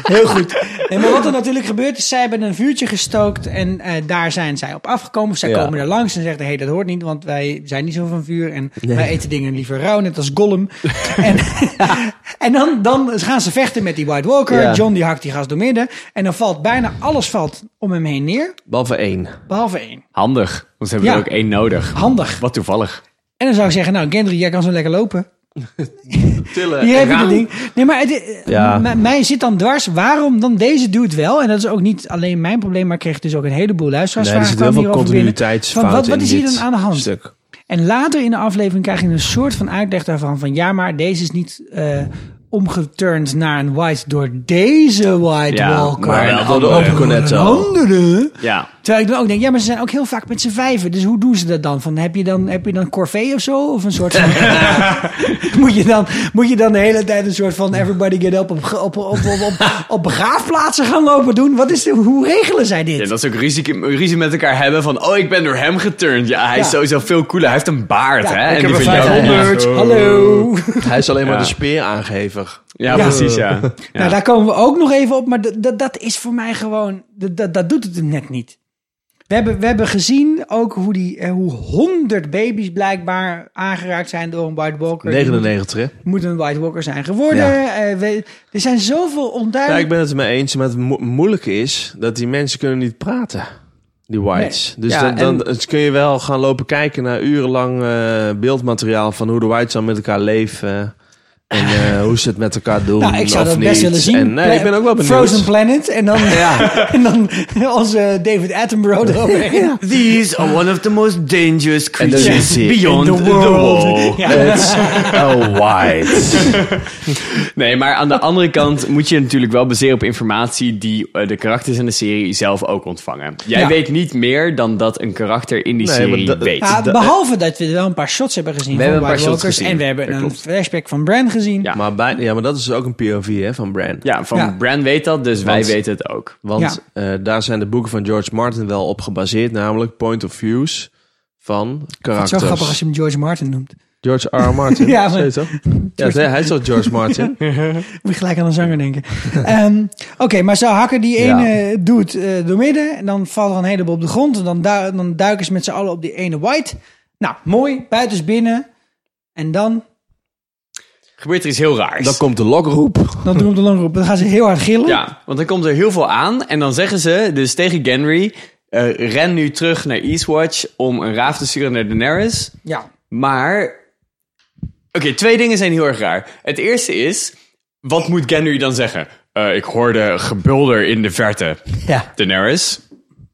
Speaker 1: Heel goed. Nee, maar wat er natuurlijk gebeurt is, zij hebben een vuurtje gestookt en eh, daar zijn zij op afgekomen. Zij
Speaker 5: Ja.
Speaker 1: komen er langs en zeggen, hé, hey, dat hoort niet, want wij zijn niet zo van vuur en wij eten dingen liever rauw, net als Gollum. en en dan, dan gaan ze vechten met die White Walker.
Speaker 5: Ja.
Speaker 1: John die hakt die gast door midden en dan valt bijna alles valt om hem heen neer,
Speaker 5: Behalve één.
Speaker 1: behalve één.
Speaker 4: Handig, want ze hebben
Speaker 1: Ja.
Speaker 4: er ook één nodig.
Speaker 1: Handig.
Speaker 4: Wat toevallig.
Speaker 1: En dan zou ik zeggen, nou, Gendry, jij kan zo lekker lopen.
Speaker 5: Tillen.
Speaker 1: Hier heb je het ding. Nee, maar het, eh,
Speaker 5: Ja.
Speaker 1: m- mij zit dan dwars. Waarom dan deze dude wel? En dat is ook niet alleen mijn probleem, maar ik kreeg dus ook een heleboel luisteraars.
Speaker 5: Nee, er zit heel veel continuïteitsfouten
Speaker 1: Wat, wat
Speaker 5: in
Speaker 1: is hier
Speaker 5: dit
Speaker 1: dan aan de hand?
Speaker 5: Stuk.
Speaker 1: En later in de aflevering krijg je een soort van uitleg daarvan. Van ja, maar deze is niet eh omgeturnd naar een white door deze white
Speaker 4: Ja,
Speaker 1: walker.
Speaker 4: maar
Speaker 5: Maar
Speaker 4: een
Speaker 5: door de
Speaker 4: andere.
Speaker 5: open
Speaker 1: Een
Speaker 5: cornetto.
Speaker 1: andere.
Speaker 4: Ja.
Speaker 1: Terwijl ik dan ook denk, ja, maar ze zijn ook heel vaak met z'n vijven. Dus hoe doen ze dat dan? Van, heb, je dan heb je dan corvée of zo? Of een soort van... moet, je dan, moet je dan de hele tijd een soort van everybody get up op, ge- op, op, op, op, op begraafplaatsen gaan lopen doen? Wat is de, hoe regelen zij dit?
Speaker 4: Ja, dat ze ook ruzie, ruzie met elkaar hebben van... Oh, ik ben door hem geturnd. Ja, hij is
Speaker 1: Ja.
Speaker 4: sowieso veel cooler. Hij heeft een baard,
Speaker 1: Ja,
Speaker 4: hè?
Speaker 1: ik
Speaker 4: En
Speaker 1: heb
Speaker 4: die
Speaker 1: een
Speaker 4: van jou
Speaker 1: vijfhonderd.
Speaker 4: honderd.
Speaker 1: Hallo.
Speaker 5: Hij is alleen maar
Speaker 4: Ja.
Speaker 5: de speeraangever.
Speaker 4: Ja,
Speaker 1: Ja.
Speaker 4: precies, ja. Ja.
Speaker 1: Nou, daar komen we ook nog even op. Maar d- d- dat is voor mij gewoon... d- d- dat doet het net niet. We hebben, we hebben gezien ook hoe, die, eh, hoe honderd baby's blijkbaar aangeraakt zijn door een White Walker. Die moeten-
Speaker 5: 99, hè?
Speaker 1: moet een White Walker zijn geworden. Eh, we- er zijn zoveel
Speaker 5: Ja,
Speaker 1: onduidelijk.
Speaker 5: ik ben het ermee eens. Maar het mo- moeilijke is dat die mensen kunnen niet praten. Die whites. Dus
Speaker 4: Ja,
Speaker 5: dan, dan dus kun je wel gaan lopen kijken naar urenlang eh, beeldmateriaal van hoe de whites dan met elkaar leven. En eh, hoe ze het met elkaar doen.
Speaker 1: nou, ik zou
Speaker 5: of
Speaker 1: dat
Speaker 5: niet.
Speaker 1: best willen zien.
Speaker 5: En, nee,
Speaker 1: Pla-
Speaker 5: ik ben ook wel benieuwd.
Speaker 1: Frozen Planet en dan, en dan onze David Attenborough eroverheen.
Speaker 4: These are one of the most dangerous
Speaker 5: dan
Speaker 4: creatures
Speaker 5: zit hij
Speaker 4: beyond
Speaker 1: in
Speaker 4: the
Speaker 1: the
Speaker 4: world.
Speaker 1: world.
Speaker 5: Ja. It's a white.
Speaker 4: Nee, maar aan de andere kant moet je natuurlijk wel baseren op informatie die eh, de karakters in de serie zelf ook ontvangen. Jij
Speaker 1: Ja.
Speaker 4: weet niet meer dan dat een karakter in die
Speaker 5: Nee,
Speaker 4: serie
Speaker 5: want dat- Ah.
Speaker 4: weet.
Speaker 1: Ja, behalve dat we wel een paar shots hebben gezien
Speaker 4: We
Speaker 1: van
Speaker 4: hebben een
Speaker 1: White
Speaker 4: paar shots
Speaker 1: Walkers.
Speaker 4: gezien,
Speaker 1: En we hebben
Speaker 4: dat
Speaker 1: een
Speaker 4: klopt.
Speaker 1: flashback van Bran gezien.
Speaker 4: Ja.
Speaker 5: Maar, bij, ja, maar dat is ook een POV hè, van Brand.
Speaker 4: ja, van
Speaker 1: Ja.
Speaker 4: Bran weet dat, dus wij
Speaker 5: Want-
Speaker 4: weten het ook.
Speaker 5: Want eh, daar zijn de boeken van George Martin wel op gebaseerd. Namelijk point of views van
Speaker 1: Het is
Speaker 5: karakters.
Speaker 1: zo grappig als je hem George Martin noemt.
Speaker 5: George R. R. Martin.
Speaker 1: Ja,
Speaker 5: ja,
Speaker 1: maar-
Speaker 5: maar... toch? Ja, hij is toch George Martin?
Speaker 1: Moet je gelijk aan een zanger denken. Ehm, Oké, maar ze hakken die
Speaker 5: Ja.
Speaker 1: ene dude eh, door midden. En dan vallen er een heleboel op de grond. En dan, du- dan duiken ze met z'n allen op die ene white. Nou, mooi. Buiten is binnen. En dan,
Speaker 4: Gebeurt er iets heel raars.
Speaker 5: Dan komt de lokroep.
Speaker 1: dan doen we de langroep. Dan gaan ze heel hard gillen.
Speaker 4: Ja, want dan komt er heel veel aan en dan zeggen ze dus tegen Genry... eh, ren nu terug naar Eastwatch om een raaf te sturen naar Daenerys.
Speaker 1: ja.
Speaker 4: Maar. Oké, twee dingen zijn heel erg raar. Het eerste is. Wat moet Gendry dan zeggen? Eh, ik hoorde gebulder in de verte.
Speaker 1: Ja.
Speaker 4: Daenerys.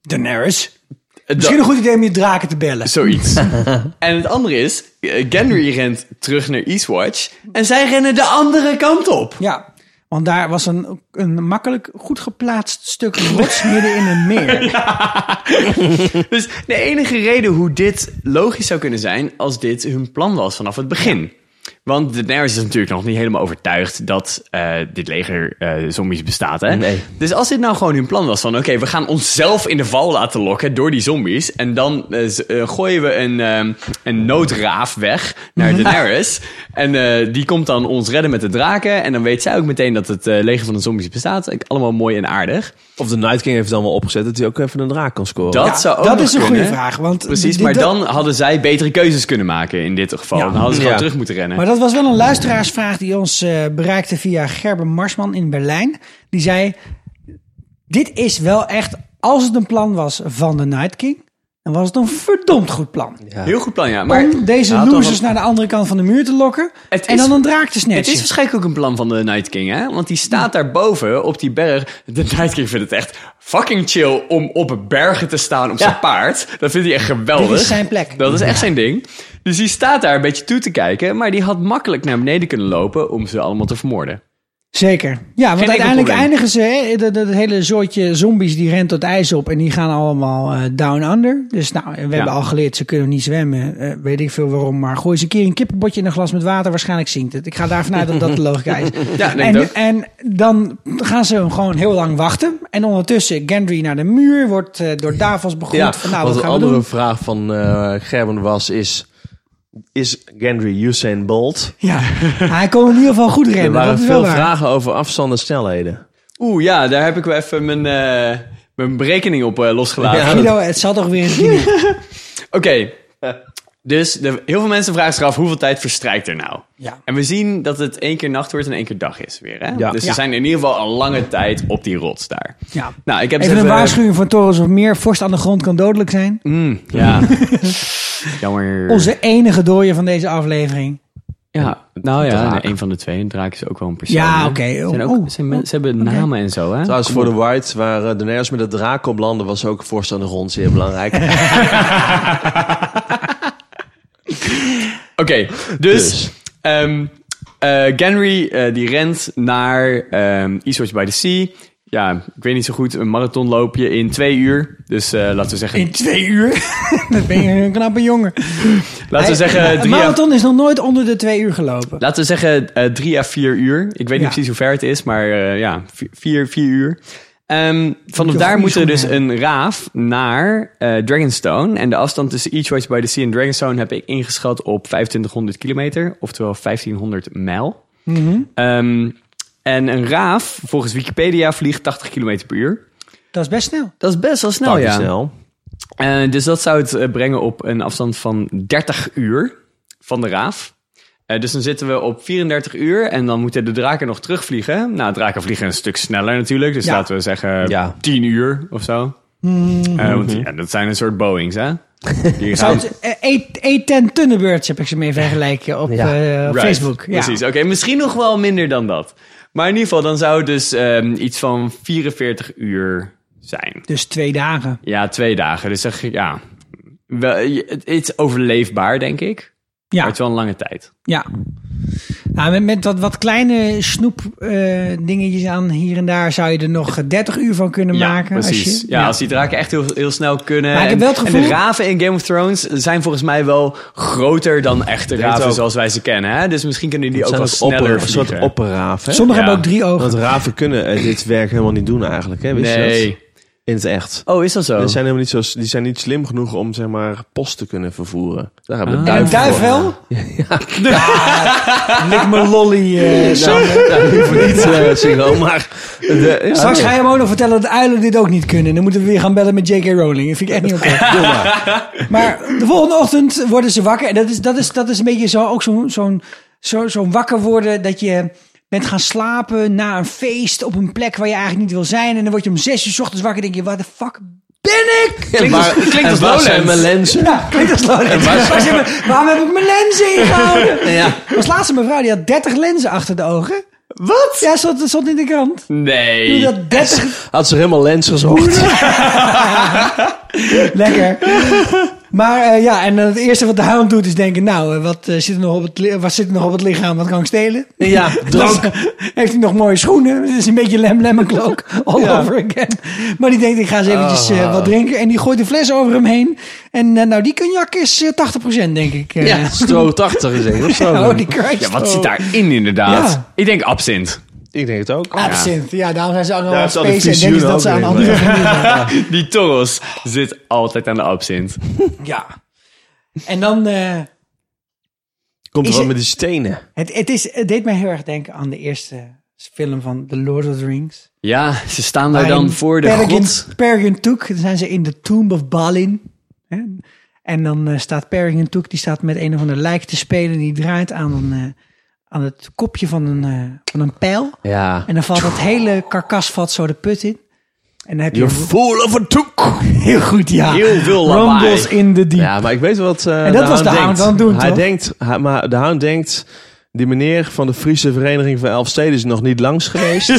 Speaker 1: Daenerys.
Speaker 4: Eh,
Speaker 1: Misschien
Speaker 4: da-
Speaker 1: een goed idee om je draken te bellen.
Speaker 4: Zoiets. en het andere is. eh, Gendry rent terug naar Eastwatch. En zij rennen de andere kant op.
Speaker 1: Ja, want daar was een, een makkelijk goed geplaatst stuk rots midden in een meer.
Speaker 4: Dus de enige reden hoe dit logisch zou kunnen zijn. als dit hun plan was vanaf het begin. Want Daenerys is natuurlijk nog niet helemaal overtuigd dat eh, dit leger eh, zombies bestaat. Hè?
Speaker 5: Nee.
Speaker 4: Dus als dit nou gewoon hun plan was van... oké, we gaan onszelf in de val laten lokken door die zombies... en dan eh, z- eh, gooien we een, ehm, een noodraaf weg naar Daenerys... en eh, die komt dan ons redden met de draken... en dan weet zij ook meteen dat het eh, leger van de zombies bestaat. Ik- Allemaal mooi en aardig.
Speaker 5: Of de Night King heeft dan wel opgezet dat hij ook even een draak kan scoren.
Speaker 4: Dat
Speaker 1: Ja,
Speaker 4: zou ook
Speaker 1: dat
Speaker 4: nog
Speaker 1: is een goede
Speaker 4: kunnen.
Speaker 1: vraag, want
Speaker 4: Precies,
Speaker 1: dit-
Speaker 4: maar
Speaker 1: dat-
Speaker 4: dan hadden zij betere keuzes kunnen maken in dit geval.
Speaker 1: Ja.
Speaker 4: Dan hadden ze gewoon
Speaker 5: Ja.
Speaker 4: terug moeten rennen.
Speaker 1: Maar dat was wel een luisteraarsvraag die ons eh, bereikte via Gerben Marsman in Berlijn. Die zei: Dit is wel echt, als het een plan was van de Night King, Dan was het een verdomd goed plan.
Speaker 4: Heel goed plan, ja. Maar
Speaker 1: Om deze
Speaker 5: had toch
Speaker 1: losers
Speaker 5: wel-
Speaker 1: naar de andere kant van de muur te lokken.
Speaker 4: Het
Speaker 1: en
Speaker 4: is-
Speaker 1: dan een draak te
Speaker 4: Het is
Speaker 1: snatchen.
Speaker 4: waarschijnlijk ook een plan van de Night King, hè? Want die staat daar boven op die berg. De Night King vindt het echt fucking chill om op bergen te staan op zijn paard. Dat vindt hij echt geweldig.
Speaker 1: Dit is zijn plek.
Speaker 4: Dat is echt zijn ding. Dus die staat daar een beetje toe te kijken. Maar die had makkelijk naar beneden kunnen lopen om ze allemaal te vermoorden.
Speaker 1: Zeker. Ja, want
Speaker 4: enkel
Speaker 1: uiteindelijk
Speaker 4: probleem.
Speaker 1: eindigen ze... hè, dat- dat hele zoortje zombies die rent tot ijs op... en die gaan allemaal eh, down under. Dus nou, we hebben al geleerd, ze kunnen niet zwemmen. Eh, weet ik veel waarom, maar gooi ze een keer een kippenbotje in een glas met water... waarschijnlijk zinkt het. Ik ga daarvan uit dat dat de logica is.
Speaker 4: Ja, denk ik ook.
Speaker 1: en, en dan gaan ze hem gewoon heel lang wachten. En ondertussen Gendry naar de muur... wordt eh, door Davos begroet.
Speaker 5: Ja,
Speaker 1: van, nou,
Speaker 5: wat
Speaker 1: wat
Speaker 5: een
Speaker 1: gaan we doen?
Speaker 5: andere vraag van eh, Gerben was, is... Is Gendry Usain Bolt?
Speaker 1: Ja, hij kon in ieder geval goed
Speaker 5: Er
Speaker 1: rennen.
Speaker 5: waren
Speaker 1: Dat is wel
Speaker 5: veel
Speaker 1: waar.
Speaker 5: vragen over afstanden en snelheden.
Speaker 4: Oeh, ja, daar heb ik wel even mijn, eh, mijn berekening op eh, losgelaten.
Speaker 5: Ja.
Speaker 1: Guido, het zal toch weer een
Speaker 4: Oké, dus de, heel veel mensen vragen zich af hoeveel tijd verstrijkt er nou?
Speaker 1: Ja.
Speaker 4: En we zien dat het één keer nacht wordt en één keer dag is weer. Hè?
Speaker 5: Ja.
Speaker 4: Dus ze
Speaker 1: Ja.
Speaker 4: zijn in ieder geval een lange tijd op die rots daar.
Speaker 1: Ja.
Speaker 4: Nou, ik heb
Speaker 1: Even
Speaker 4: eens
Speaker 1: een
Speaker 4: even-
Speaker 1: waarschuwing voor torens of meer. Vorst aan de grond kan dodelijk zijn.
Speaker 4: Mm, ja. Jammer.
Speaker 1: Onze enige dooier van deze aflevering.
Speaker 4: Ja, nou ja,
Speaker 5: Draak.
Speaker 4: een van de twee. Een draak is ook wel een persoon.
Speaker 1: Ja,
Speaker 4: hè?
Speaker 1: oké.
Speaker 4: Zijn ook-
Speaker 1: Oh,
Speaker 4: zijn men- Ze hebben namen en zo, hè?
Speaker 5: Trouwens, voor de White, waar de Daenerys met de draak op landde, was ook voorstander rond zeer belangrijk.
Speaker 4: Oké, dus...
Speaker 5: Dus.
Speaker 4: ehm, eh, Genry, eh, die rent naar ehm Eastwatch by the Sea. Ja, ik weet niet zo goed. Een marathon loop je in twee uur. Dus eh, laten we zeggen...
Speaker 1: In twee uur? Dan ben je een knappe jongen.
Speaker 4: laten we
Speaker 1: Hij-
Speaker 4: zeggen
Speaker 1: een
Speaker 4: drie à-
Speaker 1: marathon is nog nooit onder de twee uur gelopen.
Speaker 4: Laten we zeggen eh, drie à vier uur. Ik weet
Speaker 1: Ja.
Speaker 4: niet precies hoe ver het is, maar eh, ja, vi- vier, vier uur. Ehm, vanaf
Speaker 1: een
Speaker 4: daar
Speaker 1: goede
Speaker 4: moet er
Speaker 1: schoen
Speaker 4: dus
Speaker 1: hebben.
Speaker 4: een raaf naar eh, Dragonstone. En de afstand tussen Eastwatch by the Sea en Dragonstone heb ik ingeschat op 2500 kilometer. Oftewel 1500 mijl. Ehm, en een raaf, volgens Wikipedia, vliegt 80 kilometer per uur.
Speaker 1: Dat is best snel.
Speaker 4: Dat is best wel snel,
Speaker 5: Nou
Speaker 4: Oh ja.
Speaker 5: snel.
Speaker 4: Eh, dus dat zou het eh, brengen op een afstand van 30 uur van de raaf. Eh, dus dan zitten we op 34 uur en dan moeten de draken nog terugvliegen. Nou, draken vliegen een stuk sneller natuurlijk. Dus
Speaker 1: Ja.
Speaker 4: laten we zeggen
Speaker 5: Ja.
Speaker 4: 10 uur of zo. Eh, want ja, dat zijn een soort Boeings, hè? Die
Speaker 1: Hmm. Zou
Speaker 4: gaan-
Speaker 1: het, eh, eet- eet ten Tunnebirds heb ik ze mee vergelijken op
Speaker 5: Ja.
Speaker 1: eh, op
Speaker 4: Right,
Speaker 1: Facebook. Ja.
Speaker 4: Precies, oké. misschien nog wel minder dan dat. Maar in ieder geval, dan zou het dus ehm, iets van 44 uur zijn.
Speaker 1: Dus twee dagen.
Speaker 4: Ja, twee dagen. Dus zeg je, ja, wel, je- het het is overleefbaar, denk ik.
Speaker 1: Ja.
Speaker 4: Maar het is wel een lange tijd.
Speaker 1: Ja. Nou, met, met wat, wat kleine snoep eh, dingetjes aan hier en daar zou je er nog eh, 30 uur van kunnen maken.
Speaker 4: precies.
Speaker 1: Als je,
Speaker 4: ja, als die draken echt heel, heel snel kunnen.
Speaker 1: Maar ik heb
Speaker 4: En-
Speaker 1: wel het
Speaker 4: En de
Speaker 1: gevoel-
Speaker 4: raven in Game of Thrones zijn volgens mij wel groter dan echte raven
Speaker 5: ook.
Speaker 4: zoals wij ze kennen. Hè? Dus misschien kunnen die
Speaker 5: Het
Speaker 4: ook wel
Speaker 5: zijn ook
Speaker 4: sneller
Speaker 5: opper, een
Speaker 4: vliegen.
Speaker 5: soort opperraaf, hè?
Speaker 1: Sommigen
Speaker 4: Ja.
Speaker 1: hebben ook drie ogen.
Speaker 5: Want raven kunnen eh, dit werk helemaal niet doen eigenlijk, hè? Wist je dat? Dus
Speaker 4: Nee.
Speaker 5: In het echt.
Speaker 4: Oh, is dat zo?
Speaker 5: Die zijn helemaal niet zo, die zijn niet slim genoeg om zeg maar post te kunnen vervoeren. Daar hebben we
Speaker 4: Ah.
Speaker 1: En
Speaker 5: duiven
Speaker 1: duif
Speaker 5: voor.
Speaker 1: wel? Ja. Lik mijn lolly. eh, zo.
Speaker 5: Nou, die hoeven niet eh zingen, maar de, ja,
Speaker 1: Straks
Speaker 5: nee.
Speaker 1: ga je me ook nog vertellen dat uilen dit ook niet kunnen. Dan moeten we weer gaan bellen met J.K. Rowling. Dat vind ik echt niet oké. maar de volgende ochtend worden ze wakker. En dat is, dat is, dat is een beetje zo, ook zo'n zo'n zo, zo'n wakker worden dat je bent gaan slapen na een feest op een plek waar je eigenlijk niet wil zijn. En dan word je om zes uur 's ochtends wakker en denk je, waar de fuck ben ik?
Speaker 5: En
Speaker 4: Klinkt als-
Speaker 5: waar-
Speaker 4: klinkt
Speaker 5: en
Speaker 4: als
Speaker 5: waar zijn
Speaker 4: Lowlands.
Speaker 5: mijn lenzen?
Speaker 1: Ja, klinkt als Lowlands. Waar zijn mijn- Waarom heb ik mijn lenzen ingehouden?
Speaker 5: Ja.
Speaker 1: Als laatste mevrouw, die had 30 lenzen achter de ogen. Wat? Ja, stond, stond in de krant.
Speaker 4: Nee.
Speaker 1: Die had 30.
Speaker 5: Had ze er helemaal lens gezocht.
Speaker 1: Lekker. Maar eh, ja, en dan het eerste wat de hound doet is denken... nou, eh, wat, eh, zit er nog op het, li- wat zit er nog op het lichaam? Wat kan ik stelen?
Speaker 5: Ja, drank.
Speaker 1: Dan heeft hij nog mooie schoenen. Het is een beetje lem lemmenklook all over again. Maar die denkt, ik ga eens eventjes eh, wat drinken. En die gooit de fles over hem heen. En eh, nou, die cognac is eh, 80% denk ik. eh.
Speaker 5: Ja, stro 80 is één of zo.
Speaker 1: Oh, die Christ.
Speaker 4: Ja, wat zit daarin inderdaad?
Speaker 1: Ja.
Speaker 4: Ik denk absint.
Speaker 5: Ik denk het ook.
Speaker 1: Absinthe, ja. daarom zijn ze allemaal
Speaker 5: Daar
Speaker 1: ja,
Speaker 5: is al die
Speaker 1: space en denken ze
Speaker 5: visioen
Speaker 1: dat ze
Speaker 5: ook
Speaker 1: aan
Speaker 5: in,
Speaker 1: andere familie zijn.
Speaker 4: Die toros zit altijd aan de absint.
Speaker 1: Ja. En dan, eh,
Speaker 5: Komt
Speaker 1: Is
Speaker 5: er wel
Speaker 1: het-
Speaker 5: met die stenen.
Speaker 1: het, het, is, het deed mij heel erg denken aan de eerste film van The Lord of the Rings.
Speaker 4: Ja, ze staan daar dan
Speaker 1: Waarin
Speaker 4: voor de
Speaker 1: Peregrine-
Speaker 4: grot.
Speaker 1: Peregrine Took, dan zijn ze in de Tomb of Balin. Hè? En dan eh, staat Peregrine Took, die staat met een of ander lijk te spelen. Die draait aan, een, eh, aan het kopje van een, eh, van een pijl.
Speaker 5: Ja.
Speaker 1: En dan valt dat hele karkas valt zo de put in. En dan heb je
Speaker 5: You're full of a took.
Speaker 1: heel goed, ja.
Speaker 5: Heel veel lawaai.
Speaker 1: Rumbles in the deep.
Speaker 5: Ja, maar ik weet wat eh,
Speaker 1: En dat was de
Speaker 5: denkt.
Speaker 1: Hound aan het doen,
Speaker 5: hij
Speaker 1: toch?
Speaker 5: denkt, hij- maar de hound denkt, die meneer van de Friese Vereniging van Elfsteden is nog niet langs geweest.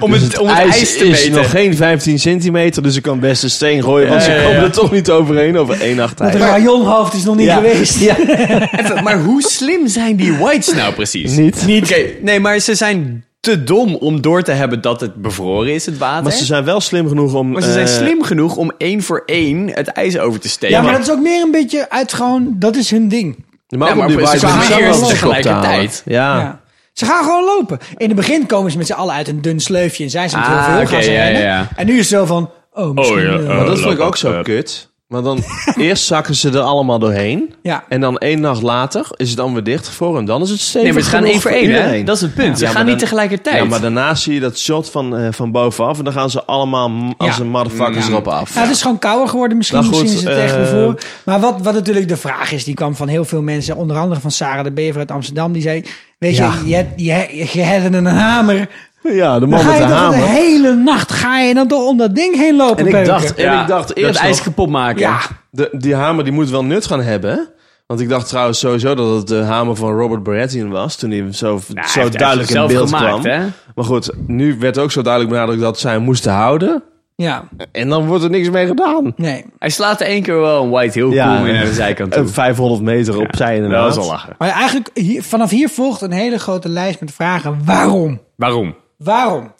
Speaker 4: om
Speaker 5: Dus
Speaker 4: het, om het ijs, te
Speaker 5: is
Speaker 4: meten.
Speaker 5: nog geen 15 centimeter, dus ik kan best een steen gooien, want
Speaker 4: Ja,
Speaker 5: ze
Speaker 4: ja,
Speaker 5: komen
Speaker 4: ja.
Speaker 5: er toch niet overheen over één nacht
Speaker 1: Het
Speaker 5: ijs.
Speaker 1: rajonhoofd is nog niet
Speaker 5: Ja.
Speaker 1: geweest.
Speaker 4: Even, maar hoe slim zijn die whites nou precies?
Speaker 5: Niet.
Speaker 4: Oké, nee, maar ze zijn te dom om door te hebben dat het bevroren is, het water.
Speaker 5: Maar ze zijn wel slim genoeg om...
Speaker 4: Maar ze zijn
Speaker 5: eh,
Speaker 4: slim genoeg om één voor één het ijs over te steken.
Speaker 1: Ja, maar dat is ook meer een beetje uit gewoon... Dat is hun ding.
Speaker 5: Maar,
Speaker 4: Ja,
Speaker 5: ook om die
Speaker 4: maar ze
Speaker 5: white
Speaker 4: kwamen
Speaker 5: mensen
Speaker 1: eerst
Speaker 5: wel op kop te halen.
Speaker 4: tegelijkertijd.
Speaker 5: Ja.
Speaker 1: Ja. Ze gaan gewoon lopen. In het begin komen ze met z'n allen uit een dun sleufje en zijn ze met heel
Speaker 4: Ah,
Speaker 1: veel.
Speaker 4: oké,
Speaker 1: gaan ze
Speaker 4: ja,
Speaker 1: rennen.
Speaker 4: ja, ja.
Speaker 1: En nu is het zo van, oh, misschien...
Speaker 3: ja,
Speaker 1: eh,
Speaker 5: Maar dat
Speaker 3: Eh,
Speaker 5: vond ik
Speaker 3: loop
Speaker 5: ook zo
Speaker 3: op, eh.
Speaker 5: kut. Maar dan eerst zakken ze er allemaal doorheen.
Speaker 1: Ja.
Speaker 5: En dan één nacht later is het dan weer dicht voor hem. Dan is het stevig
Speaker 4: Nee, maar ze gaan één
Speaker 5: genoeg
Speaker 4: voor één, hè?
Speaker 5: iedereen.
Speaker 4: Dat is het punt. ze
Speaker 5: Ja, maar
Speaker 4: gaan niet
Speaker 5: dan-
Speaker 4: tegelijkertijd.
Speaker 5: Ja, maar daarna zie je dat shot van, eh, van bovenaf. En dan gaan ze allemaal m- als
Speaker 1: Ja.
Speaker 5: een motherfuckers erop af.
Speaker 1: Ja, Nou, het is gewoon kouder geworden misschien.
Speaker 5: Nou, goed,
Speaker 1: misschien is het echt weer
Speaker 5: eh,
Speaker 1: voor. Maar wat, wat natuurlijk de vraag is, die kwam van heel veel mensen. Onder andere van Sarah de Bever uit Amsterdam. Die zei, weet
Speaker 5: Ja.
Speaker 1: je, je, je, je hebt een hamer.
Speaker 5: Ja, de
Speaker 1: Dan
Speaker 5: man
Speaker 1: ga
Speaker 5: Oh, met
Speaker 1: je
Speaker 5: de
Speaker 1: toch de
Speaker 5: hamer.
Speaker 1: hele nacht ga je dan toch om dat ding heen lopen
Speaker 5: En ik
Speaker 1: peuken?
Speaker 5: dacht, eh, en ik dacht eerst
Speaker 4: dat ijs
Speaker 5: nog,
Speaker 4: kapot maken.
Speaker 1: ja,
Speaker 5: de, die hamer die moet wel nut gaan hebben. Want ik dacht trouwens sowieso dat het de hamer van Robert Baratheon was. Toen hij zo,
Speaker 4: Nou, hij
Speaker 5: zo
Speaker 4: heeft- hij
Speaker 5: duidelijk
Speaker 4: heeft
Speaker 5: in
Speaker 4: het
Speaker 5: beeld
Speaker 4: zelf gemaakt,
Speaker 5: kwam.
Speaker 4: hè?
Speaker 5: Maar goed, nu werd ook zo duidelijk benadrukt dat zij hem moesten houden.
Speaker 1: ja,
Speaker 5: En dan wordt er niks mee gedaan.
Speaker 1: nee.
Speaker 4: Hij slaat er één keer wel een white heel
Speaker 5: Ja.
Speaker 4: cool in naar de zijkant toe. Nou,
Speaker 5: Een 500 meter opzij inderdaad.
Speaker 4: Dat is al lachen.
Speaker 1: Maar eigenlijk, hier, vanaf hier volgt een hele grote lijst met vragen. Waarom?
Speaker 4: Waarom?
Speaker 1: Waarom?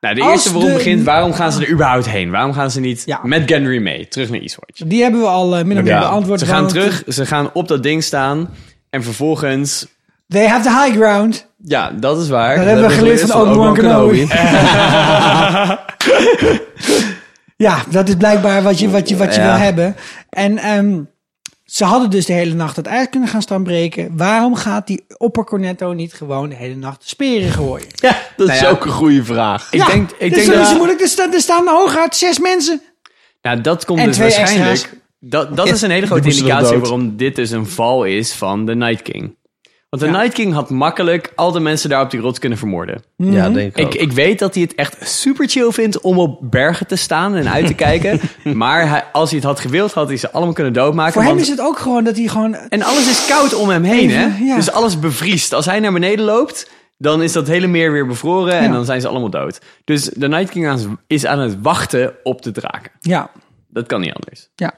Speaker 4: Nou, de
Speaker 1: Als
Speaker 4: eerste waarom
Speaker 1: de-
Speaker 4: begint, waarom gaan ze er überhaupt heen? Waarom gaan ze niet
Speaker 1: Ja.
Speaker 4: met Gendry mee? Terug naar Eastwatch.
Speaker 1: Die hebben we al eh min of meer beantwoord.
Speaker 4: Ze gaan
Speaker 1: Want
Speaker 4: terug, ze gaan op dat ding staan. En vervolgens,
Speaker 1: They have the high ground.
Speaker 4: ja, dat is waar.
Speaker 1: Dat hebben we geleerd van Obi-Wan Kenobi. Ja, dat is blijkbaar wat je, wat je, wat je
Speaker 5: Ja.
Speaker 1: wil hebben. En ehm, ze hadden dus de hele nacht het ijs kunnen gaan staan breken. Waarom gaat die oppercornetto niet gewoon de hele nacht de speren gooien?
Speaker 5: Ja, dat is
Speaker 4: Nou ja.
Speaker 5: ook een goede vraag.
Speaker 4: Ik
Speaker 1: ja,
Speaker 4: denk, ik
Speaker 1: dat is
Speaker 4: denk
Speaker 1: toch
Speaker 4: dat,
Speaker 1: niet zo moeilijk. Er staan, er staan hooguit zes mensen.
Speaker 4: nou, dat komt
Speaker 1: En
Speaker 4: dus
Speaker 1: twee
Speaker 4: waarschijnlijk.
Speaker 1: extra's.
Speaker 4: Dat, dat is een hele grote
Speaker 5: die moesten
Speaker 4: indicatie
Speaker 5: wel dood.
Speaker 4: waarom dit dus een val is van de Night King. Want de
Speaker 1: Ja.
Speaker 4: Night King had makkelijk al de mensen daar op die rots kunnen vermoorden.
Speaker 5: Ja,
Speaker 1: Mhm.
Speaker 5: denk ik ook.
Speaker 4: Ik, ik weet dat hij het echt super chill vindt om op bergen te staan en uit te kijken. maar hij- als hij het had gewild, had hij ze allemaal kunnen doodmaken.
Speaker 1: Voor hem
Speaker 4: want-
Speaker 1: is het ook gewoon dat hij gewoon...
Speaker 4: En alles is koud om hem heen, hè?
Speaker 1: Even, ja.
Speaker 4: Dus alles bevriest. Als hij naar beneden loopt, dan is dat hele meer weer bevroren en
Speaker 1: Ja.
Speaker 4: dan zijn ze allemaal dood. Dus de Night King aan- is aan het wachten op de draken.
Speaker 1: Ja,
Speaker 4: Dat kan niet anders.
Speaker 1: ja.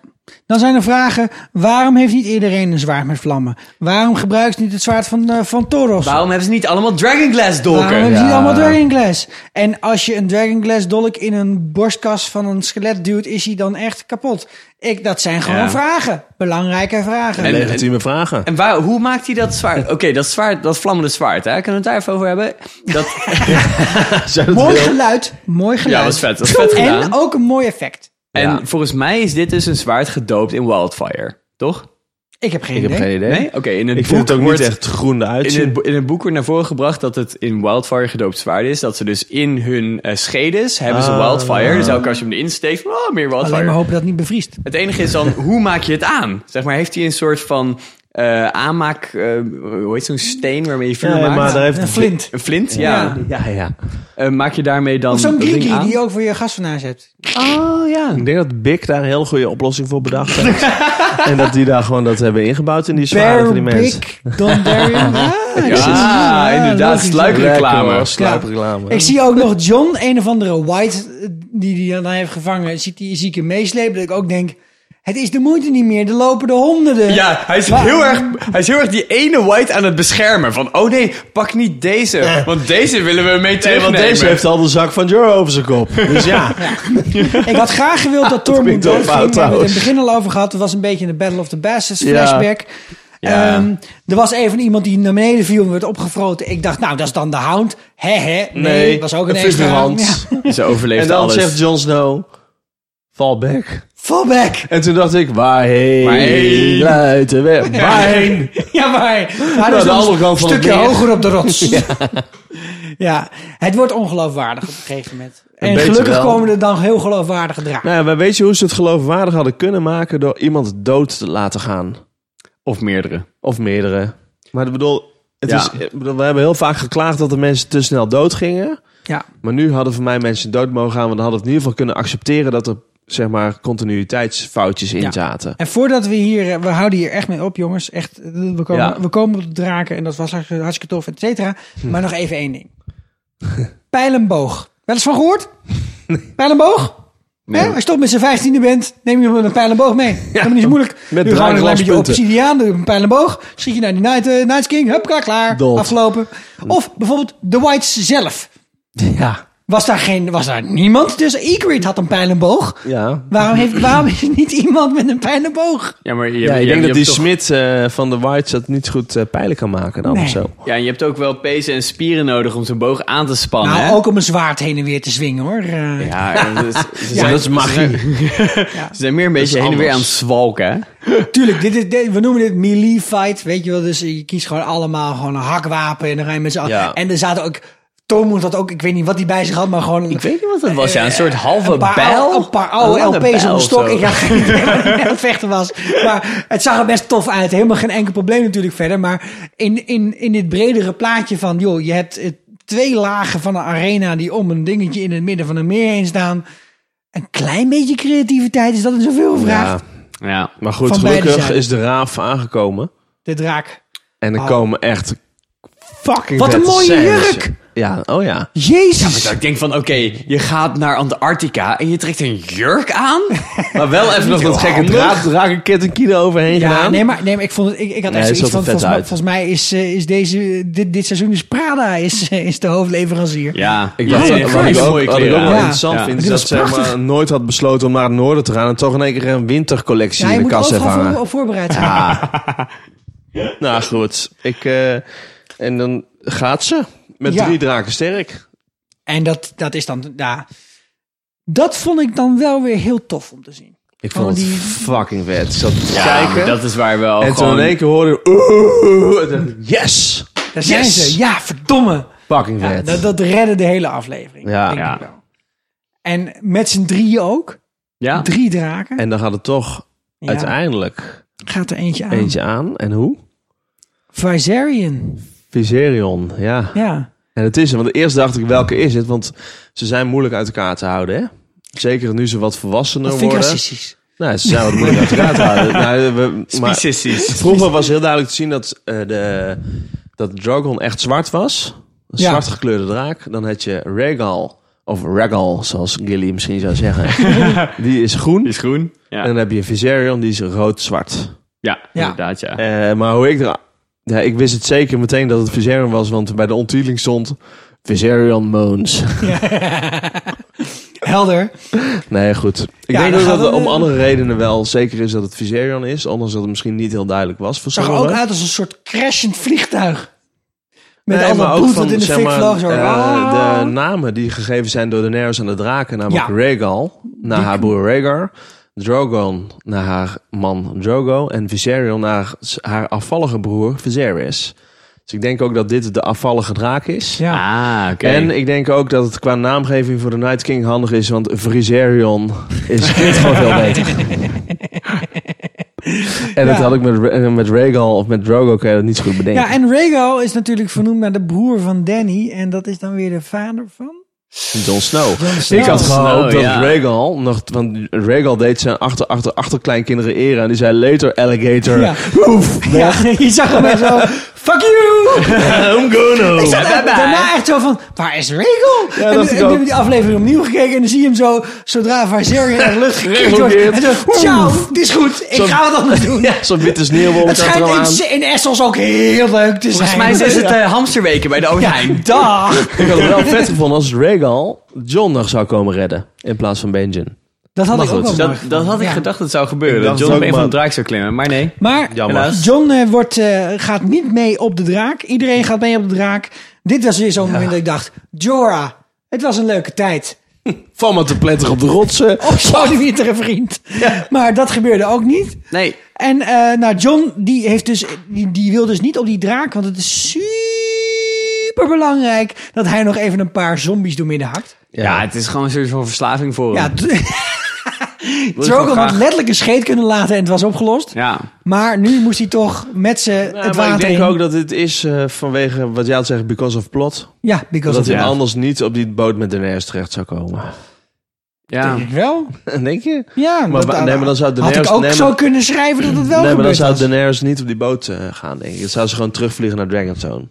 Speaker 1: Dan zijn er vragen. Waarom heeft niet iedereen een zwaard met vlammen? Waarom gebruikt ze niet het zwaard van, eh, van Toros?
Speaker 4: Waarom hebben ze niet allemaal Dragon Glass
Speaker 1: Waarom
Speaker 4: dolken?
Speaker 1: hebben ze niet allemaal Dragon Glass? En als je een Dragon Glass dolk in een borstkas van een skelet duwt, is hij dan echt kapot? Ik, dat zijn gewoon
Speaker 4: Ja.
Speaker 1: vragen. Belangrijke vragen.
Speaker 4: En-
Speaker 5: Legitieme vragen.
Speaker 4: En waar, hoe maakt hij dat zwaard? Oké, dat zwaard, dat vlammende zwaard, hè? Kunnen we het daar even over hebben? Dat,
Speaker 1: mooi geluid. Mooi geluid.
Speaker 4: Ja, was vet, was vet
Speaker 1: en
Speaker 4: gedaan.
Speaker 1: ook een mooi effect.
Speaker 4: en volgens mij is dit dus een zwaard gedoopt in Wildfire, toch?
Speaker 1: Ik heb geen
Speaker 5: Ik heb
Speaker 1: idee.
Speaker 5: geen idee.
Speaker 4: Nee? Oké, in het
Speaker 5: Ik
Speaker 4: boek
Speaker 5: vind het ook
Speaker 4: wordt-
Speaker 5: niet echt groen
Speaker 4: In
Speaker 5: uitzien.
Speaker 4: het, bo- in het boek wordt naar voren gebracht dat het in Wildfire gedoopt zwaard is. Dat ze dus in hun eh, schedes hebben ze
Speaker 5: Ah.
Speaker 4: Wildfire. Dus elke keer als je hem erin steekt, oh, meer
Speaker 1: Alleen
Speaker 4: Wildfire.
Speaker 1: maar hopen dat het niet bevriest.
Speaker 4: Het enige is dan, hoe maak je het aan? Zeg maar, heeft hij een soort van eh, aanmaak... eh, hoe heet zo'n steen waarmee je vuur
Speaker 5: Nee,
Speaker 4: maakt?
Speaker 5: maar daar heeft
Speaker 1: Een flint.
Speaker 4: Een flint, ja.
Speaker 5: Ja, ja.
Speaker 4: Eh, maak je daarmee dan
Speaker 1: Of zo'n
Speaker 4: dat ding
Speaker 1: grigri
Speaker 4: aan?
Speaker 1: die je ook voor je gasfornuis hebt.
Speaker 4: Oh, ja.
Speaker 5: Ik denk dat Big daar een heel goede oplossing voor bedacht heeft. en dat die daar gewoon dat hebben ingebouwd in die zwaarden van die mensen.
Speaker 1: Big Dondarian. Ah, ik zie-
Speaker 4: Ja,
Speaker 5: Ah,
Speaker 4: inderdaad,
Speaker 1: logisch.
Speaker 4: sluikreclame.
Speaker 5: Lekker, Sluipreclame.
Speaker 1: Ik zie ook nog John, een of andere white, eh, die die dan heeft gevangen, ziet die zieke meeslepen. Dat ik ook denk, het is de moeite niet meer. Er lopen de honderden.
Speaker 4: Ja, hij is,
Speaker 1: Maar-
Speaker 4: heel erg, hij is heel erg die ene white aan het beschermen. Van, oh nee, pak niet deze. Want deze willen we mee
Speaker 5: Nee, want
Speaker 4: terugnemen.
Speaker 5: deze heeft al de zak van Jor over zijn kop. Dus ja.
Speaker 1: Ik had graag gewild dat Tormund
Speaker 5: klinkt wel
Speaker 1: doodging. We
Speaker 5: fout
Speaker 1: hebben het in het
Speaker 5: trouwens.
Speaker 1: begin al over gehad. Het was een beetje een Battle of the Bastards
Speaker 5: Ja.
Speaker 1: flashback.
Speaker 5: Ja.
Speaker 1: Ehm, er was even iemand die naar beneden viel en werd opgefroten. Ik dacht, nou, dat is dan de hound. Hè, hè. Nee,
Speaker 5: Nee,
Speaker 1: was ook een
Speaker 5: een
Speaker 1: extra hound.
Speaker 5: figurant.
Speaker 1: Ja.
Speaker 4: Ze overleeft
Speaker 5: En dan
Speaker 4: alles.
Speaker 5: zegt Jon Snow, fall back.
Speaker 1: Fallback.
Speaker 5: En toen dacht ik, waarheen?
Speaker 4: Waarheen?
Speaker 5: Luiten weg. Waarheen?
Speaker 1: Ja, maar hij
Speaker 5: Nou, de
Speaker 1: is nog
Speaker 5: andere kant
Speaker 1: een
Speaker 5: van het
Speaker 1: stukje
Speaker 5: meer.
Speaker 1: hoger op de rots. ja. het wordt ongeloofwaardig op een gegeven moment. En
Speaker 5: beetje
Speaker 1: gelukkig
Speaker 5: wel.
Speaker 1: komen er dan heel geloofwaardige draken.
Speaker 5: Nou ja, maar weet je hoe ze het geloofwaardig hadden kunnen maken door iemand dood te laten gaan?
Speaker 4: Of meerdere.
Speaker 5: Of meerdere. Maar ik bedoel, het
Speaker 4: Ja.
Speaker 5: is, ik bedoel, we hebben heel vaak geklaagd dat de mensen te snel dood gingen.
Speaker 1: Ja,
Speaker 5: Maar nu hadden voor mij mensen dood mogen gaan, want dan hadden we in ieder geval kunnen accepteren dat er zeg maar continuïteitsfoutjes in
Speaker 1: Ja.
Speaker 5: zaten.
Speaker 1: en voordat we hier, eh, we houden hier echt mee op, jongens. Echt, eh, we komen,
Speaker 5: Ja. Hm.
Speaker 1: we komen op de draken en dat was hartstikke hartstikke tof, et cetera. Maar nog even één ding. Pijlenboog. Wel eens van gehoord? Pijlenboog? Hè? Als je toch met z'n vijftiende bent, neem je een pijlenboog mee. Dat is niet zo moeilijk. Doe
Speaker 5: Met
Speaker 1: gewoon een klein
Speaker 5: drakenlans
Speaker 1: beetje
Speaker 5: punten.
Speaker 1: obsidiaan, doe een pijlenboog. Schiet je naar die Night, eh, Night's King, hupka, klaar.
Speaker 5: Dood. Hm.
Speaker 1: Afgelopen. Of bijvoorbeeld de Whites zelf.
Speaker 5: Ja.
Speaker 1: Was daar, geen, was daar niemand? Dus Egrid had een pijlenboog.
Speaker 5: Ja.
Speaker 1: Waarom, heeft, waarom is er niet iemand met een pijlenboog?
Speaker 4: Ja, maar je,
Speaker 5: Ja, ik
Speaker 4: je-
Speaker 5: denk
Speaker 4: je
Speaker 5: dat die
Speaker 4: hebt toch-
Speaker 5: Smit eh, van de Whites dat niet goed eh, pijlen kan maken dan
Speaker 1: Nee.
Speaker 5: of zo.
Speaker 4: Ja, en je hebt ook wel pezen en spieren nodig om zijn boog aan te spannen.
Speaker 1: Nou,
Speaker 4: hè?
Speaker 1: ook om een zwaard heen en weer te zwingen hoor. Eh,
Speaker 4: Ja, dat is, ze
Speaker 5: Ja,
Speaker 4: zijn-
Speaker 5: dat is magie.
Speaker 4: Ze zijn meer een beetje heen en weer aan het zwalken. hè?
Speaker 1: Tuurlijk, dit is, dit- we noemen dit melee fight, weet je wel. Dus je kiest gewoon allemaal gewoon een hakwapen en dan ga je met z'n allen-
Speaker 5: Ja.
Speaker 1: En er zaten ook, Tomoes had ook, ik weet niet wat hij bij zich had, maar gewoon...
Speaker 4: Ik weet niet wat dat was. Ja, een soort halve
Speaker 1: Eh, een paar,
Speaker 4: bijl.
Speaker 1: Een paar oude
Speaker 4: Een
Speaker 1: LP's
Speaker 4: lange
Speaker 1: op
Speaker 4: bijl
Speaker 1: een
Speaker 4: of
Speaker 1: stok.
Speaker 4: zo.
Speaker 1: Ik had geen idee wat hij aan het vechten was. Maar het zag er best tof uit. Helemaal geen enkel probleem natuurlijk verder. Maar in, in, in dit bredere plaatje van... joh, je hebt eh, twee lagen van een arena... die om een dingetje in het midden van een meer heen staan. Een klein beetje creativiteit is dat in zoveel
Speaker 5: Ja.
Speaker 1: gevraagd.
Speaker 4: Ja.
Speaker 5: Maar goed,
Speaker 1: Van beide
Speaker 5: gelukkig
Speaker 1: zijden.
Speaker 5: is de raaf aangekomen.
Speaker 1: De draak.
Speaker 5: En er
Speaker 1: Oh.
Speaker 5: komen echt fucking
Speaker 1: Wat een
Speaker 5: vette
Speaker 1: mooie
Speaker 5: scènes.
Speaker 1: jurk!
Speaker 5: Ja, oh ja.
Speaker 1: Jezus!
Speaker 4: Ik denk van, oké, je gaat naar Antarctica en je trekt een jurk aan. Maar wel even nog dat gekke draad.
Speaker 5: draad, draak een kettenkilo overheen
Speaker 1: Ja,
Speaker 5: gedaan.
Speaker 1: nee, maar, nee, maar ik, vond het, ik, ik had
Speaker 5: Nee,
Speaker 1: echt
Speaker 5: het
Speaker 1: zoiets
Speaker 5: zat
Speaker 1: van...
Speaker 5: er vet
Speaker 1: Volgens, mij-
Speaker 5: uit.
Speaker 1: volgens mij is, eh, is deze, dit, dit seizoen is Prada is, eh, is de hoofdleverancier.
Speaker 4: Ja,
Speaker 5: Ik
Speaker 1: Ja,
Speaker 5: dacht, dat-
Speaker 1: ja,
Speaker 5: wat ik
Speaker 1: ja.
Speaker 5: ook, wat ik ook wel
Speaker 1: Ja.
Speaker 5: interessant
Speaker 4: Ja.
Speaker 5: vind,
Speaker 1: Dit
Speaker 5: is dat
Speaker 1: was
Speaker 5: ze zeg maar,
Speaker 1: prachtig.
Speaker 5: nooit had besloten om naar het noorden te gaan en toch in één keer een wintercollectie
Speaker 1: Ja, je
Speaker 5: in de
Speaker 1: moet
Speaker 5: kast heeft
Speaker 1: overal
Speaker 5: hangen.
Speaker 1: voor, op voorbereid zijn.
Speaker 5: Nou goed, ik, eh, en dan gaat ze met
Speaker 1: Ja.
Speaker 5: drie draken sterk.
Speaker 1: En dat, dat is dan, ja. Dat vond ik dan wel weer heel tof om te zien.
Speaker 5: Ik
Speaker 1: Gewoon
Speaker 5: vond het
Speaker 1: Oh, die-
Speaker 5: fucking vet. Ik zat te
Speaker 4: Ja, maar
Speaker 5: kijken
Speaker 4: dat is waar wel
Speaker 5: en toen
Speaker 4: gewoon...
Speaker 5: in één keer hoorde ik, "Oeh." En toen, yes!
Speaker 1: Daar zijn
Speaker 5: Yes!
Speaker 1: ze. Ja, verdomme.
Speaker 5: Fucking
Speaker 1: Ja,
Speaker 5: vet.
Speaker 1: dat, dat redde de hele aflevering.
Speaker 5: Ja.
Speaker 1: denk
Speaker 4: Ja.
Speaker 1: ik wel. En met z'n drieën ook.
Speaker 4: Ja.
Speaker 1: Drie draken.
Speaker 5: En dan gaat het toch
Speaker 1: Ja,
Speaker 5: uiteindelijk
Speaker 1: Gaat er eentje aan.
Speaker 5: eentje aan. En hoe?
Speaker 1: Viserion.
Speaker 5: Viserion, ja.
Speaker 1: Ja.
Speaker 5: En het is er, want eerst dacht ik welke is het, want ze zijn moeilijk uit elkaar te houden, hè? Zeker nu ze wat volwassener
Speaker 1: Dat vind ik
Speaker 5: worden.
Speaker 1: racistisch.
Speaker 5: Nou, ze zijn wat moeilijk uit elkaar te houden. Nou, we- maar
Speaker 4: Species.
Speaker 5: vroeger was heel duidelijk te zien dat, eh, de, dat Drogon echt zwart was. Een
Speaker 1: Ja.
Speaker 5: zwart gekleurde draak. Dan had je Regal, of Regal, zoals Gilly misschien zou zeggen. die is groen.
Speaker 4: is groen. Ja,
Speaker 5: En dan heb je Viserion, die is rood-zwart.
Speaker 4: ja, inderdaad, ja.
Speaker 5: Eh, maar hoe ik er... Ja, ik wist het zeker meteen dat het Viserion was, want bij de onthulling stond... Viserion Moons.
Speaker 1: Helder.
Speaker 5: Nee, goed. Ik
Speaker 1: Ja,
Speaker 5: denk
Speaker 1: dan
Speaker 5: ook
Speaker 1: gaan
Speaker 5: dat het
Speaker 1: we-
Speaker 5: om andere redenen wel zeker is dat het Viserion is. Anders dat het misschien niet heel duidelijk was voor
Speaker 1: Zag er ook
Speaker 5: sommigen.
Speaker 1: uit als een soort crashend vliegtuig. Met
Speaker 5: Nee,
Speaker 1: al
Speaker 5: maar
Speaker 1: dat
Speaker 5: ook
Speaker 1: bloed dat
Speaker 5: van,
Speaker 1: in de
Speaker 5: zeg
Speaker 1: fik
Speaker 5: maar,
Speaker 1: vloog. Zo.
Speaker 5: eh,
Speaker 1: Ah.
Speaker 5: de namen die gegeven zijn door Daenerys aan de draken, namelijk
Speaker 1: Ja.
Speaker 5: Rhaegal naar haar broer Rhaegar, Drogon naar haar man Drogo en Viserion naar s- haar afvallige broer Viserys. Dus ik denk ook dat dit de afvallige draak is.
Speaker 1: ja.
Speaker 4: Ah, oké.
Speaker 5: En ik denk ook dat het qua naamgeving voor de Night King handig is, want Viserion is klinkt gewoon veel beter. en dat
Speaker 1: Ja.
Speaker 5: had ik met, Rha- met Rhaegal of met Drogo kan je dat niet zo goed bedenken.
Speaker 1: ja, en Rhaegal is natuurlijk vernoemd naar de broer van Danny. En dat is dan weer de vader van...
Speaker 5: Jon Snow.
Speaker 1: Snow.
Speaker 5: Ik had
Speaker 4: Jon
Speaker 5: gehoopt
Speaker 4: Snow,
Speaker 5: dat
Speaker 4: ja.
Speaker 5: Rhaegal nog... Want Rhaegal deed zijn achter, achter, achterkleinkinderen eren. En die zei later alligator.
Speaker 1: Ja.
Speaker 5: Oef,
Speaker 1: Ja, je zag hem echt zo... Fuck you!
Speaker 5: I'm gonna.
Speaker 1: Ik zat echt- daarna echt zo van, waar is Regel? en
Speaker 5: dacht
Speaker 1: en
Speaker 5: ik
Speaker 1: toen
Speaker 5: ook.
Speaker 1: heb ik die aflevering opnieuw gekeken en dan zie je hem zo, zodra Viserion in de lucht gekikt wordt.
Speaker 5: Regel
Speaker 1: En zo, ciao, het is goed, ik
Speaker 5: Zo'n-
Speaker 1: ga wat anders doen.
Speaker 5: Ja, zo'n witte sneeuwwolk
Speaker 1: Het
Speaker 5: zat er al aan.
Speaker 1: schijnt in, in Essos ook heel leuk te zijn.
Speaker 4: Volgens mij is het eh, hamsterweken bij de Albert Heijn.
Speaker 1: Dag.
Speaker 5: Ik had het wel vet gevonden als Rhaegal John nog zou komen redden. In plaats van Benjen.
Speaker 1: Dat had
Speaker 5: Maar
Speaker 1: ik ook wel
Speaker 5: goed,
Speaker 1: mooi
Speaker 4: Dat,
Speaker 1: gevonden.
Speaker 4: dat had ik
Speaker 1: Ja.
Speaker 4: gedacht dat zou gebeuren.
Speaker 5: Ik
Speaker 4: Dat
Speaker 5: dacht
Speaker 4: John op
Speaker 5: ook,
Speaker 4: een van de
Speaker 5: maar-
Speaker 4: draak zou klimmen. Maar nee.
Speaker 1: Maar
Speaker 5: Jammer.
Speaker 1: John eh, wordt, eh, gaat niet mee op de draak. Iedereen gaat mee op de draak. Dit was weer zo'n moment dat ik dacht, Jorah, het was een leuke tijd.
Speaker 5: Van maar te plettig op de rotsen.
Speaker 1: Of zo'n wietere vriend. Maar dat gebeurde ook niet.
Speaker 4: Nee.
Speaker 1: En eh, nou, John die, heeft dus, die, die wil dus niet op die draak, want het is super belangrijk dat hij nog even een paar zombies doormidden hakt.
Speaker 4: Ja, het is gewoon een soort van verslaving voor
Speaker 1: Ja,
Speaker 4: hem.
Speaker 1: d- Drogon had letterlijk een scheet kunnen laten en het was opgelost.
Speaker 4: Ja.
Speaker 1: Maar nu moest hij toch met ze
Speaker 5: Ja,
Speaker 1: het
Speaker 5: maar ik
Speaker 1: water
Speaker 5: denk
Speaker 1: in.
Speaker 5: ook dat dit is eh, vanwege wat jij had zeggen, because of plot.
Speaker 1: Ja, because
Speaker 5: Dat
Speaker 1: of
Speaker 4: ja.
Speaker 5: hij anders niet op die boot met Daenerys terecht zou komen.
Speaker 4: Ja.
Speaker 1: Denk ik wel.
Speaker 5: Denk je?
Speaker 1: Ja,
Speaker 5: Maar,
Speaker 1: dat-
Speaker 5: wa- nee, maar dan zou
Speaker 1: had
Speaker 5: Daenerys...
Speaker 1: ik ook
Speaker 5: nee, maar-
Speaker 1: zo kunnen schrijven dat het wel
Speaker 5: nee, maar dan
Speaker 1: gebeurd
Speaker 5: zou
Speaker 1: was.
Speaker 5: Daenerys niet op die boot eh, gaan, denk ik. Dan zou ze gewoon terugvliegen naar Dragonstone.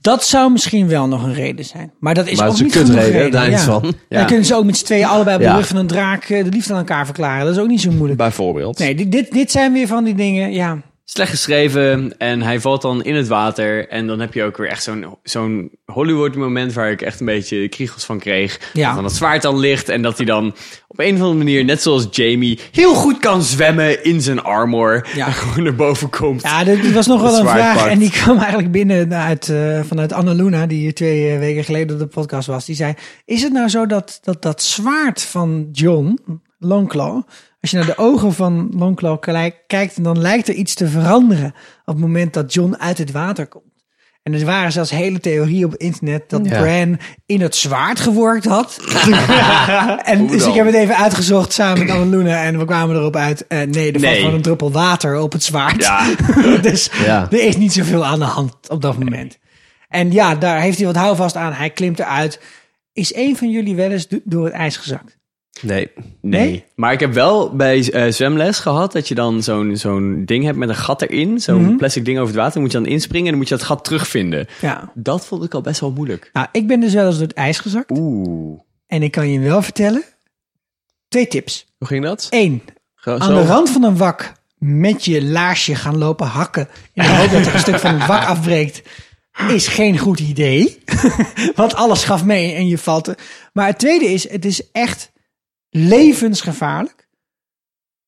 Speaker 1: Dat zou misschien wel nog een reden zijn. Maar dat is
Speaker 5: Maar
Speaker 1: ook
Speaker 5: het is een
Speaker 1: niet genoeg
Speaker 5: kutreden,
Speaker 1: reden.
Speaker 5: daar niet van.
Speaker 1: Dan
Speaker 4: Ja.
Speaker 1: kunnen ze ook met z'n tweeën allebei op de
Speaker 5: Ja.
Speaker 1: rug van een draak eh, de liefde aan elkaar verklaren. Dat is ook niet zo moeilijk.
Speaker 5: Bijvoorbeeld.
Speaker 1: Nee, dit, dit, dit zijn weer van die dingen. Ja,
Speaker 4: Slecht geschreven en hij valt dan in het water. En dan heb je ook weer echt zo'n zo'n Hollywood moment waar ik echt een beetje de kriegels van kreeg.
Speaker 1: Ja.
Speaker 4: Dat dan het zwaard dan ligt en dat hij dan op een of andere manier, net zoals Jamie, heel goed kan zwemmen in zijn armor.
Speaker 1: Ja.
Speaker 4: En gewoon naar boven komt.
Speaker 1: ja dit, dit was nog wel
Speaker 4: Het
Speaker 1: een
Speaker 4: zwaard
Speaker 1: vraag.
Speaker 4: pakt.
Speaker 1: En die kwam eigenlijk binnen uit, eh, vanuit Anna Luna, die hier twee eh, weken geleden op de podcast was. Die zei, is het nou zo dat dat, dat zwaard van John, Longclaw... Als je naar de ogen van Longclaw kijk- kijkt, dan lijkt er iets te veranderen... op het moment dat John uit het water komt. En er waren zelfs hele theorieën op internet dat Bran in het zwaard geworkt had. en dus ik heb het even uitgezocht samen met Anne Luna en we kwamen erop uit. eh, nee, er valt
Speaker 4: Nee.
Speaker 1: gewoon een druppel water op het zwaard.
Speaker 4: Ja.
Speaker 1: dus
Speaker 5: Ja.
Speaker 1: er is niet zoveel aan de hand op dat moment. En ja, daar heeft hij wat houvast aan. Hij klimt eruit. Is een van jullie wel eens do- door het ijs gezakt?
Speaker 5: Nee.
Speaker 1: Nee?
Speaker 4: Maar ik heb wel bij eh, zwemles gehad dat je dan zo'n zo'n ding hebt met een gat erin. Zo'n
Speaker 1: Mhm.
Speaker 4: plastic ding over het water. Moet je dan inspringen en dan moet je dat gat terugvinden.
Speaker 1: Ja.
Speaker 4: Dat vond ik al best wel moeilijk.
Speaker 1: Nou, ik ben dus wel eens door het ijs gezakt.
Speaker 4: Oeh.
Speaker 1: En ik kan je wel vertellen. Twee tips.
Speaker 5: Hoe ging dat?
Speaker 1: Eén,
Speaker 5: Gewoon
Speaker 1: aan de rand van een wak met je laarsje gaan lopen hakken. In de hoop dat er een stuk van het wak afbreekt. Is geen goed idee. Want alles gaf mee en je valt. er- Maar het tweede is, het is echt levensgevaarlijk.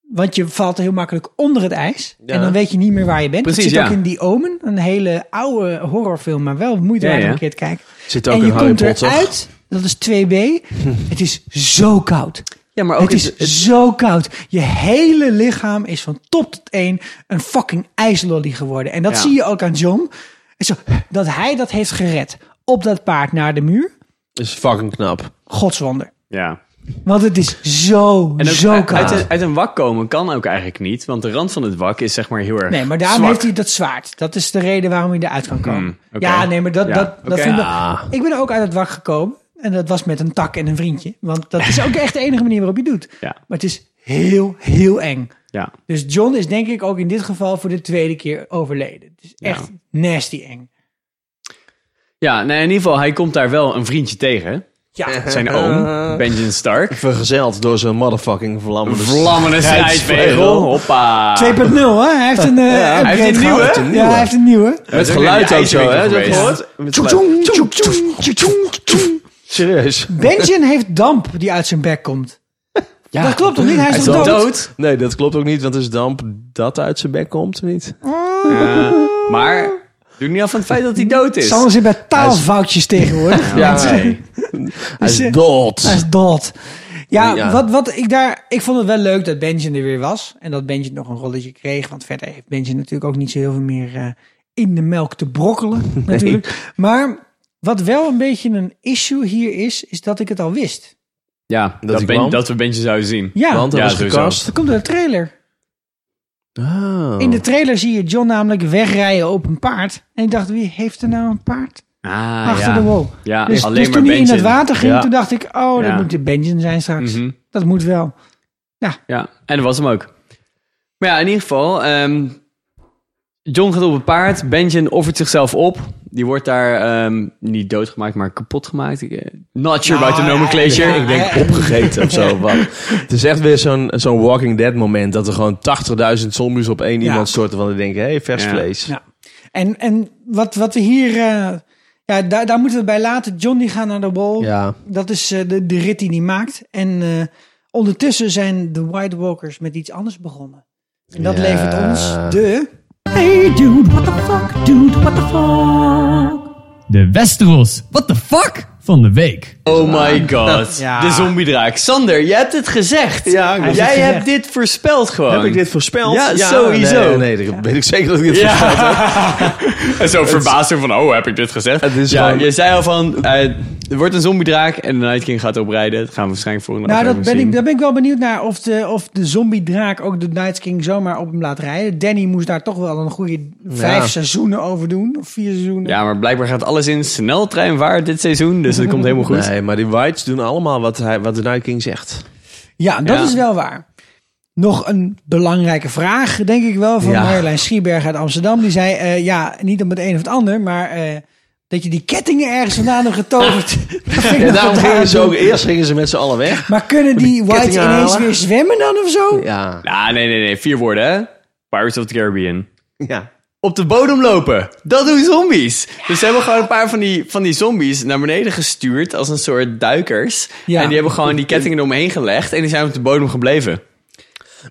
Speaker 1: Want je valt heel makkelijk onder het ijs.
Speaker 5: Ja.
Speaker 1: En dan weet je niet meer waar je bent.
Speaker 4: Precies,
Speaker 1: het zit ook
Speaker 4: ja.
Speaker 1: in die Omen. Een hele oude horrorfilm, maar wel moeite
Speaker 4: Ja,
Speaker 1: waard om
Speaker 4: ja.
Speaker 1: een keer te kijken.
Speaker 5: Zit ook
Speaker 1: en je
Speaker 5: in Harry
Speaker 1: komt
Speaker 5: Potter.
Speaker 1: eruit. Dat is 2B. het is zo koud
Speaker 4: Ja, maar ook
Speaker 1: het is zo koud. Je hele lichaam is van top tot teen een fucking ijslolly geworden. En dat
Speaker 4: Ja.
Speaker 1: zie je ook aan John. Zo, dat hij dat heeft gered op dat paard naar de muur.
Speaker 5: Is fucking knap.
Speaker 1: Godswonder.
Speaker 4: Ja.
Speaker 1: Want het is zo,
Speaker 4: En ook
Speaker 1: zo
Speaker 4: uit,
Speaker 1: koud.
Speaker 4: uit een, uit een wak komen kan ook eigenlijk niet, want de rand van het wak is zeg maar heel erg
Speaker 1: Nee, maar daarom
Speaker 4: zwak.
Speaker 1: heeft hij dat zwaard. Dat is de reden waarom hij eruit kan komen.
Speaker 4: Hmm, oké.
Speaker 1: Ja, nee, maar dat,
Speaker 4: Ja,
Speaker 1: dat, dat
Speaker 4: oké.
Speaker 1: vind ik...
Speaker 5: Ah.
Speaker 1: Ik ben ook uit het wak gekomen. En dat was met een tak en een vriendje. Want dat is ook echt de enige manier waarop je het doet.
Speaker 4: Ja.
Speaker 1: Maar het is heel, heel eng.
Speaker 4: Ja.
Speaker 1: Dus John is denk ik ook in dit geval voor de tweede keer overleden. Het is echt nasty eng.
Speaker 4: Ja, nee, in ieder geval, hij komt daar wel een vriendje tegen.
Speaker 1: Ja,
Speaker 4: Zijn
Speaker 5: Eh,
Speaker 4: oom, Benjamin Stark.
Speaker 5: Vergezeld door zo'n motherfucking vlammende...
Speaker 4: Vlammende strijdvegel. Hoppa.
Speaker 1: 2.0 hè? Hij heeft een eh upgrade gehad.
Speaker 4: heeft een nieuwe, hè?
Speaker 1: Ja, hij heeft een nieuwe.
Speaker 5: Met geluid ook zo, hè? Heb je dat gehoord? Met
Speaker 1: Tjoeng,
Speaker 5: geluid.
Speaker 1: tjoeng, tjoeng, tjoeng, tjoeng, tjoeng.
Speaker 5: Serieus?
Speaker 1: Benjen heeft damp die uit zijn bek komt.
Speaker 4: Ja.
Speaker 1: Dat klopt toch niet? Hij is
Speaker 4: Hij is
Speaker 1: toch
Speaker 4: wel
Speaker 1: dood?
Speaker 4: dood.
Speaker 5: Nee, dat klopt ook niet, want is damp dat uit zijn bek komt niet?
Speaker 4: Maar doe niet af van het feit dat hij dood is.
Speaker 1: Sander zit bij taalfoutjes tegenwoordig.
Speaker 5: Ja, hij is
Speaker 1: eh,
Speaker 5: dood.
Speaker 1: Hij is dood. Ja,
Speaker 5: Ja.
Speaker 1: Wat, wat ik daar... Ik vond het wel leuk dat Benjen er weer was. En dat Benjen nog een rolletje kreeg. Want verder heeft Benjen natuurlijk ook niet zo heel veel meer eh, in de melk te brokkelen. Natuurlijk. Maar wat wel een beetje een issue hier is, is dat ik het al wist.
Speaker 4: Ja, dat,
Speaker 5: hij
Speaker 4: ben-
Speaker 5: kwam?
Speaker 4: dat we Benjamin zouden zien.
Speaker 1: Ja,
Speaker 5: Want hij
Speaker 4: Ja,
Speaker 5: was
Speaker 4: sowieso.
Speaker 5: gekast.
Speaker 1: dat komt door de trailer.
Speaker 5: Oh.
Speaker 1: In de trailer zie je John namelijk wegrijden op een paard. En ik dacht, wie heeft er nou een paard
Speaker 4: Ah,
Speaker 1: achter
Speaker 4: ja.
Speaker 1: de wol?
Speaker 4: Ja,
Speaker 1: Dus,
Speaker 4: alleen
Speaker 1: dus
Speaker 4: maar
Speaker 1: toen hij in
Speaker 4: Benjen.
Speaker 1: het water ging,
Speaker 5: Ja.
Speaker 1: toen dacht ik, oh,
Speaker 4: Ja.
Speaker 1: dat moet de Benjen zijn straks.
Speaker 4: Mhm.
Speaker 1: Dat moet wel.
Speaker 4: Ja, en dat was hem ook. Maar ja, in ieder geval, ehm, John gaat op het paard. Benjen offert zichzelf op. Die wordt daar ehm, niet doodgemaakt, maar kapot gemaakt. Ik, eh, Not sure about the nomenclature.
Speaker 5: Ik denk opgegeten of zo. Wat. Het is echt weer zo'n zo'n Walking Dead moment. Dat er gewoon 80.000 zombies op één
Speaker 1: Ja.
Speaker 5: iemand storten. Van die denken, hé, hey, vers
Speaker 4: Ja.
Speaker 5: vlees.
Speaker 1: Ja. En, en wat, wat we hier... eh, ja, daar, daar moeten we bij laten. John die gaat naar de bol.
Speaker 5: Ja.
Speaker 1: Dat is eh, de, de rit die hij maakt. En eh, ondertussen zijn de White Walkers met iets anders begonnen. En dat
Speaker 5: Ja.
Speaker 1: levert ons de...
Speaker 2: De Westeros. What the fuck? van de week.
Speaker 4: Oh my god.
Speaker 1: Ja.
Speaker 4: De zombiedraak. Sander, jij hebt het gezegd.
Speaker 5: Ja, ik- Hij heeft
Speaker 4: jij
Speaker 1: het gezegd.
Speaker 4: hebt dit voorspeld gewoon.
Speaker 5: Heb ik dit voorspeld?
Speaker 4: Ja, sowieso.
Speaker 5: Nee, nee, dat weet ik zeker dat ik dit voorspeld heb.
Speaker 4: Ja. en zo verbaasd van, oh, heb ik dit gezegd?
Speaker 5: Het is
Speaker 4: ja,
Speaker 5: gewoon-
Speaker 4: je zei al van, eh, er wordt een zombiedraak en de Night King gaat oprijden. Dat gaan we waarschijnlijk volgende
Speaker 1: Nou, dat
Speaker 4: aflevering
Speaker 1: ben, ik,
Speaker 4: zien.
Speaker 1: daar ben ik wel benieuwd naar of de, of de zombie-draak ook de Night King zomaar op hem laat rijden. Danny moest daar toch wel een goede vijf
Speaker 5: Ja.
Speaker 1: seizoenen over doen. Of vier seizoenen.
Speaker 4: Ja, maar blijkbaar gaat alles in sneltreinvaart dit seizoen, dus dat komt helemaal goed.
Speaker 5: Nee, maar die Whites doen allemaal wat, hij, wat de Night King zegt.
Speaker 1: Ja, dat
Speaker 4: Ja.
Speaker 1: is wel waar. Nog een belangrijke vraag, denk ik wel, van
Speaker 5: Ja.
Speaker 1: Marjolein Schieberg uit Amsterdam. Die zei, eh, ja, niet om het een of het ander, maar eh, dat je die kettingen ergens vandaan hebt getoverd. Dat vind ik
Speaker 5: En
Speaker 1: nog
Speaker 5: daarom
Speaker 1: wat
Speaker 5: gingen
Speaker 1: raar
Speaker 5: ze ook,
Speaker 1: doen.
Speaker 5: eerst gingen ze met z'n allen weg.
Speaker 1: Maar kunnen die whites
Speaker 5: kettingen
Speaker 1: ineens
Speaker 5: halen.
Speaker 1: weer zwemmen dan of zo?
Speaker 5: Ja.
Speaker 4: Nou, nee, nee, nee. Vier woorden, hè? Pirates of the Caribbean.
Speaker 5: ja.
Speaker 4: Op de bodem lopen. Dat doen zombies. Dus ze hebben gewoon een paar van die, van die zombies naar beneden gestuurd als een soort duikers.
Speaker 1: Ja.
Speaker 4: En die hebben gewoon die kettingen eromheen gelegd en die zijn op de bodem gebleven.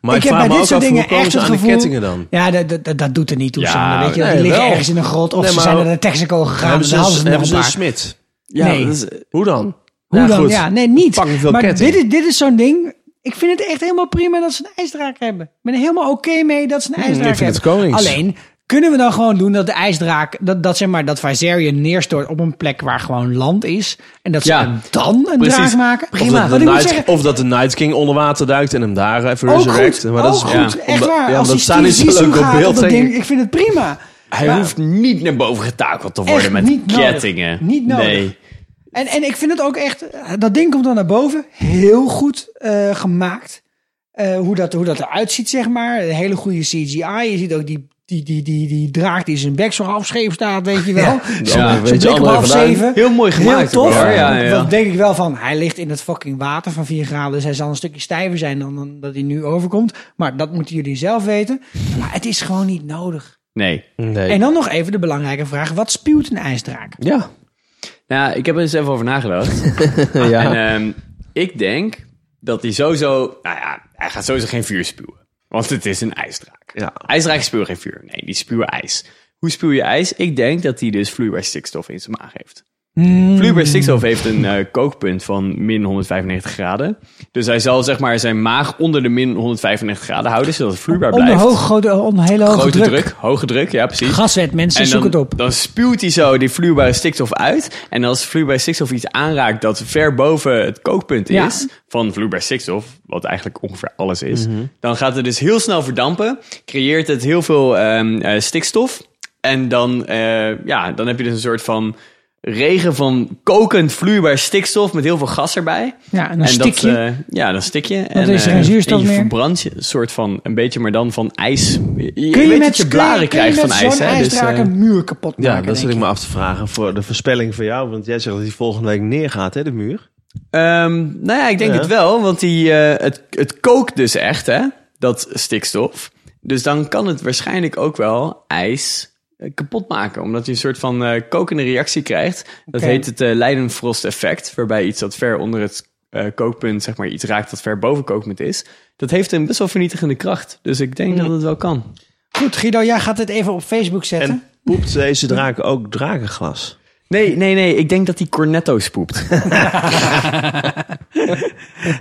Speaker 5: Maar
Speaker 1: ik heb
Speaker 5: vraag
Speaker 1: bij dit
Speaker 5: me ook
Speaker 1: soort
Speaker 5: af,
Speaker 1: dingen
Speaker 5: hoe komen
Speaker 1: echt
Speaker 5: ze
Speaker 1: het
Speaker 5: aan
Speaker 1: gevoel...
Speaker 5: die kettingen dan?
Speaker 1: Ja, dat, dat, dat- dat doet er niet toe,
Speaker 4: Ja,
Speaker 1: Sander, Weet je, wel.
Speaker 5: nee,
Speaker 1: die liggen
Speaker 5: wel.
Speaker 1: ergens in een grot of
Speaker 5: Nee,
Speaker 1: ze
Speaker 5: maar
Speaker 1: zijn naar
Speaker 5: ook-
Speaker 1: de Texaco gegaan.
Speaker 5: hebben
Speaker 1: dus
Speaker 5: ze,
Speaker 1: hadden ze
Speaker 5: een, hebben
Speaker 1: nog
Speaker 5: ze
Speaker 1: een
Speaker 5: een
Speaker 1: paar.
Speaker 5: smid?
Speaker 4: Ja,
Speaker 1: Nee.
Speaker 4: dat is- Nou,
Speaker 5: Hoe dan?
Speaker 1: Hoe dan?
Speaker 5: Ja, Nou goed.
Speaker 1: Ja, nee, niet.
Speaker 5: Pakken veel
Speaker 1: maar
Speaker 5: kettingen.
Speaker 1: dit is, dit is zo'n ding. Ik vind het echt helemaal prima dat ze een ijsdraak hebben. Ik ben er helemaal oké mee dat ze een ijsdraak
Speaker 5: Hmm, ik vind het
Speaker 1: hebben.
Speaker 5: konings.
Speaker 1: Alleen, kunnen we dan gewoon doen dat de ijsdraak... dat, dat, zeg maar, dat Viserion neerstort op een plek waar gewoon land is... en dat ze
Speaker 4: Ja,
Speaker 1: er dan een
Speaker 4: precies.
Speaker 1: draak maken?
Speaker 5: Of
Speaker 1: Prima. Wat
Speaker 5: dat, de
Speaker 1: ik moet
Speaker 5: Night-
Speaker 1: zeggen,
Speaker 5: of dat de Night King onder water duikt en hem daar even
Speaker 1: ook
Speaker 5: resurrect.
Speaker 1: goed.
Speaker 5: Maar dat is
Speaker 1: ook
Speaker 5: ja,
Speaker 1: goed. Echt
Speaker 5: omdat-
Speaker 1: waar.
Speaker 5: Ja,
Speaker 1: Als
Speaker 5: omdat
Speaker 1: die
Speaker 5: staan
Speaker 1: Steve
Speaker 5: niet zo leuk
Speaker 1: Zissou
Speaker 5: op
Speaker 1: gaat op
Speaker 5: beeld,
Speaker 1: dat
Speaker 5: denk
Speaker 1: ding...
Speaker 5: ik.
Speaker 1: Ik vind het prima.
Speaker 4: Hij
Speaker 1: Maar-
Speaker 4: hoeft niet naar boven getakeld te
Speaker 1: Echt
Speaker 4: worden met
Speaker 1: niet nodig.
Speaker 4: kettingen.
Speaker 1: Niet nodig.
Speaker 4: Nee.
Speaker 1: En, en ik vind het ook echt, dat ding komt dan naar boven, heel goed eh, gemaakt. Eh, hoe, dat, hoe dat eruit ziet, zeg maar. Een hele goede CGI. Je ziet ook die, die, die, die, die draak die zijn bek zo halfscheef staat, weet je wel. Zo'n-
Speaker 5: andere-
Speaker 1: zo'n
Speaker 5: weet je,
Speaker 1: blik om
Speaker 5: andere
Speaker 1: half
Speaker 5: vandaan.
Speaker 1: zeven.
Speaker 4: Heel mooi
Speaker 1: Heel
Speaker 4: gemaakt.
Speaker 1: tof.
Speaker 4: hoor. Ja, ja, ja.
Speaker 1: Dan denk ik wel van, hij ligt in het fucking water van 4 graden. Dus hij zal een stukje stijver zijn dan, dan dat hij nu overkomt. Maar dat moeten jullie zelf weten. Maar het is gewoon niet nodig.
Speaker 4: Nee.
Speaker 5: Nee.
Speaker 1: En dan nog even de belangrijke vraag. Wat spuwt een ijsdraak?
Speaker 5: Ja.
Speaker 4: Nou, ik heb er eens even over nagedacht.
Speaker 5: ja.
Speaker 4: En ehm, ik denk dat hij sowieso... Nou ja, hij gaat sowieso geen vuur spuwen. Want het is een ijsdraak.
Speaker 5: Ja.
Speaker 4: Ijsdraak spuwen geen vuur. Nee, die spuwen ijs. Hoe spuw je ijs? Ik denk dat hij dus vloeibaar stikstof in zijn maag heeft. Vloeibaar stikstof heeft een eh, kookpunt van min 195 graden. Dus hij zal zeg maar zijn maag onder de min 195 graden houden, zodat het vloeibaar
Speaker 1: Onder
Speaker 4: blijft.
Speaker 1: hoog, grote, onder hele hoge
Speaker 4: Grote
Speaker 1: druk.
Speaker 4: druk. hoge druk, ja precies.
Speaker 1: Gaswet, mensen,
Speaker 4: En
Speaker 1: zoek het
Speaker 4: dan,
Speaker 1: op.
Speaker 4: dan spuwt hij zo die vloeibare stikstof uit. En als vloeibare stikstof iets aanraakt dat ver boven het kookpunt
Speaker 1: Ja.
Speaker 4: is van vloeibaar stikstof, wat eigenlijk ongeveer alles is, dan gaat het dus heel snel verdampen. Creëert het heel veel ehm, eh, stikstof. En dan, eh, ja, dan heb je dus een soort van regen van kokend vloeibaar stikstof met heel veel gas erbij.
Speaker 1: Ja, en dan stik je.
Speaker 4: Dat, eh, ja, dan stik je. en,
Speaker 1: is er geen
Speaker 4: eh,
Speaker 1: zuurstof
Speaker 4: en je
Speaker 1: meer.
Speaker 4: verbrandt je een soort van, een beetje maar dan van ijs. Je,
Speaker 1: Kun je
Speaker 4: weet
Speaker 1: met
Speaker 4: dat je blaren krijgt van ijs.
Speaker 1: Zo'n
Speaker 4: hè, dus,
Speaker 1: ijsdraak
Speaker 4: eh,
Speaker 1: een muur kapot maken.
Speaker 5: Ja, dat zit
Speaker 1: denk
Speaker 5: ik
Speaker 1: ik.
Speaker 5: me af te vragen voor de voorspelling van jou. Want jij zegt dat hij volgende week neergaat, hè, de muur.
Speaker 4: Ehm, nou ja, ik denk
Speaker 5: Ja.
Speaker 4: het wel, want die, eh, het, het kookt dus echt, hè, dat stikstof. Dus dan kan het waarschijnlijk ook wel ijs eh, kapot maken, omdat je een soort van eh, kokende reactie krijgt. Dat
Speaker 1: Oké.
Speaker 4: heet het eh, Leidenfrost effect, waarbij iets dat ver onder het eh, kookpunt, zeg maar, iets raakt dat ver boven kookpunt is. Dat heeft een best wel vernietigende kracht, dus ik denk dat het wel kan.
Speaker 1: Goed, Guido, jij gaat het even op Facebook zetten.
Speaker 5: En poept deze draak ook drakenglas?
Speaker 4: Nee, nee, nee, ik denk dat die cornetto spoept.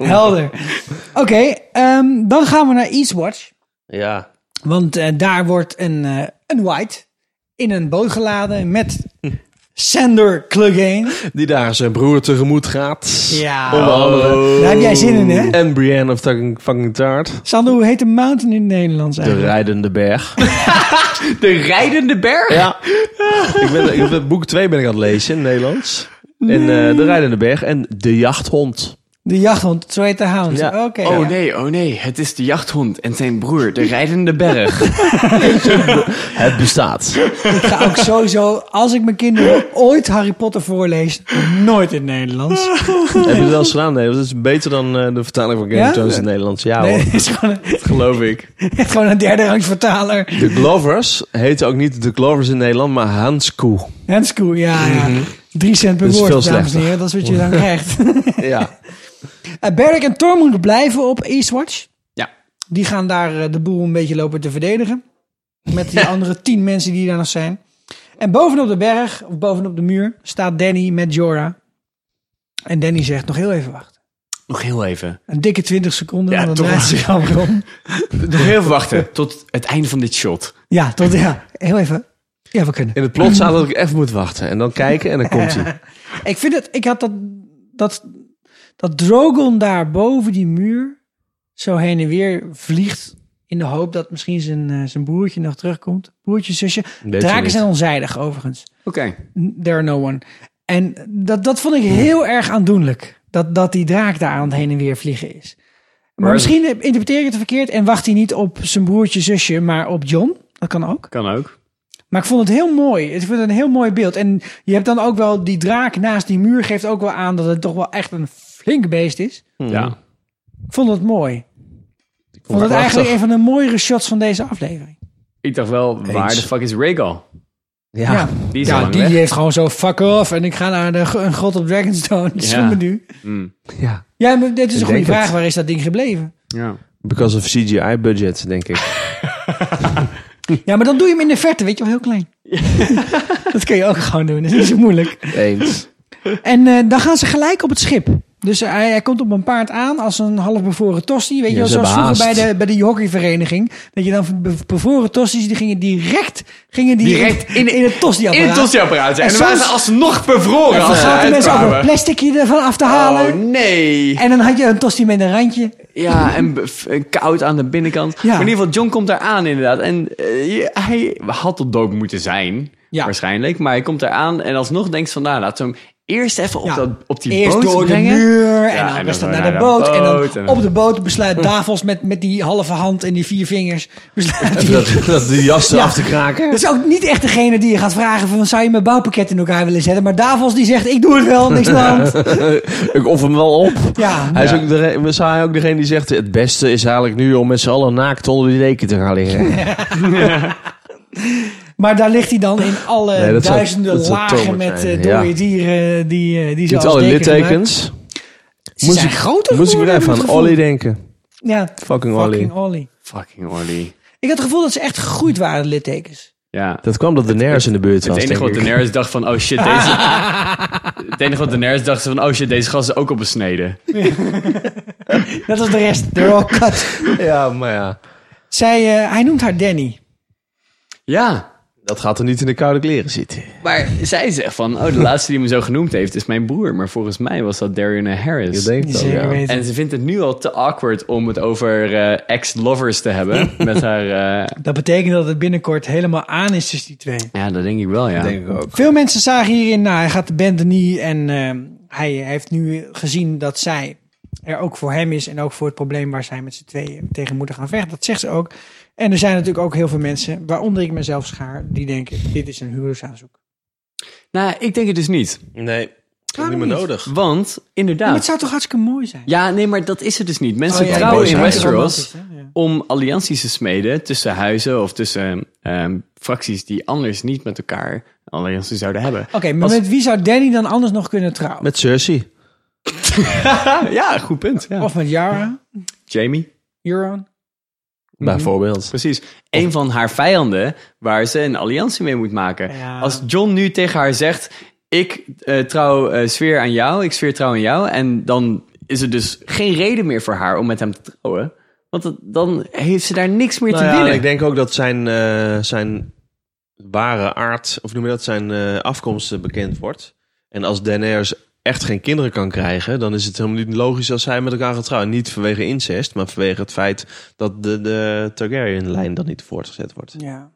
Speaker 1: Helder. Oké, ehm, dan gaan we naar Eastwatch.
Speaker 5: Ja.
Speaker 1: Want eh, daar wordt een, eh, een white in een boot geladen met Sander Clegane.
Speaker 5: Die daar zijn broer tegemoet gaat.
Speaker 1: Ja.
Speaker 5: Onder andere.
Speaker 1: Daar heb jij zin in, hè?
Speaker 5: En Brienne of fucking, fucking Tart.
Speaker 1: Sander, hoe heet de mountain in het Nederlands
Speaker 5: De
Speaker 1: eigenlijk?
Speaker 5: rijdende berg.
Speaker 4: De rijdende berg?
Speaker 5: Ja. ik ben, ik ben- boek 2 ben ik aan het lezen in het Nederlands. En eh, De Rijdende Berg en De Jachthond.
Speaker 1: De jachthond, zo heet de hound.
Speaker 5: Ja.
Speaker 1: Oké.
Speaker 4: Oh nee, oh nee, het is de jachthond en zijn broer, de rijdende berg.
Speaker 5: Het bestaat.
Speaker 1: Ik ga ook sowieso, als ik mijn kinderen ooit Harry Potter voorlees, nooit in het Nederlands.
Speaker 5: Heb je dat wel eens gedaan? Nee, want dat is beter dan eh, de vertaling van Game
Speaker 1: Ja?
Speaker 5: of Thrones in het Nederlands. Ja
Speaker 1: Nee,
Speaker 5: hoor.
Speaker 1: het is gewoon een,
Speaker 4: Geloof ik.
Speaker 1: echt gewoon een derde rangs vertaler.
Speaker 5: De Glovers heten ook niet de Glovers in Nederland, maar Hanskoe.
Speaker 1: Handscoe, ja, ja. Drie cent per
Speaker 5: Mhm. Dat is
Speaker 1: woord,
Speaker 5: veel
Speaker 1: dames en
Speaker 5: slechter.
Speaker 1: heren. Dat is wat je dan krijgt.
Speaker 5: Ja.
Speaker 1: Eh Beric en Tormund blijven op Eastwatch.
Speaker 4: Ja.
Speaker 1: Die gaan daar eh, de boel een beetje lopen te verdedigen. Met die andere tien mensen die daar nog zijn. En bovenop de berg, of bovenop de muur, staat Danny met Jorah. En Danny zegt nog heel even wachten.
Speaker 4: Nog heel even.
Speaker 1: Een dikke 20 seconden.
Speaker 4: Ja,
Speaker 1: want
Speaker 4: toch.
Speaker 1: daarna is hij al begonnen.
Speaker 4: Nog heel even wachten tot het einde van dit shot.
Speaker 1: Ja, tot, ja, heel even. Ja, we kunnen.
Speaker 5: In het plot staat dat ik even moet wachten. En dan kijken en dan komt hij.
Speaker 1: Ik vind het, ik had dat, dat, dat Drogon daar boven die muur zo heen en weer vliegt. In de hoop dat misschien zijn, eh, zijn broertje nog terugkomt. Broertje, zusje.
Speaker 5: je
Speaker 1: Draken
Speaker 5: niet.
Speaker 1: zijn onzijdig overigens.
Speaker 4: Oké.
Speaker 1: There are no one. En dat, dat vond ik heel erg aandoenlijk. Dat, dat die draak daar aan het heen en weer vliegen is. Maar
Speaker 4: Maar-
Speaker 1: misschien interpreteer ik het verkeerd en wacht hij niet op zijn broertje, zusje, maar op John. Dat kan ook.
Speaker 4: Kan ook.
Speaker 1: Maar ik vond het heel mooi. Ik vond het een heel mooi beeld. En je hebt dan ook wel die draak naast die muur geeft ook wel aan dat het toch wel echt een flink beest is.
Speaker 4: Ja.
Speaker 1: Ik vond het mooi. Ik vond het
Speaker 5: prachtig.
Speaker 1: eigenlijk een van de mooiere shots van deze aflevering.
Speaker 4: Ik dacht wel, waar de fuck is Rhaegal?
Speaker 5: Ja.
Speaker 4: Die is al
Speaker 1: Ja,
Speaker 4: lang
Speaker 1: die eh,
Speaker 4: weg.
Speaker 1: heeft gewoon zo fuck off en ik ga naar de, een god op Dragonstone. Dat is
Speaker 4: Ja.
Speaker 1: mijn nu.
Speaker 5: ja.
Speaker 1: Ja, maar dit is een goede
Speaker 5: denk het.
Speaker 1: vraag. Waar is dat ding gebleven?
Speaker 4: Ja.
Speaker 5: Because of CGI budget, denk ik.
Speaker 1: Ja, maar dan doe je hem in de verte, weet je wel, heel klein. dat kun je ook gewoon doen. Dat is niet zo moeilijk.
Speaker 5: Eens.
Speaker 1: En eh, dan gaan ze gelijk op het schip. Dus eh, hij, hij komt op een paard aan als een half bevoren tosti. Weet je
Speaker 5: Ja,
Speaker 1: wel,
Speaker 5: ze
Speaker 1: zoals
Speaker 5: hebben
Speaker 1: vroeger bij
Speaker 5: haast.
Speaker 1: de, bij de hockeyvereniging. Dat je dan van be- bevoren tosti's, die gingen direct, gingen die
Speaker 4: Direct in-
Speaker 1: in, het tosti
Speaker 4: In het tostiapparaat. En,
Speaker 1: En
Speaker 4: en dan waren ze
Speaker 1: soms-
Speaker 4: alsnog bevroren
Speaker 1: En
Speaker 4: als ze
Speaker 1: vergaten mensen ook een
Speaker 4: uitkwamen.
Speaker 1: plasticje ervan af te halen.
Speaker 4: Oh nee.
Speaker 1: En dan had je een tosti met een randje.
Speaker 4: Ja, en be- f- en koud aan de binnenkant.
Speaker 1: Ja.
Speaker 4: Maar in ieder geval, John komt daar aan inderdaad. En eh, je- hij had al dood moeten zijn,
Speaker 1: Ja.
Speaker 4: waarschijnlijk. Maar hij komt daar aan en alsnog denkt van... Nou, laten we hem eerst even op,
Speaker 1: Ja.
Speaker 4: dat, op die
Speaker 1: Nou, Eerst
Speaker 4: boot
Speaker 1: door
Speaker 4: brengen.
Speaker 1: de muur en
Speaker 4: Ja,
Speaker 1: dan
Speaker 4: en
Speaker 1: best
Speaker 4: dan
Speaker 1: naar,
Speaker 4: naar
Speaker 1: de
Speaker 4: de
Speaker 1: boot. en
Speaker 4: boot
Speaker 1: dan
Speaker 4: en dan-
Speaker 1: op de boot besluit Davos met, met die halve hand en die vier vingers. Besluit hij-
Speaker 5: Dat, dat die jas eraf
Speaker 1: Ja.
Speaker 5: te kraken.
Speaker 1: Dat is ook niet echt degene die je gaat vragen van zou je mijn bouwpakket in elkaar willen zetten. Maar Davos die zegt ik doe het wel, niks aan de hand.
Speaker 5: Ik offer hem wel op.
Speaker 1: Ja,
Speaker 5: Hij is ook de, zou hij ook degene die zegt: Het beste is eigenlijk nu om met z'n allen naakt onder die deken te gaan liggen.
Speaker 1: maar daar ligt hij dan in alle
Speaker 5: Nee, dat zou-
Speaker 1: duizenden
Speaker 5: dat zou
Speaker 1: lagen
Speaker 5: Thomas
Speaker 1: met
Speaker 5: zijn,
Speaker 1: eh, dode
Speaker 5: ja.
Speaker 1: dieren die, eh, die ze
Speaker 5: Je
Speaker 1: als
Speaker 5: hebt alle
Speaker 1: deken gebruiken.
Speaker 5: littekens.
Speaker 1: Ze
Speaker 5: Moest
Speaker 1: zijn
Speaker 5: ik-
Speaker 1: groter
Speaker 5: Moest ik weer
Speaker 1: geworden, heb
Speaker 5: even
Speaker 1: het
Speaker 5: aan
Speaker 1: gevoel.
Speaker 5: Olly denken.
Speaker 1: Ja,
Speaker 5: Fucking Olly.
Speaker 1: fucking Olly.
Speaker 4: Fucking Olly.
Speaker 1: Ik had het gevoel dat ze echt gegroeid waren, de littekens.
Speaker 4: Ja.
Speaker 5: Dat kwam dat de Daenerys in de buurt was.
Speaker 4: Het enige wat
Speaker 5: denk ik.
Speaker 4: Daenerys dacht van... Oh shit, deze... het enige wat Daenerys dacht van... Oh shit, deze gast is ook al besneden.
Speaker 1: Net als de rest, they're all cut.
Speaker 5: Ja, maar ja.
Speaker 1: Zij, eh, hij noemt haar Danny.
Speaker 4: Ja.
Speaker 5: Dat gaat er niet in de koude kleren zitten.
Speaker 4: Maar zij zegt van... Oh, de laatste die me zo genoemd heeft is mijn broer. Maar volgens mij was dat Darion Harris.
Speaker 5: Je denkt dat,
Speaker 1: Zeker
Speaker 5: ja.
Speaker 1: weten.
Speaker 4: En ze vindt het nu al te awkward om het over eh, ex-lovers te hebben. met haar. eh,
Speaker 1: Dat betekent dat het binnenkort helemaal aan is tussen die twee.
Speaker 4: ja, dat denk ik wel, ja.
Speaker 5: Denk ik ook.
Speaker 1: Veel mensen zagen hierin, nou, hij gaat de bende niet en ehm, hij heeft nu gezien dat zij er ook voor hem is en ook voor het probleem waar zij met z'n tweeën tegen moeten gaan vechten. Dat zegt ze ook. En er zijn natuurlijk ook heel veel mensen, waaronder ik mezelf schaar, die denken, dit is een huwelijksaanzoek.
Speaker 4: Nou, ik denk het dus niet.
Speaker 5: Nee,
Speaker 1: Waarom
Speaker 5: niet meer
Speaker 1: niet?
Speaker 5: nodig.
Speaker 4: Want,
Speaker 1: Maar het
Speaker 4: inderdaad.
Speaker 1: zou toch hartstikke mooi zijn?
Speaker 4: Ja, nee, maar dat is het dus niet. Mensen
Speaker 1: Oh ja,
Speaker 4: trouwen
Speaker 1: ik
Speaker 4: in
Speaker 1: ben zo
Speaker 4: Westeros
Speaker 1: romantisch, hè? Ja.
Speaker 4: om allianties te smeden tussen huizen of tussen ehm, fracties die anders niet met elkaar allianties zouden hebben.
Speaker 1: Oké, maar met wie zou Danny dan anders nog kunnen trouwen?
Speaker 5: Met Cersei.
Speaker 4: Mhm.
Speaker 5: Oh.
Speaker 4: ja, goed punt. Ja.
Speaker 1: Of met Yara?
Speaker 4: Jamie.
Speaker 1: Euron?
Speaker 5: Bijvoorbeeld.
Speaker 4: Precies. Een van haar vijanden waar ze een alliantie mee moet maken.
Speaker 1: Ja.
Speaker 4: Als John nu tegen haar zegt: Ik eh, trouw eh, sfeer aan jou, ik sfeer trouw aan jou. En dan is er dus geen reden meer voor haar om met hem te trouwen. Want dat- dan heeft ze daar niks meer
Speaker 5: Nou
Speaker 4: te
Speaker 5: ja,
Speaker 4: winnen.
Speaker 5: ik denk ook dat zijn, eh, zijn ware aard, of noem je dat, zijn eh, afkomst eh, bekend wordt. En als Daenerys echt geen kinderen kan krijgen, dan is het helemaal niet logisch als zij met elkaar gaat trouwen. Niet vanwege incest, maar vanwege het feit dat de, de Targaryen-lijn dan niet voortgezet wordt.
Speaker 1: Ja.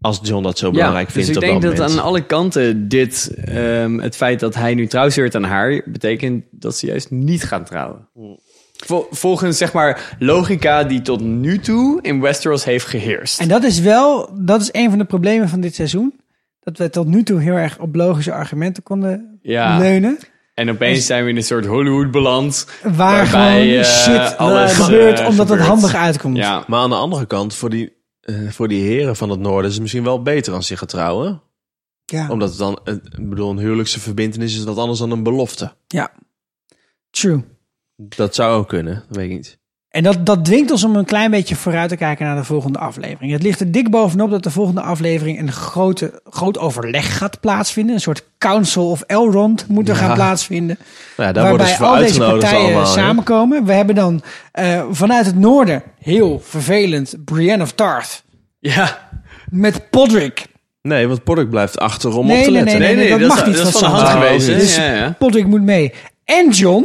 Speaker 5: Als John dat zo
Speaker 4: Ja,
Speaker 5: belangrijk vindt
Speaker 4: dus ik
Speaker 5: op
Speaker 4: denk dat,
Speaker 5: dat moment.
Speaker 4: aan alle kanten dit, ehm, het feit dat hij nu trouw zweert aan haar, betekent dat ze juist niet gaan trouwen.
Speaker 5: Hmm.
Speaker 4: Vol- volgens zeg maar logica die tot nu toe in Westeros heeft geheerst.
Speaker 1: En dat is wel, dat is een van de problemen van dit seizoen. Dat we tot nu toe heel erg op logische argumenten konden
Speaker 4: Ja.
Speaker 1: leunen.
Speaker 4: En opeens zijn we in een soort Hollywood beland.
Speaker 1: Waar
Speaker 4: Waarbij,
Speaker 1: gewoon
Speaker 4: eh,
Speaker 1: shit
Speaker 4: alles,
Speaker 1: gebeurt
Speaker 4: eh,
Speaker 1: omdat het
Speaker 4: gebeurt.
Speaker 1: handig uitkomt.
Speaker 4: Ja.
Speaker 5: Maar aan de andere kant, voor die, eh, voor die heren van het noorden is het misschien wel beter als ze gaan trouwen.
Speaker 1: Ja.
Speaker 5: Omdat het dan, eh, ik bedoel, een huwelijkse verbindenis is wat anders dan een belofte.
Speaker 1: ja. True.
Speaker 5: Dat zou ook kunnen, dat weet ik niet.
Speaker 1: En dat, dat dwingt ons om een klein beetje vooruit te kijken naar de volgende aflevering. Het ligt er dik bovenop dat de volgende aflevering een grote, groot overleg gaat plaatsvinden. Een soort Council of Elrond moet er gaan plaatsvinden.
Speaker 5: Ja, daar worden
Speaker 1: waarbij
Speaker 5: ze voor
Speaker 1: al deze
Speaker 5: uitgenodigd
Speaker 1: partijen
Speaker 5: allemaal, hè?
Speaker 1: samenkomen. We hebben dan eh, vanuit het noorden, heel vervelend, Brienne of Tarth.
Speaker 4: Ja.
Speaker 1: Met Podrick.
Speaker 5: Nee, want Pork blijft achter om op
Speaker 1: Nee,
Speaker 5: te
Speaker 1: nee,
Speaker 5: letten.
Speaker 1: nee, nee,
Speaker 4: Nee, nee,
Speaker 1: dat
Speaker 4: dat,
Speaker 1: mag
Speaker 4: is-
Speaker 1: niet.
Speaker 4: dat is
Speaker 1: van
Speaker 4: van de
Speaker 1: Sam.
Speaker 4: hand
Speaker 5: Ah,
Speaker 4: geweest. hè?
Speaker 1: Dus
Speaker 4: Ja, ja.
Speaker 1: Podrick moet mee. En John.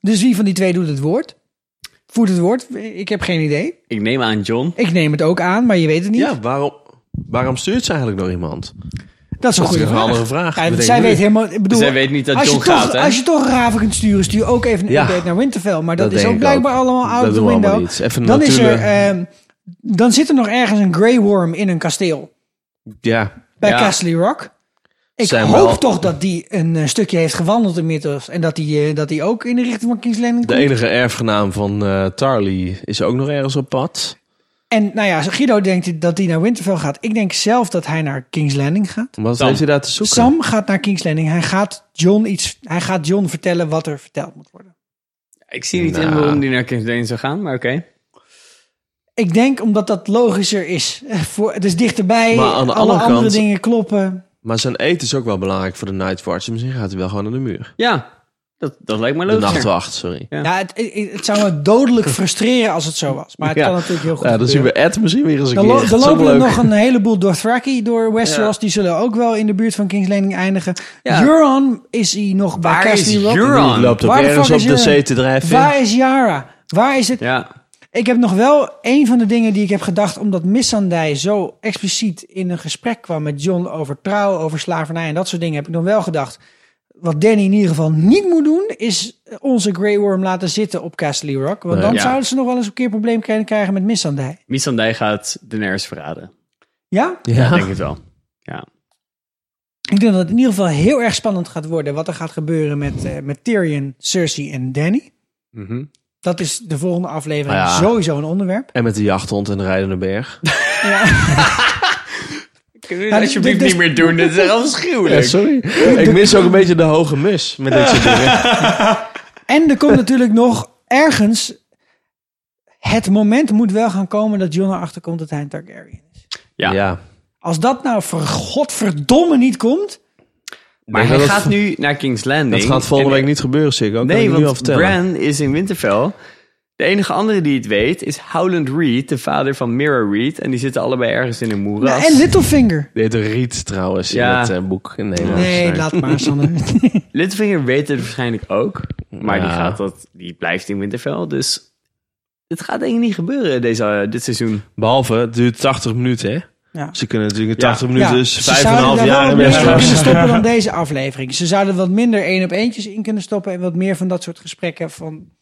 Speaker 1: Dus wie van die twee doet het woord? Voert het woord? Ik heb geen idee.
Speaker 4: Ik neem aan John.
Speaker 1: Ik neem het ook aan, maar je weet het niet.
Speaker 5: Ja, waarom, waarom stuurt ze eigenlijk nog iemand?
Speaker 1: dat is een goede
Speaker 5: een
Speaker 1: vraag.
Speaker 5: andere vraag.
Speaker 1: Ja, want
Speaker 5: Bedenk
Speaker 1: zij
Speaker 5: nu.
Speaker 1: weet helemaal. Ik bedoel,
Speaker 4: Zij weet niet dat
Speaker 1: als je
Speaker 4: John
Speaker 1: toch,
Speaker 4: gaat, hè?
Speaker 1: Als je toch raven kunt sturen, stuur ook even een
Speaker 5: Ja.
Speaker 1: update naar Winterfell. Maar dat,
Speaker 5: Dat
Speaker 1: is
Speaker 5: denk
Speaker 1: ook
Speaker 5: ik
Speaker 1: blijkbaar
Speaker 5: ook.
Speaker 1: allemaal out
Speaker 5: Dat
Speaker 1: of the
Speaker 5: doen we allemaal
Speaker 1: window.
Speaker 5: niet. Even
Speaker 1: dan, is er,
Speaker 5: natuurlijk-
Speaker 1: ehm, dan zit er nog ergens een Grey Worm in een kasteel.
Speaker 5: Ja.
Speaker 1: bij
Speaker 4: Ja.
Speaker 1: Castle Rock. Ik
Speaker 5: Zijn
Speaker 1: hoop
Speaker 5: wel-
Speaker 1: toch dat die een eh, stukje heeft gewandeld inmiddels. En dat die, eh, dat die ook in de richting van King's Landing
Speaker 5: De
Speaker 1: komt.
Speaker 5: enige erfgenaam van eh Tarly is ook nog ergens op pad.
Speaker 1: En nou ja, Guido denkt dat die naar Winterfell gaat. Ik denk zelf dat hij naar King's Landing gaat.
Speaker 5: Wat
Speaker 4: Sam.
Speaker 5: heeft hij daar te zoeken?
Speaker 1: Sam gaat naar King's Landing. Hij gaat, John iets, hij gaat John vertellen wat er verteld moet worden.
Speaker 4: Ik zie niet in
Speaker 5: Nou.
Speaker 4: waarom die naar King's Landing zou gaan, maar oké.
Speaker 1: Ik denk omdat dat logischer is. Eh, Voor, het is dichterbij.
Speaker 5: Maar aan
Speaker 1: alle
Speaker 5: de andere
Speaker 1: andere
Speaker 5: kant-
Speaker 1: dingen kloppen.
Speaker 5: Maar zijn eten is ook wel belangrijk voor de Nightwatch. Misschien gaat hij wel gewoon naar de muur.
Speaker 4: Ja, dat, dat lijkt me
Speaker 5: De
Speaker 4: leuk.
Speaker 5: Nachtwacht, sorry.
Speaker 4: Ja.
Speaker 1: Ja, het, het, het zou me dodelijk frustreren als het zo was. Maar het
Speaker 5: Ja.
Speaker 1: kan natuurlijk heel goed
Speaker 5: Ja, dan zien
Speaker 1: gebeuren.
Speaker 5: we Ed misschien weer eens een
Speaker 1: Er, lo-
Speaker 5: keer.
Speaker 1: er
Speaker 5: Dat is ook
Speaker 1: lopen er
Speaker 5: leuk.
Speaker 1: nog een heleboel Dothraki door Westeros. Die zullen ook wel in de buurt van King's Landing eindigen.
Speaker 4: Ja.
Speaker 1: Euron is hij nog bij
Speaker 4: Waar is
Speaker 1: Castle Rock.
Speaker 5: Die
Speaker 4: Euron?
Speaker 5: loopt ook
Speaker 1: Waar de
Speaker 5: ergens
Speaker 1: fuck
Speaker 5: op
Speaker 1: is
Speaker 5: de
Speaker 1: Euron?
Speaker 5: zee te drijven.
Speaker 1: Waar is Yara? Waar is het?
Speaker 4: Ja,
Speaker 1: Ik heb nog wel een van de dingen die ik heb gedacht... omdat Missandei zo expliciet in een gesprek kwam met John... over trouw, over slavernij en dat soort dingen... heb ik nog wel gedacht... wat Danny in ieder geval niet moet doen... is onze Grey Worm laten zitten op Castle Rock. Want
Speaker 5: Nee.
Speaker 1: dan
Speaker 4: Ja.
Speaker 1: zouden ze nog wel eens een keer een probleem kunnen krijgen met Missandei.
Speaker 4: Missandei gaat Daenerys verraden.
Speaker 1: Ja?
Speaker 4: Ja.
Speaker 5: Ja.
Speaker 4: Denk het wel. Ja.
Speaker 1: Ik denk dat het in ieder geval heel erg spannend gaat worden wat er gaat gebeuren met, eh, met Tyrion, Cersei en Danny.
Speaker 4: Mhm.
Speaker 1: Dat is de volgende aflevering
Speaker 5: Ah ja.
Speaker 1: sowieso een onderwerp.
Speaker 5: En met de jachthond en de rijdende berg.
Speaker 4: Kunnen we
Speaker 1: Ja,
Speaker 4: dit alsjeblieft
Speaker 1: dus-
Speaker 4: niet meer doen? Dit is echt
Speaker 5: Ja,
Speaker 4: afschuwelijk.
Speaker 5: sorry. Ik mis ook een beetje de hoge mus met dit soort dingen.
Speaker 1: En er komt natuurlijk nog ergens. Het moment moet wel gaan komen dat Jon erachter komt dat hij een Targaryen is.
Speaker 4: Ja.
Speaker 5: Ja.
Speaker 1: Als dat nou voor godverdomme niet komt.
Speaker 4: maar
Speaker 5: Denk
Speaker 4: hij
Speaker 5: dat
Speaker 4: gaat
Speaker 5: dat-
Speaker 4: nu naar King's Landing.
Speaker 5: Dat gaat volgende
Speaker 4: En-
Speaker 5: week niet gebeuren, zeker. Kan
Speaker 4: Nee,
Speaker 5: ik nu al
Speaker 4: want
Speaker 5: vertellen.
Speaker 4: Bran is in Winterfell. De enige andere die het weet is Howland Reed, de vader van Mira Reed. En die zitten allebei ergens in een moeras.
Speaker 1: Nou, en Littlefinger.
Speaker 5: Dit Riet trouwens
Speaker 4: Ja.
Speaker 5: in het eh, boek. in Nederland.
Speaker 1: Nee, laat maar, Sanne.
Speaker 4: Littlefinger weet het waarschijnlijk ook. Maar die,
Speaker 5: Ja.
Speaker 4: gaat dat, die blijft in Winterfell. Dus het gaat denk ik niet gebeuren deze, eh, dit seizoen.
Speaker 5: Behalve, het duurt 80 minuten, hè?
Speaker 1: Ja.
Speaker 5: Ze kunnen natuurlijk
Speaker 4: Ja.
Speaker 5: 80
Speaker 1: Ja,
Speaker 5: minuten, dus
Speaker 1: ze zouden
Speaker 5: 5,5
Speaker 1: daar
Speaker 5: jaar
Speaker 1: wel
Speaker 5: in
Speaker 1: wat meer in
Speaker 5: Westeros.
Speaker 1: kunnen stoppen dan deze aflevering. Ze zouden wat minder één op eentjes in kunnen stoppen en wat meer van dat soort gesprekken van.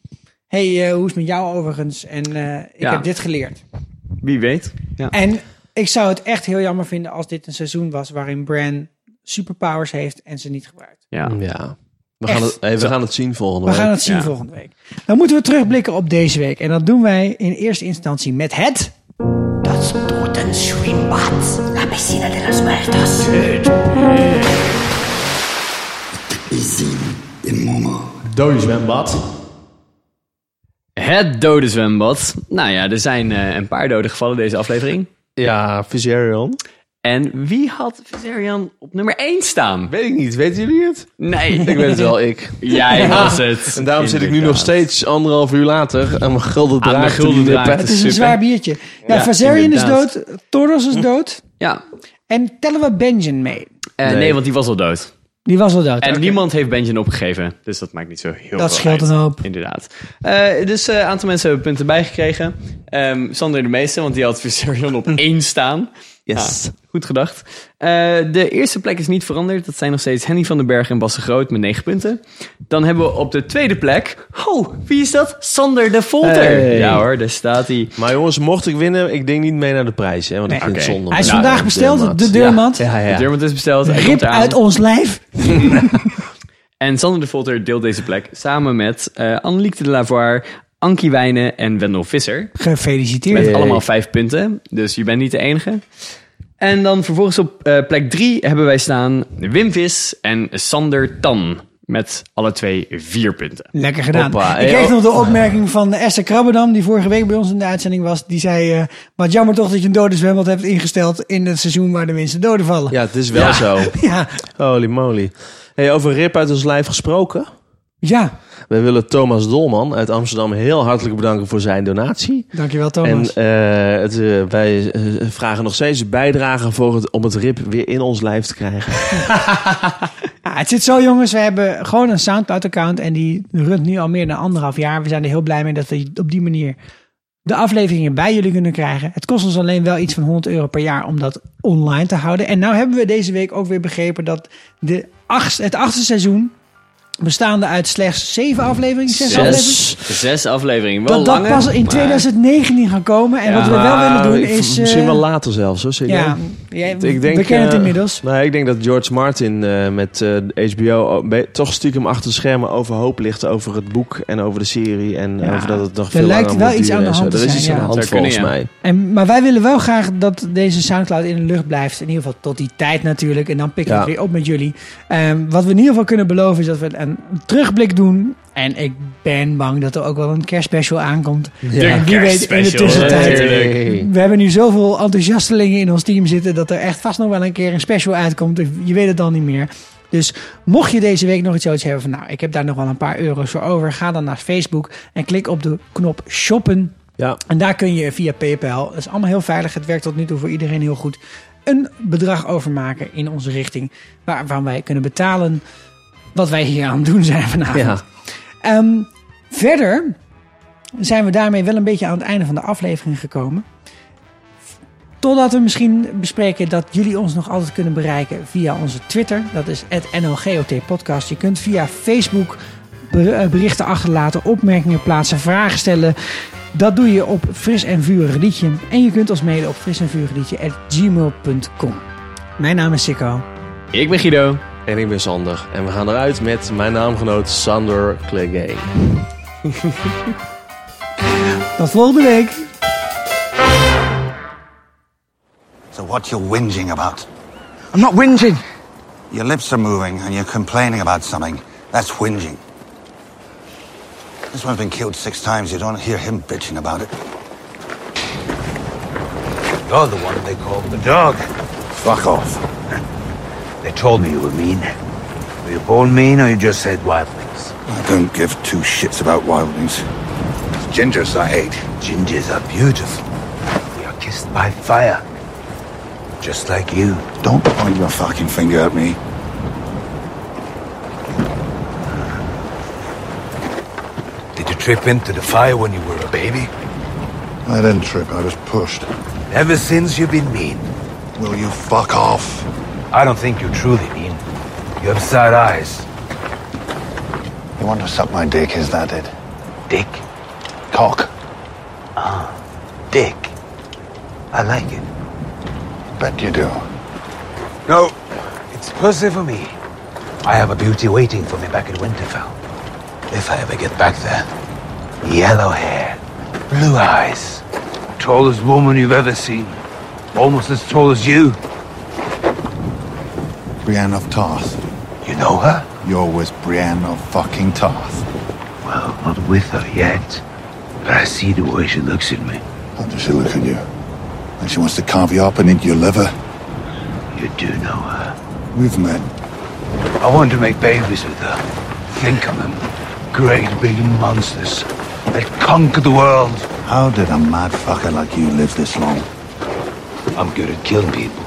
Speaker 1: Hey, eh, hoe is het met jou overigens? En eh, ik
Speaker 4: Ja.
Speaker 1: heb dit geleerd.
Speaker 4: Wie weet. Ja.
Speaker 1: En ik zou het echt heel jammer vinden als dit een seizoen was waarin Bran superpowers heeft en ze niet gebruikt.
Speaker 4: Ja.
Speaker 5: Ja. We
Speaker 1: Echt.
Speaker 5: gaan, het, hey, we gaan het zien volgende
Speaker 1: We
Speaker 5: week.
Speaker 1: gaan het zien
Speaker 4: Ja.
Speaker 1: volgende week. Dan moeten we terugblikken op deze week. En dat doen wij in eerste instantie met het.
Speaker 8: Los putos Shrimpats, la piscina de los muertos.
Speaker 5: Dode zwembad.
Speaker 4: Het dode zwembad. Nou ja, er zijn eh, een paar doden gevallen deze aflevering.
Speaker 5: Ja, Viserion.
Speaker 4: En wie had Viserion op nummer 1 staan?
Speaker 5: Weet ik niet, weten jullie het?
Speaker 4: Nee,
Speaker 5: Ik weet het wel, ik.
Speaker 4: Jij was het.
Speaker 5: En daarom zit ik nu nog
Speaker 4: Inderdaad.
Speaker 5: steeds anderhalf uur later aan mijn gulden draak.
Speaker 4: Aan mijn gulden
Speaker 5: te
Speaker 4: draak te
Speaker 5: lippen.
Speaker 1: Het is een
Speaker 4: Super.
Speaker 1: zwaar biertje. Ja,
Speaker 4: Ja,
Speaker 1: Vazarian is
Speaker 4: inderdaad.
Speaker 1: dood. Toros is dood.
Speaker 4: Ja.
Speaker 1: En tellen we Benjen mee.
Speaker 4: Eh, nee.
Speaker 5: Nee.
Speaker 4: want die was al dood.
Speaker 1: Die was al dood.
Speaker 4: En
Speaker 1: Oké.
Speaker 4: niemand heeft Benjen opgegeven. Dus dat maakt niet zo heel
Speaker 1: Dat
Speaker 4: veel
Speaker 1: scheelt
Speaker 4: uit.
Speaker 1: een hoop.
Speaker 4: Inderdaad. Eh, dus eh, een aantal mensen hebben punten bijgekregen. Ehm Sander de meeste, want die had Viserion op één staan. Nou,
Speaker 5: Yes.
Speaker 4: Ja, goed gedacht. Eh, de eerste plek is niet veranderd. Dat zijn nog steeds Henny van den Berg en Basse Groot met 9 punten. Dan hebben we op de tweede plek... Oh, wie is dat? Sander de Volter.
Speaker 5: Hey.
Speaker 4: Ja hoor, daar staat hij.
Speaker 5: Maar jongens, mocht ik winnen, ik denk niet mee naar de prijs. Hè, want ik
Speaker 1: Nee.
Speaker 5: vind het
Speaker 4: Oké.
Speaker 5: zonde.
Speaker 1: Hij is
Speaker 5: Ja,
Speaker 1: vandaag
Speaker 5: de
Speaker 1: besteld,
Speaker 5: deurmat.
Speaker 1: de deurmat.
Speaker 5: Nou, Ja, ja,
Speaker 4: De
Speaker 5: ja.
Speaker 4: Dermot is besteld. Hij
Speaker 1: Rip
Speaker 4: komt aan.
Speaker 1: uit ons lijf.
Speaker 4: En Sander de Volter deelt deze plek samen met eh Annelieke de Lavoir, Ankie Wijnen en Wendel Visser.
Speaker 1: Gefeliciteerd.
Speaker 4: Met allemaal vijf punten, dus je bent niet de enige. En dan vervolgens op eh, plek drie hebben wij staan Wim Vis en Sander Tan met alle twee vier punten.
Speaker 1: Lekker gedaan.
Speaker 5: Hoppa.
Speaker 1: ik kreeg
Speaker 5: Hey,
Speaker 1: nog de opmerking van Esther Krabbedam, die vorige week bij ons in de uitzending was. Die zei, eh wat jammer toch dat je een dode zwembad hebt ingesteld in het seizoen waar de minste doden vallen.
Speaker 5: Ja, het is wel zo.
Speaker 1: ja.
Speaker 5: Holy moly. Hey, over rip uit ons lijf gesproken.
Speaker 1: Ja.
Speaker 5: Wij willen Thomas Dolman uit Amsterdam heel hartelijk bedanken voor zijn donatie.
Speaker 1: dankjewel Thomas.
Speaker 5: En eh, het, eh, wij eh, vragen nog steeds bijdragen voor het, om het rib weer in ons lijf te krijgen.
Speaker 1: Ah, het zit zo, jongens. We hebben gewoon een Soundcloud-account. En die runt nu al meer dan anderhalf jaar. We zijn er heel blij mee dat we op die manier de afleveringen bij jullie kunnen krijgen. Het kost ons alleen wel iets van 100 euro per jaar om dat online te houden. En nou hebben we deze week ook weer begrepen dat de achtste, het achtste seizoen, bestaande uit slechts zeven afleveringen, zes, afleveringen,
Speaker 4: Zes, zes afleveringen. Wel
Speaker 1: dat
Speaker 4: langer,
Speaker 1: dat pas in
Speaker 4: maar-
Speaker 1: 2019 gaat komen. En
Speaker 4: Ja,
Speaker 1: wat we wel willen doen
Speaker 5: Ah, Ik-
Speaker 1: is... eh,
Speaker 5: Misschien wel later zelfs. Hoor, serieus.
Speaker 1: ja, jij-
Speaker 5: Ik denk,
Speaker 1: we kennen het
Speaker 5: eh,
Speaker 1: inmiddels.
Speaker 5: Nou, ik denk dat George Martin eh, met eh, HBO ook be- toch stiekem achter de schermen overhoop ligt over het boek en over de serie. En
Speaker 1: Ja,
Speaker 5: over dat het nog
Speaker 1: er
Speaker 5: veel
Speaker 1: lijkt
Speaker 5: langer
Speaker 1: wel
Speaker 5: moet
Speaker 1: iets
Speaker 5: duren
Speaker 1: aan de
Speaker 5: en zo.
Speaker 1: hand te
Speaker 5: Er is
Speaker 1: zijn,
Speaker 5: iets
Speaker 1: ja.
Speaker 5: aan de hand
Speaker 4: Zou kunnen,
Speaker 5: volgens
Speaker 4: ja.
Speaker 5: mij.
Speaker 1: En, maar wij willen wel graag dat deze Soundcloud in de lucht blijft. In ieder geval tot die tijd natuurlijk. En dan pikken we
Speaker 5: Ja.
Speaker 1: het weer op met jullie. Ehm, wat we in ieder geval kunnen beloven is dat we een terugblik doen. En ik ben bang dat er ook wel een kerstspecial aankomt. en wie weet in de
Speaker 4: kerstspecial,
Speaker 1: tussentijd.
Speaker 4: natuurlijk.
Speaker 1: We hebben nu zoveel enthousiastelingen in ons team zitten... dat er echt vast nog wel een keer een special uitkomt. Je weet het dan niet meer. Dus mocht je deze week nog iets zoiets hebben van... nou, ik heb daar nog wel een paar euro's voor over... ga dan naar Facebook en klik op de knop shoppen...
Speaker 5: Ja.
Speaker 1: En daar kun je via PayPal, dat is allemaal heel veilig, het werkt tot nu toe voor iedereen heel goed, een bedrag overmaken in onze richting. waar- waarvan wij kunnen betalen wat wij hier aan het doen zijn vanavond.
Speaker 5: Ja.
Speaker 1: Ehm, verder zijn we daarmee wel een beetje aan het einde van de aflevering gekomen. Totdat we misschien bespreken dat jullie ons nog altijd kunnen bereiken via onze Twitter. Dat is het NLGOT podcast. Je kunt via Facebook ber- eh, berichten achterlaten, opmerkingen plaatsen, vragen stellen. Dat doe je op fris en vurig liedje. En je kunt ons mailen op fris en vurig liedje at gmail.com. Mijn naam is Sikko.
Speaker 4: Ik ben Guido.
Speaker 5: En ik ben Sander. En we gaan eruit met mijn naamgenoot Sander Klegay.
Speaker 1: Tot volgende week.
Speaker 9: So what you whinging about?
Speaker 10: I'm not whinging.
Speaker 9: Your lips are moving and you're complaining about something. That's whinging. This one's been killed six times. You don't hear him bitching about it.
Speaker 10: You're the one they called the dog.
Speaker 9: Fuck off.
Speaker 10: They told me you were mean. Were you born mean or you just said wild things?
Speaker 9: I don't give two shits about wildlings. Gingers I hate.
Speaker 10: Gingers are beautiful. They are kissed by fire. Just like you.
Speaker 9: Don't point your fucking finger at me.
Speaker 10: Did you trip into the fire when you were a baby?
Speaker 9: I didn't trip. I was pushed.
Speaker 10: Ever since you've been mean.
Speaker 9: Will you fuck off?
Speaker 10: I don't think you're truly mean. You have sad eyes.
Speaker 9: You want to suck my dick? Is that it?
Speaker 10: Dick. Ah,
Speaker 9: Cock.
Speaker 10: Dick. I like it.
Speaker 9: Bet you do.
Speaker 10: No, it's pussy for me. I have a beauty waiting for me back at Winterfell. If I ever get back there. Yellow hair, blue eyes. Tallest woman you've ever seen. Almost as tall as you.
Speaker 9: Brienne of Tarth.
Speaker 10: You know her?
Speaker 9: You're with Brienne of fucking Tarth.
Speaker 10: Well, not with her yet. But I see the way she looks at me.
Speaker 9: How does she look at you? Like she wants to carve you up and eat your liver?
Speaker 10: You do know her.
Speaker 9: We've met.
Speaker 10: I want to make babies with her. Think of them. Great big monsters that conquer the world.
Speaker 9: How did a mad fucker like you live this long?
Speaker 10: I'm good at killing people.